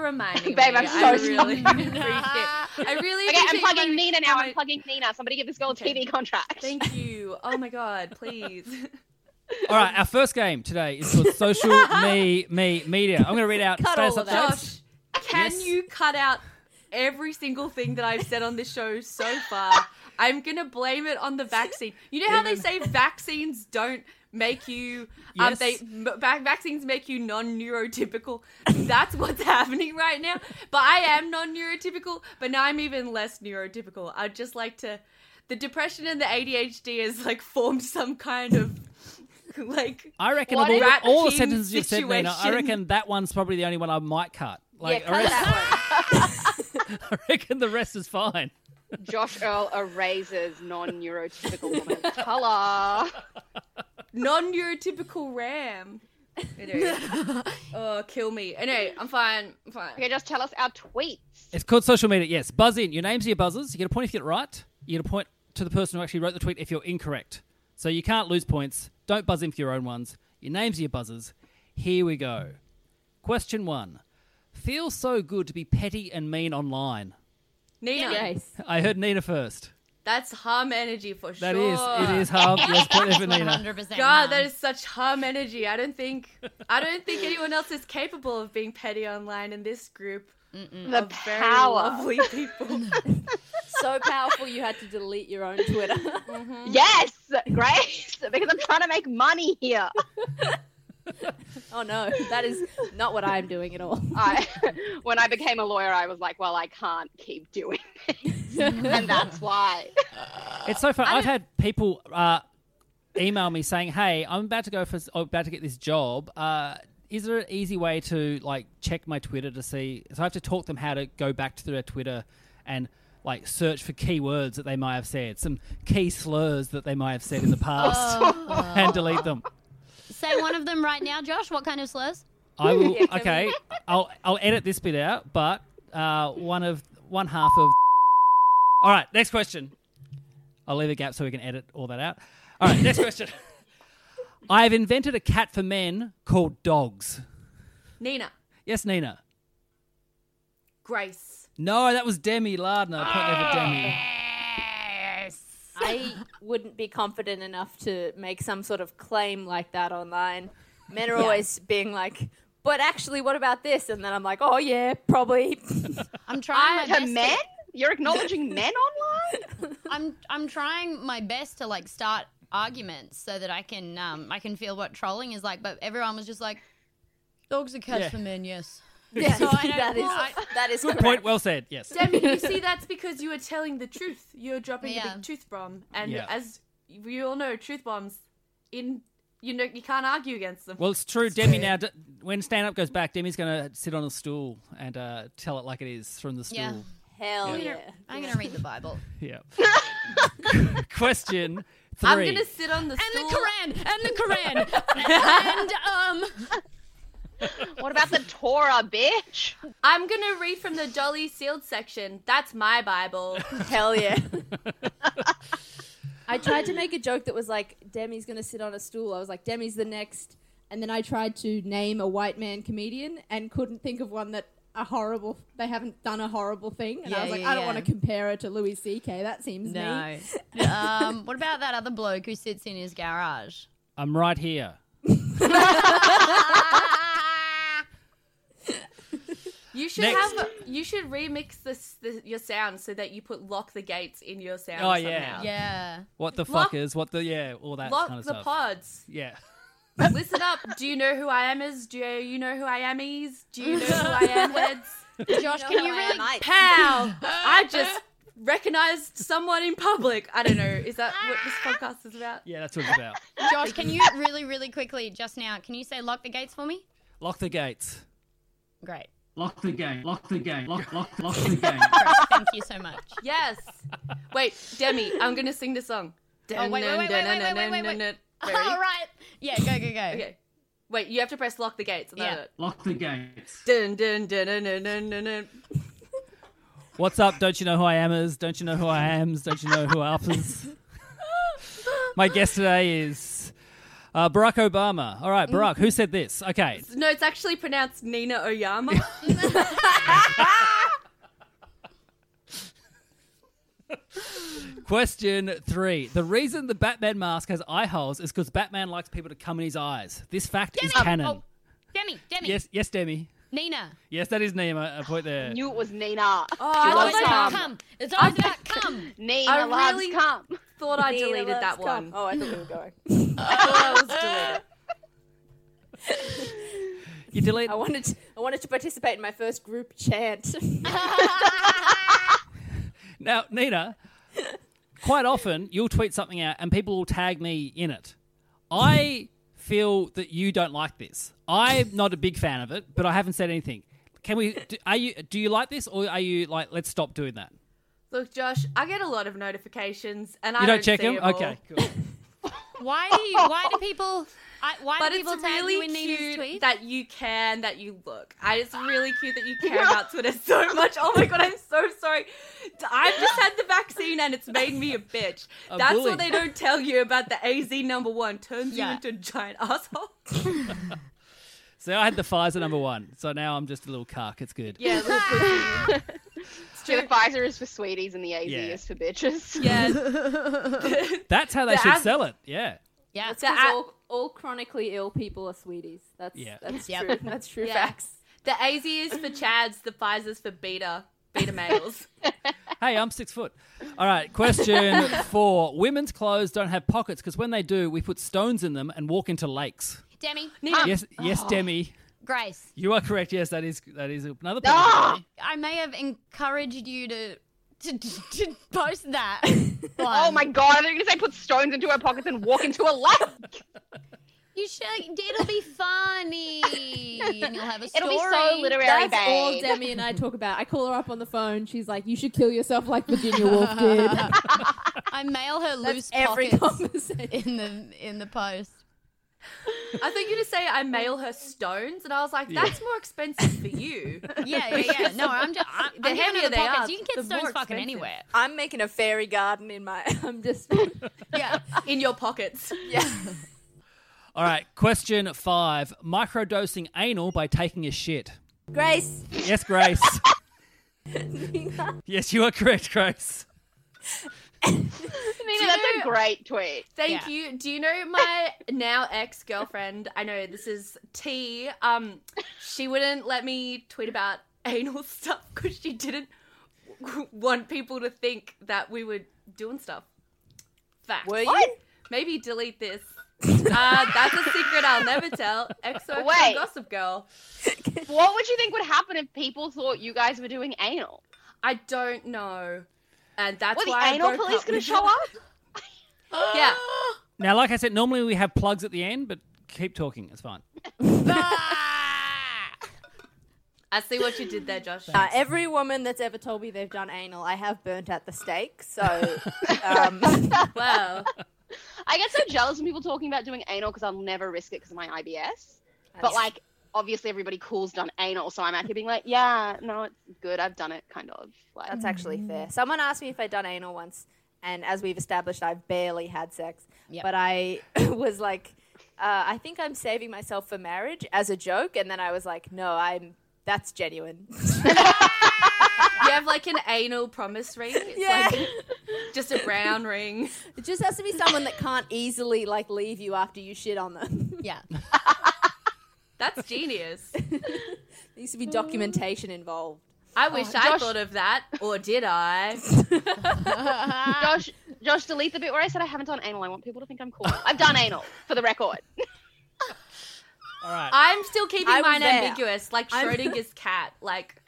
reminding
Babe,
me.
I'm
I
so
really
sorry.
appreciate. I really
Okay, I'm
appreciate
plugging
my-
Nina now.
my-
I'm plugging Nina. Somebody give this girl a TV contract.
Thank you. Oh my god, please.
All right, our first game today is called Social Me Me Media. I'm going to read out
Cut
status
all of that.
updates.
Can you cut out every single thing that I've said on this show so far? I'm gonna blame it on the vaccine. You know how they say vaccines don't make you um
Yes.
they m- vac- vaccines make you non-neurotypical that's what's happening right now but i am non-neurotypical but now i'm even less neurotypical i'd just like to the depression and the adhd has like formed some kind of like
I reckon
what
of all,
rat
all the
king
sentences you've said, Nina, I
situation.
reckon that one's probably the only one I might cut. Like,
Yeah, cut
I, reckon, I reckon the rest is fine.
Josh Earl erases non-neurotypical woman of color.
non-neurotypical ram. Anyway. oh, kill me. Anyway, I'm fine. I'm fine. Okay,
just tell us our tweet.
It's called social media. Yes, buzz in. Your names are your buzzers. You get a point if you get it right. You get a point to the person who actually wrote the tweet if you're incorrect. So you can't lose points. Don't buzz in for your own ones. Your names are your buzzers. Here we go. Question one. Feels so good to be petty and mean online.
Nina.
I heard Nina first.
That's harm energy for sure.
That is- it is harm. Yes, put it for Nina.
100%
100%
God, that is such harm energy. I don't think I don't think anyone else is capable of being petty online in this group.
The
of very
power.
lovely people.
so powerful you had to delete your own Twitter. Mm-hmm.
Yes, Grace, because I'm trying to make money here.
oh no, that is not what I'm doing at all.
I, when I became a lawyer, I was like, well, I can't keep doing this, and that's why.
It's so fun. I've had people uh, email me saying, "Hey, I'm about to go for I'm about to get this job. Uh, is there an easy way to like check my Twitter to see?" So I have to talk them how to go back to their Twitter and like search for keywords that they might have said, some key slurs that they might have said in the past,
Oh.
and delete them.
Say one of them right now, Josh. What kind of slurs?
I will. Okay, I'll I'll edit this bit out, but uh, one of one half of. All right, next question. I'll leave a gap so we can edit all that out. All right, next question. I've invented a cat for men called dogs.
Nina,
Yes, Nina.
Grace.
No, that was Demi Lardner. Point there for Demi.
Ah.
I wouldn't be confident enough to make some sort of claim like that online. Men are
Yeah.
always being like, but actually, what about this? And then I'm like, oh yeah, probably.
I'm trying my
To
best
men? You're
acknowledging men
online?
I'm I'm trying my best to like start arguments so that I can um I can feel what trolling is like. But everyone was just like, dogs are cats
Yeah.
for men, yes.
Yeah,
So I don't
that is
know.
that is
Good
correct.
point. Well said. Yes.
Demi, you see that's because you are telling the truth. You're dropping the
Yeah.
big truth bomb. And
Yeah.
as we all know, truth bombs in you know you can't argue against them.
Well, it's true. Demi now, d- when stand up goes back, Demi's going to sit on a stool and uh, tell it like it is from the stool.
Yeah.
Hell
I'm
yeah.
gonna, I'm gonna read the Bible.
Yeah. Question three.
I'm gonna
sit on the
and the Quran and the Quran and um.
What about the Torah, bitch?
I'm gonna read from the Dolly Sealed section. That's my Bible.
Hell yeah. I tried to make a joke that was like, Demi's going to sit on a stool. I was like, Demi's the next. And then I tried to name a white man comedian and couldn't think of one that a horrible, they haven't done a horrible thing. And I
Yeah,
was like,
yeah,
I don't
yeah.
want to compare her to Louis C.K. That seems
No.
mean.
um, what about that other bloke who sits in his garage?
I'm right here.
You should
Next.
have. You should remix this the, your sound so that you put lock the gates in your sound.
Oh, yeah.
somehow.
Yeah.
What the
Lock-
fuck is? What the yeah? All that
Lock
kind of
the
stuff.
pods.
Yeah.
Listen up. Do you know who I am? Is do you know who I am? Is do you know who I am? Heads.
Josh, can you really?
Pow! I just recognized someone in public. I don't know. Is that what this podcast is about?
Yeah, that's what it's about.
Josh, can you really, really quickly just now? Can you say lock the gates for me?
Lock the gates.
Great.
Lock the gate. Lock the gate. Lock lock lock the gate.
Thank you so much.
Yes. Wait, Demi. I'm gonna sing the song.
Oh, wait, wait, wait, wait, wait, wait, wait, wait, wait.
Ready?
All right. Yeah, go, go, go.
Okay. Wait, you have to press lock the gates. and then
Yeah.
it-
Lock the gates.
Dun, dun, dun, dun, dun, dun, dun, dun.
What's up? Don't you know who I am? Is don't you know who I am? Don't you know who up is? My guest today is uh, Barack Obama. All
Mm.
right, Barack. Who said this? Okay.
No, it's actually pronounced Nina Oyama.
Question three. The reason the Batman mask has eye holes is because Batman likes people to come in his eyes. This fact is
Demi!
canon.
Oh, Demi, Demi.
Yes, yes, Demi.
Nina.
Yes, that is Nima. A point there.
Knew it was Nina. Oh,
I love that. Come. It's always about come.
Nina
I
loves
really
cum.
thought I Nina deleted loves that cum. one.
Oh, I thought we were going.
You delete.
I wanted. To, I wanted to participate in my first group chant.
Now, Nina, quite often you'll tweet something out and people will tag me in it. I feel that you don't like this. I'm not a big fan of it, but I haven't said anything. Can we? Do, are you? Do you like this, or are you like? Let's stop doing that.
Look, Josh, I get a lot of notifications, and I
you don't, check
see
them. Okay, cool.
Why do you? Why do people? I, why
but
do people
it's
tag
really
you in Nina's
cute
tweets?
that you care and that you look. I, it's really cute that you care about Twitter so much. Oh my god, I'm so sorry. I've just had the vaccine and it's made me a bitch.
A
That's
bully.
what they don't tell you about the AZ number one. Turns
Yeah.
you into a giant asshole.
So I had the Pfizer number one. So now I'm just a little cuck. It's good.
Yeah, the Pfizer is for sweeties and the AZ
Yeah.
is for bitches.
Yes.
That's how they
The
should
ad-
sell it. Yeah.
Yeah,
that's
The
'cause
ad-
all, all chronically ill people are sweeties. That's
Yeah.
that's
Yep.
true. That's true
Yeah.
facts.
The AZ is for Chads, the Pfizer's for beta, beta males.
Hey, I'm six foot. All right. Question four. Women's clothes don't have pockets because when they do, we put stones in them and walk into lakes.
Demi. Come.
Yes, yes,
Oh.
Oh.
Demi.
Grace.
You are correct. Yes, that is that is another point.
Ah! I may have encouraged you to to, to post that.
Oh my god, they're gonna say put stones into her pockets and walk into a lake.
You should. It'll be funny, and you'll have a story.
It'll be so literary,
That's all
babe.
Demi and I talk about. I call her up on the phone. She's like, "You should kill yourself like Virginia Woolf did."
I mail her loose
every
pockets in the in the post.
I thought you just say I mail her stones, and I was like,
Yeah.
that's more expensive for you.
Yeah, yeah, yeah. No, I'm just. I'm,
The
I'm giving her
heavier
the
they
pockets.
are,
you can get
the more
stones fucking
expensive.
anywhere.
I'm making a fairy garden in my. I'm just.
yeah,
in your pockets.
Yeah.
All right. Question five. Microdosing anal by taking a shit.
Grace.
Yes, Grace.
Nina,
yes, you are correct, Grace.
that's a great tweet.
Thank you. Do you know my now ex girlfriend? I know this is T. Um, she wouldn't let me tweet about anal stuff because she didn't w- want people to think that we were doing stuff. Fact.
Were you? What?
Maybe delete this. uh, that's a secret I'll never tell. XOXO
Wait.
Gossip Girl.
What would you think would happen if people thought you guys were doing anal?
I don't know. And that's
Were the
why I
anal
broke
police
up
gonna
with
show
her. yeah.
Now, like I said, normally we have plugs at the end, but keep talking. It's fine.
I see what you did there, Josh.
Uh, every woman that's ever told me they've done anal, I have burnt at the stake. So, um,
wow.
I get so jealous when people talking about doing anal because I'll never risk it because of my IBS. But like, obviously, everybody cool's done anal, so I'm out here being like, yeah, no, it's good. I've done it, kind of. Like, Mm.
That's actually fair. Someone asked me if I'd done anal once, and as we've established, I've barely had sex. But I was like, uh, I think I'm saving myself for marriage as a joke, and then I was like, no, I'm. That's genuine.
You have like an anal promise ring. It's like just a brown ring.
It just has to be someone that can't easily like leave you after you shit on them.
Yeah.
That's genius.
There used to be documentation involved.
I wish
Oh,
I
Josh-
thought of that, or did I?
Josh, Josh, delete the bit where I said I haven't done anal. I want people to think I'm cool. I've done anal, for the record.
All right.
I'm still keeping
I was
mine
there.
ambiguous, like
I'm-
Schrodinger's cat. Like,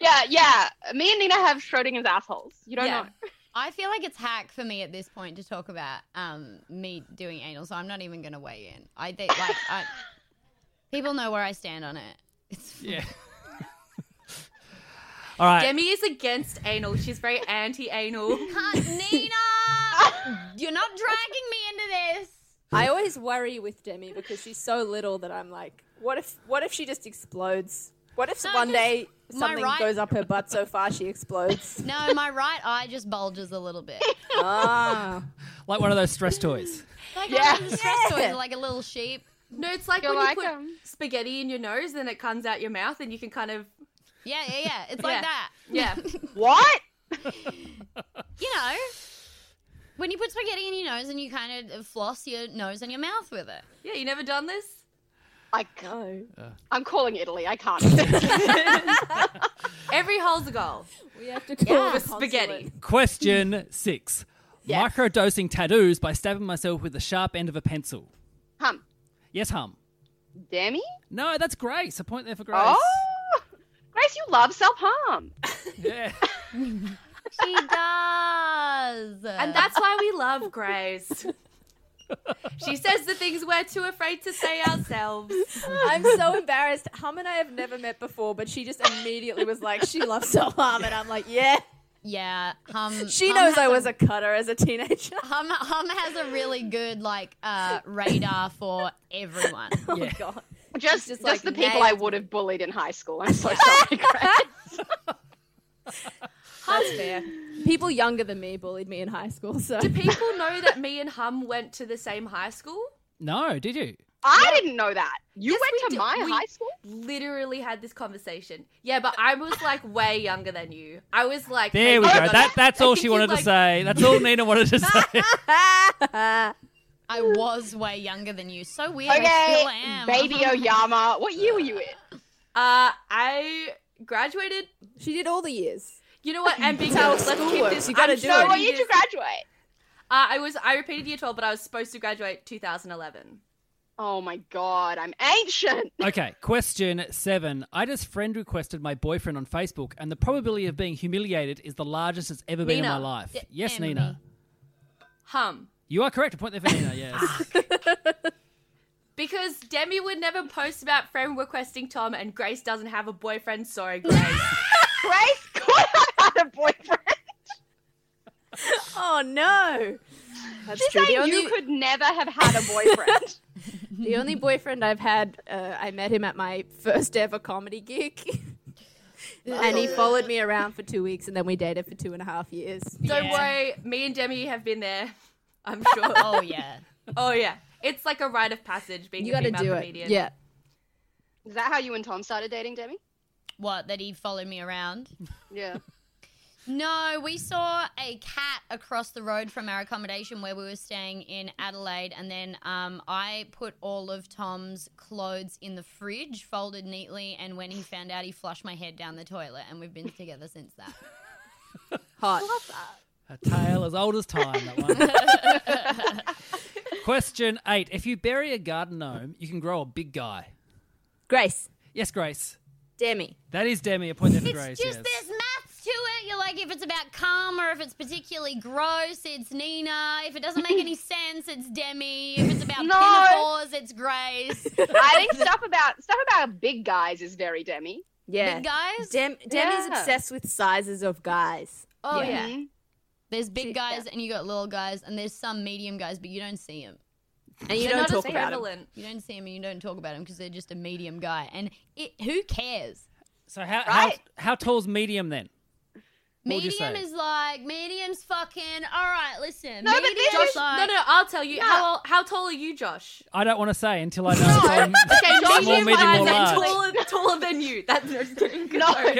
yeah, yeah. Me and Nina have Schrodinger's assholes. You don't
Yeah.
know.
I feel like it's hack for me at this point to talk about um, me doing anal, so I'm not even going to weigh in. I think like I, people know where I stand on it.
Yeah. All right.
Demi is against anal. She's very anti-anal.
Nina, you're not dragging me into this.
I always worry with Demi because she's so little that I'm like, what if what if she just explodes? What if
No,
one
just
day
my
something
right-
goes up her butt so far she explodes?
No, my right eye just bulges a little bit. Oh.
Ah.
Like one of those stress toys.
Like
Yeah.
yeah. the stress
Yeah.
toys are like a little sheep.
No, it's like
You're
when
like
you put spaghetti in your nose, then it comes out your mouth, and you can kind of
Yeah, yeah, yeah. It's like
Yeah.
that.
yeah.
What?
You know, know. When you put spaghetti in your nose and you kind of floss your nose and your mouth with it.
Yeah, you never done this?
I go. I'm calling Italy. I can't.
Every hole's a goal.
We have to
call
Yeah.
it spaghetti.
Question six.
Yes.
Microdosing tattoos by stabbing myself with the sharp end of a pencil.
Hum.
Yes, hum.
Demi?
No, that's Grace. A point there for Grace.
Oh, Grace, you love self harm.
Yeah.
She does.
And that's why we love Grace. she says the things we're too afraid to say ourselves.
I'm so embarrassed. Hum and I have never met before, but she just immediately was like, she loves self harm. And I'm like, yeah.
Yeah. Hum,
She
hum
knows
has
I was a cutter as a teenager.
Hum, hum has a really good like uh, radar for everyone.
Oh god.
Just,
just
just,
like
the people I
nailed
would have bullied in high school. I'm so sorry, Grace.
That's fair. People younger than me bullied me in high school, so.
Do people know that me and Hum went to the same high school?
No, did you?
I didn't know that. You
Yes,
went
we
to
did.
my
We
high school?
Literally had this conversation. Yeah, but I was like way younger than you. I was like
There we go.
maybe-
That, that's
I
all
think
she
you,
wanted
like-
to say. That's all Nina wanted to say.
I was way younger than you. So weird. I
Okay,
still am.
Baby Oyama. What year were you in?
Uh, I graduated.
She did all the years.
You know what? And being
That's how
let's
school
keep
works.
this.
You gotta
I'm
do
so
it. What year
confused.
did you graduate?
Uh, I was. I repeated year twelve, but I was supposed to graduate 2011.
Oh my god, I'm ancient.
Okay, question seven. I just friend requested my boyfriend on Facebook, and the probability of being humiliated is the largest it's ever been in my
Nina.
life.
Yeah,
yes,
Emily.
Nina.
Hum.
You are correct. A point there for Nina, yes.
Because Demi would never post about friend requesting Tom, and Grace doesn't have a boyfriend. Sorry, Grace.
Grace could have had a boyfriend.
Oh no. That's
She's
true. The
saying
only,
you could never have had a boyfriend.
the only boyfriend I've had, uh, I met him at my first ever comedy gig. and he followed me around for two weeks and then we dated for two and a half years.
Don't worry, me and Demi have been there. I'm sure.
oh yeah.
Oh yeah. It's like a rite of passage being
You
a
gotta
female
do it.
comedian.
Yeah.
Is that how you and Tom started dating, Demi?
What? That he followed me around?
Yeah.
No, we saw a cat across the road from our accommodation where we were staying in Adelaide, and then um, I put all of Tom's clothes in the fridge, folded neatly, and when he found out, he flushed my head down the toilet, and we've been together since that.
Hot.
A tale as old as time, that one. Question eight. If you bury a garden gnome, you can grow a big guy.
Grace.
Yes, Grace.
Demi.
That is Demi. A point there for
It's
Grace,
just
yes.
there's maths to it. You're like, if it's about cum or if it's particularly gross, it's Nina. If it doesn't make any sense, it's Demi. If it's about
No.
pinafores, it's Grace.
Oh. I think stuff about stuff about big guys is very Demi.
Yeah.
Big guys?
Dem- Demi's
Yeah.
obsessed with sizes of guys.
Oh yeah.
Mm-hmm.
There's big guys and you got little guys and there's some medium guys, but you don't see them.
Mm-hmm.
And you They're don't not as talk about 'em. prevalent.
You don't see them and you don't talk about them because they're just a medium guy. And it, who cares?
So how,
Right.
how how tall's medium then? What would you
Medium
say?
is like medium's fucking. All right, listen.
No, but
medium
this
is
is-
like,
no, no, I'll tell you. How how tall are you, Josh?
I don't want to say until I know. if I'm
Okay,
small,
medium
medium,
guys
or large.
and taller, taller than you. That's no,
Can,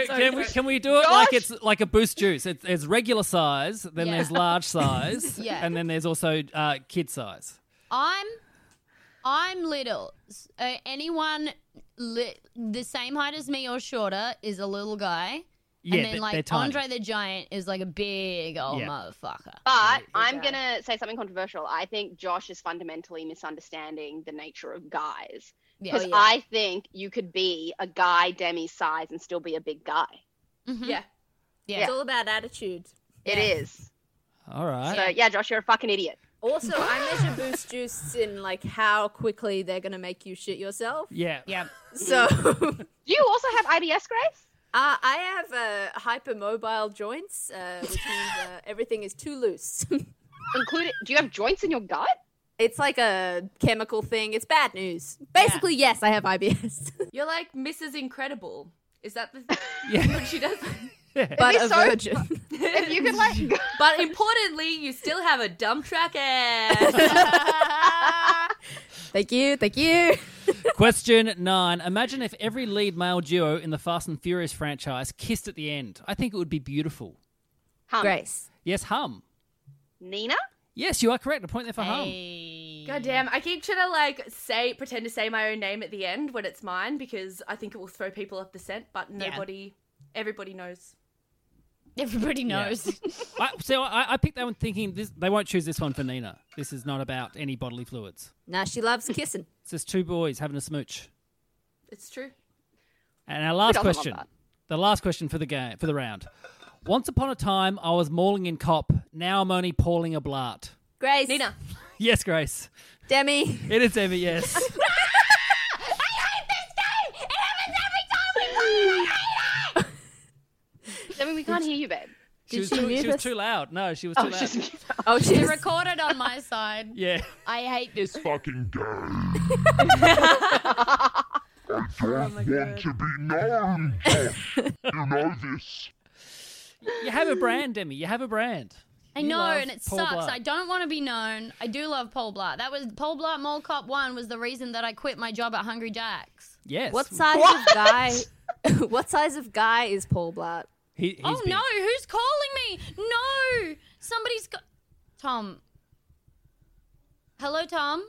can we, can we do it like it's like a boost juice? It's, it's regular size, then
Yeah.
there's large size,
Yeah.
and then there's also uh, kid size.
I'm, I'm little. S- Uh, anyone li- the same height as me or shorter is a little guy.
Yeah,
and then
they- they're
like
tiny.
Andre the Giant is like a big old
Yeah.
motherfucker.
But I'm gonna say something controversial. I think Josh is fundamentally misunderstanding the nature of guys.
Yeah.
Because
Oh, yeah.
I think you could be a guy Demi size and still be a big guy.
Yeah.
It's all about attitude.
It is.
All right.
So yeah, Josh, you're a fucking idiot.
Also, I measure boost juice in like how quickly they're gonna make you shit yourself.
Yeah.
Yeah.
So
Do you also have IBS, Grace?
Uh, I have uh, hypermobile joints, uh, which means uh, everything is too loose.
Included? Do you have joints in your gut?
It's like a chemical thing. It's bad news. Basically, yes, I have IBS,
You're like Mrs. Incredible. Is that the what she does?
but a virgin.
If you could like,
but importantly, you still have a dump truck ass.
Thank you, thank you.
Question nine: Imagine if every lead male duo in the Fast and Furious franchise kissed at the end. I think it would be beautiful.
Hum.
Grace.
Yes, hum.
Nina?
Yes, you are correct. A point there for
God damn, I keep trying to like say pretend to say my own name at the end when it's mine because I think it will throw people off the scent, but
Yeah.
nobody everybody knows.
Everybody
Yeah. knows. Home. I, so I, I picked that one thinking this, they won't choose this one for Nina. This is not about any bodily fluids.
Now she loves kissing.
It's just two boys having a smooch.
It's true.
And our last
don't love
question,
that.
the last question for the game for the round. Once upon a time, I was mauling in cop. Now I'm only pawling a blart.
Grace. Nina.
Yes, Grace.
Demi.
It is Demi. Yes.
I mean, we can't hear you, babe.
she was too, she was too loud. No, she was too
Oh,
loud.
she's-
oh,
She recorded on my side.
Yeah.
I hate this
fucking game.
Oh
I don't want to be known. you know this.
You have a brand, Demi. You have a brand.
I
You
know,
love
and it
Paul
sucks.
Blart.
I don't want to be known. I do love Paul Blart. That was Paul Blart Mall Cop One was the reason that I quit my job at Hungry Jack's.
Yes.
What size of guy? what size of guy is Paul Blart?
He,
oh no, who's calling me? No, somebody's got Tom. Hello, Tom.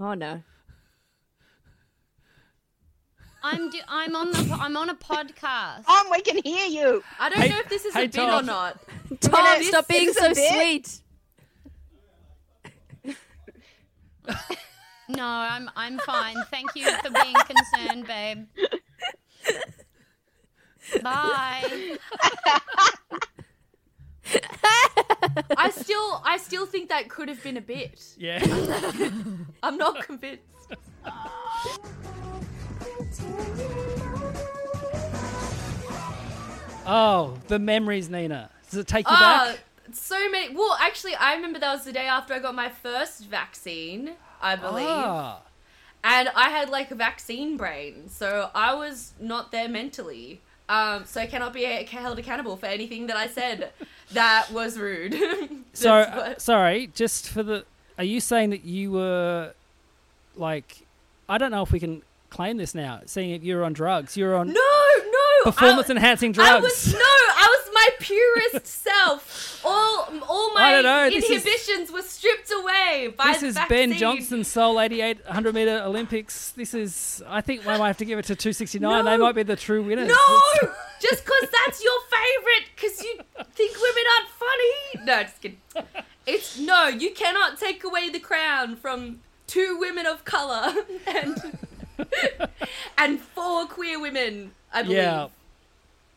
Oh no.
I'm do- I'm on the I'm on a podcast.
Tom, we can hear you.
I don't know if this is
hey,
a bit or
Tom.
not.
Tom,
We're
stop
gonna-
being
is this
so
a bit?
sweet.
No, I'm I'm fine. Thank you for being concerned, babe. Bye.
I still I still think that could have been a bit.
Yeah.
I'm not convinced.
Oh, the memories, Nina. Does it take you
Ah,
back?
so many. Well, actually, I remember that was the day after I got my first vaccine, I believe.
Ah.
And I had like a vaccine brain, so I was not there mentally. Um, so I cannot be a- held accountable for anything that I said that was rude.
So uh, sorry, just for the. Are you saying that you were, like, I don't know if we can claim this now. Seeing if you were on drugs, you were on
No, no.
performance enhancing drugs.
I was no, I was my purest self. All all
I
my
don't know, this is-
inhibitions were stripped away by
this
the
is
vaccine.
Ben Johnson's Seoul 88 100 meter Olympics. This is, I think, I might have to give it to 269. They
No.
might be the true winners.
No, just because that's your favorite, because you think women aren't funny. No, just kidding. It's no, you cannot take away the crown from two women of color and and four queer women. I believe.
Yeah.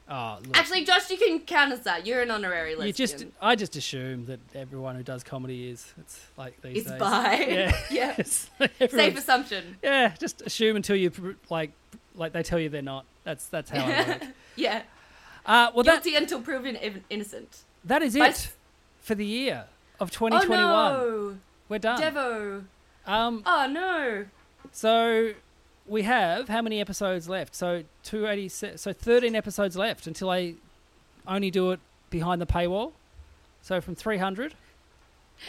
Oh, look.
Actually, Josh, you can count as that. You're an honorary lesbian.
you just, I just assume that everyone who does comedy is. It's like these
It's
days.
bi.
Yeah.
Yeah.
It's like everyone-
Safe assumption.
Yeah, just assume until you pr- like, like they tell you they're not. That's that's how I work.
yeah.
Uh, well, that
Guilty until proven in- innocent.
that is
By
it for the year of 2021.
Oh
We're done.
Devo.
Um.
Oh no.
So we have how many episodes left? So 280 so 13 episodes left until I only do it behind the paywall. So from 300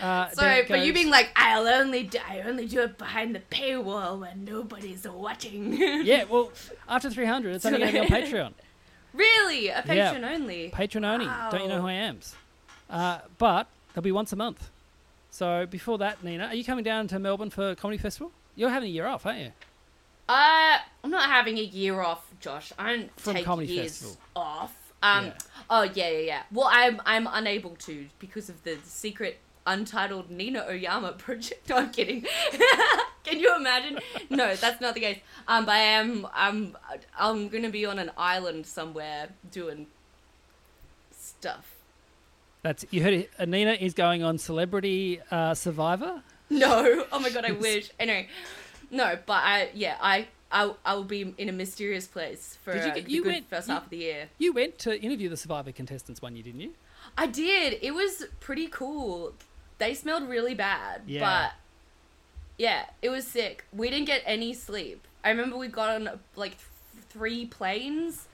uh
So,
then it
but you
goes-
being like, I'll only, d- I only do it behind the paywall when nobody's watching.
Yeah, well, after 300 it's only going to be on Patreon.
really, a
Yeah.
patron only.
Patreon only. Don't you know who
Wow.
I am? Uh, but they'll be once a month. So before that, Nina, are you coming down to Melbourne for comedy festival? You're having a year off, aren't you?
Uh, I'm not having a year off, Josh. I don't
From
take
Comedy
years
Festival.
off. Um, oh yeah, yeah, yeah. Well, I'm I'm unable to because of the secret untitled Nina Oyama project. No, I'm kidding. Can you imagine? No, that's not the case. Um, but I am I'm I'm gonna be on an island somewhere doing stuff.
That's you heard it. Uh, Nina is going on Celebrity uh, Survivor.
No. Oh my god, I wish. Anyway, no, but I yeah, I I I will be in a mysterious place for
Did you
uh,
get-
the
you
good
went-
first
you-
half of the year.
You went to interview the Survivor contestants one year, didn't you?
I did. It was pretty cool. They smelled really bad,
Yeah.
but yeah, it was sick. We didn't get any sleep. I remember we got on like th- three planes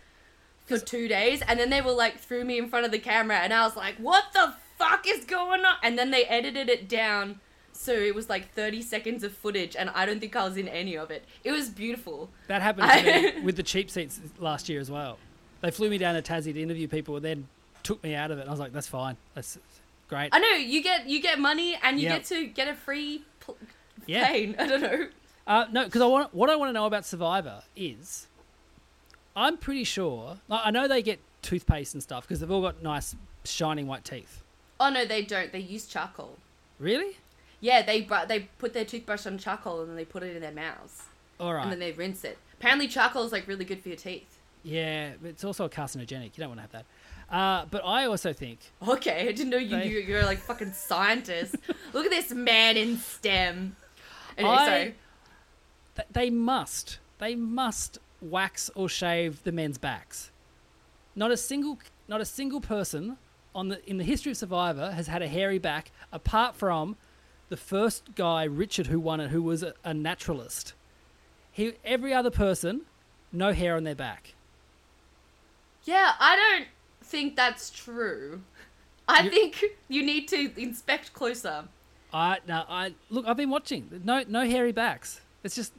for two days, and then they were like threw me in front of the camera, and I was like, "What the fuck is going on?" And then they edited it down, so it was like thirty seconds of footage, and I don't think I was in any of it. It was beautiful.
That happened to me with the cheap seats last year as well. They flew me down to Tassie to interview people and then took me out of it. I was like, that's fine. That's, Great.
I know you get you get money and you
Yeah.
get to get a free pl-
yeah.
plane. I don't know.
Uh, no, because I want what I want to know about Survivor is, I'm pretty sure. Like, I know they get toothpaste and stuff because they've all got nice shining white teeth.
Oh no, they don't. They use charcoal.
Really?
Yeah, they br- they put their toothbrush on charcoal and then they put it in their mouths.
All right.
And then they rinse it. Apparently, charcoal is like really good for your teeth.
Yeah, but it's also carcinogenic. You don't want to have that. Uh, but I also think.
Okay, I didn't know you
They-
you you're like fucking scientist. Look at this man in STEM. Anyway,
I-
sorry.
th- they must they must wax or shave the men's backs. Not a single not a single person on the in the history of Survivor has had a hairy back apart from the first guy Richard who won it who was a, a naturalist. He every other person no hair on their back.
Yeah, I don't think that's true. I think you need to inspect closer.
I no I look I've been watching no no hairy backs. It's just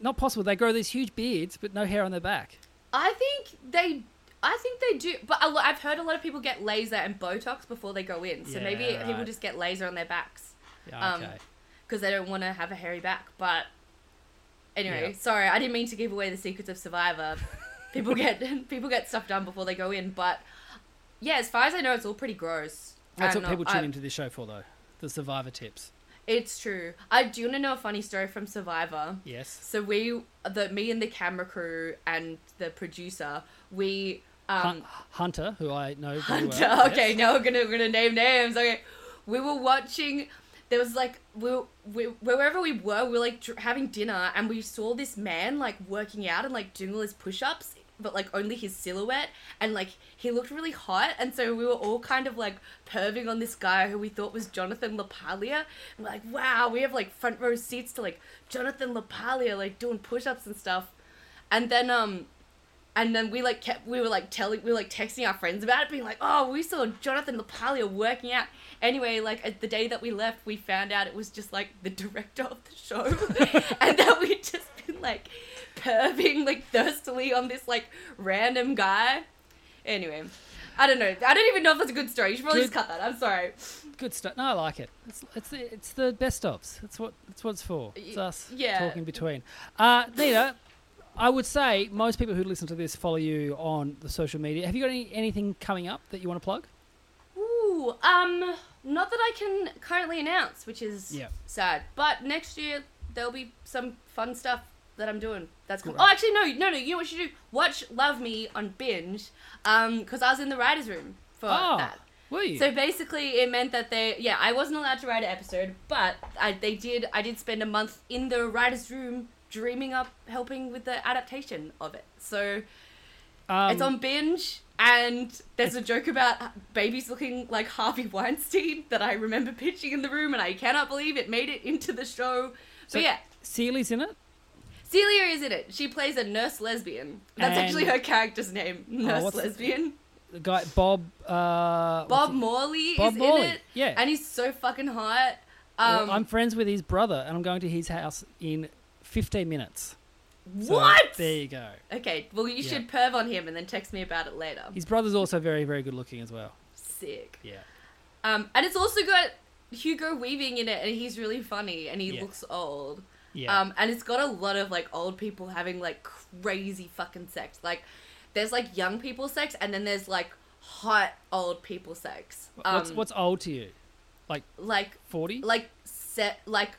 not possible. They grow these huge beards but no hair on their back.
I think they. I think they do, but a lo- I've heard a lot of people get laser and Botox before they go in, so
Yeah,
maybe people
right.
just get laser on their backs.
Yeah,
Um,
okay.
because they don't want to have a hairy back. But anyway,
Yeah.
sorry, I didn't mean to give away the secrets of Survivor. people get people get stuff done before they go in, but yeah, as far as I know, it's all pretty gross. I
That's
don't
what
know,
people
I-
tune into this show for though. The Survivor tips.
It's true. I do want to know a funny story from Survivor.
Yes.
So we, the me and the camera crew and the producer, we um,
Hun- Hunter, who I know very
Hunter.
well.
okay,
yes.
now we're gonna we're gonna name names. Okay, we were watching. There was like we, were- we wherever we were, we were like dr- having dinner, and we saw this man like working out and like doing all his push-ups, but like only his silhouette, and like he looked really hot, and so we were all kind of like perving on this guy who we thought was Jonathan Lapalia. And we're like, wow, we have like front row seats to like Jonathan Lapalia like doing push-ups and stuff, and then um and then we like kept we were like telling we were like texting our friends about it, being like, "Oh, we saw Jonathan Lapalia working out." Anyway, like at the day that we left, we found out it was just like the director of the show, and that we'd just been like perving like thirstily on this like random guy. Anyway, I don't know. I don't even know if that's a good story. You should probably just cut
Good-
that. I'm sorry.
Good stuff. No, I like it. It's, it's, the- it's the best ofs. That's what, that's what it's for. It's us
yeah.
talking between. Uh, Nina, I would say most people who listen to this follow you on the social media. Have you got any, anything coming up that you want to plug?
Ooh, um, not that I can currently announce, which is
Yeah.
sad. But next year there'll be some fun stuff that I'm doing. That's cool.
Right.
Oh, actually, no, no, no. You know what you should do? Watch Love Me on binge, um, because I was in the writers' room for
Oh,
that.
were you?
So basically, it meant that they, yeah, I wasn't allowed to write an episode, but I, they did. I did spend a month in the writers' room dreaming up, helping with the adaptation of it. So
Um,
it's on binge, and there's a joke about babies looking like Harvey Weinstein that I remember pitching in the room, and I cannot believe it made it into the show.
so
but yeah,
Seely's in it?
Celia is in it. She plays a nurse lesbian. That's
And- Oh,
actually her character's name, nurse
what's the-
lesbian.
The guy, Bob. Uh, what's
Bob
his-
Morley
Bob
is
Morley,
in it.
yeah.
and he's so fucking hot.
Well,
Um,
I'm friends with his brother, and I'm going to his house in 15 minutes. So
What?
There you go.
okay, well you
Yeah.
should perv on him and then text me about it later.
His brother's also very, very good looking as well.
sick.
Yeah.
Um, and it's also got Hugo Weaving in it, and he's really funny, and he
Yeah.
looks old.
Yeah.
Um, and it's got a lot of like old people having like crazy fucking sex. Like, there's like young people sex, and then there's like hot old people sex.
what's, what's old to you? Like
Um, like
40?
Like set like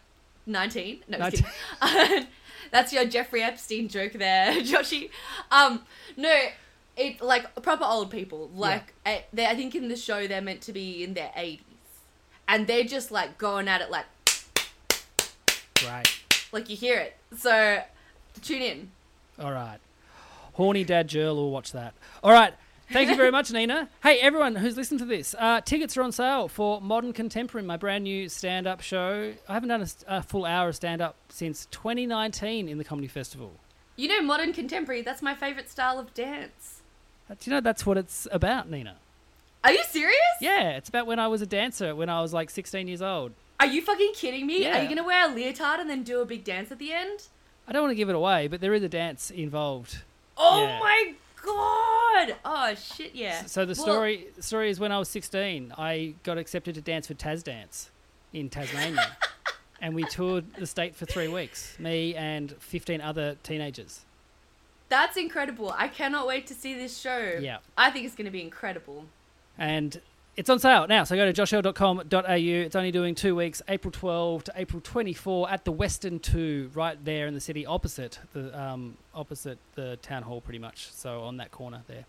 nineteen? No, just
19.
kidding. Um, that's your Jeffrey Epstein joke there, Joshy. Um, no, it like proper old people. Like I, they, I think in the show they're meant to be in their eighties, and they're just like going at it like
Right.
like you hear it. So tune in.
All right. Horny Dad Gerl will watch that. All right. Thank you very much, Nina. Hey, everyone who's listened to this, uh, tickets are on sale for Modern Contemporary, my brand new stand up show. I haven't done a, st- a full hour of stand up since 2019 in the Comedy Festival.
You know modern contemporary. That's my favorite style of dance.
Uh, Do you know that's what it's about, Nina?
Are you serious?
Yeah, it's about when I was a dancer when I was like 16 years old.
Are you fucking kidding me? Are
Yeah.
you gonna wear a leotard and then do a big dance at the end?
I don't want to give it away, but there is a dance involved.
Oh
Yeah.
my god! Oh shit! Yeah.
So the
Well,
story story is when I was 16, I got accepted to dance for Taz Dance in Tasmania, and we toured the state for three weeks. Me and 15 other teenagers.
That's incredible. I cannot wait to see this show.
Yeah.
I think it's going to be incredible.
and it's on sale now. So go to joshell.com.au. It's only doing two weeks, April 12 to April 24 at the Western 2, right there in the city, opposite the um, opposite the town hall, pretty much. So on that corner there.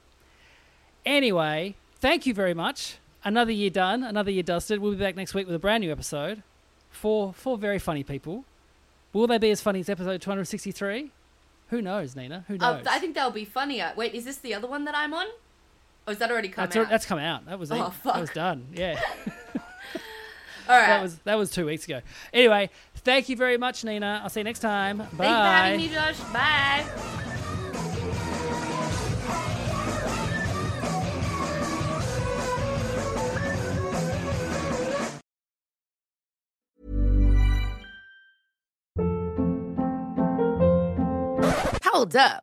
Anyway, thank you very much. Another year done, another year dusted. We'll be back next week with a brand new episode. Four four very funny people. Will they be as funny as episode 263? Who knows, Nina? Who
Uh,
knows?
I think that'll be funnier. Wait, is this the other one that I'm on? Or is that already come
that's,
out?
al- that's come out. That was
Oh,
it.
fuck.
That was done. Yeah.
All right.
That was that was two weeks ago. Anyway, thank you very much, Nina. I'll see you next time. Bye.
Thanks for having me, Josh. Bye.
Hold up.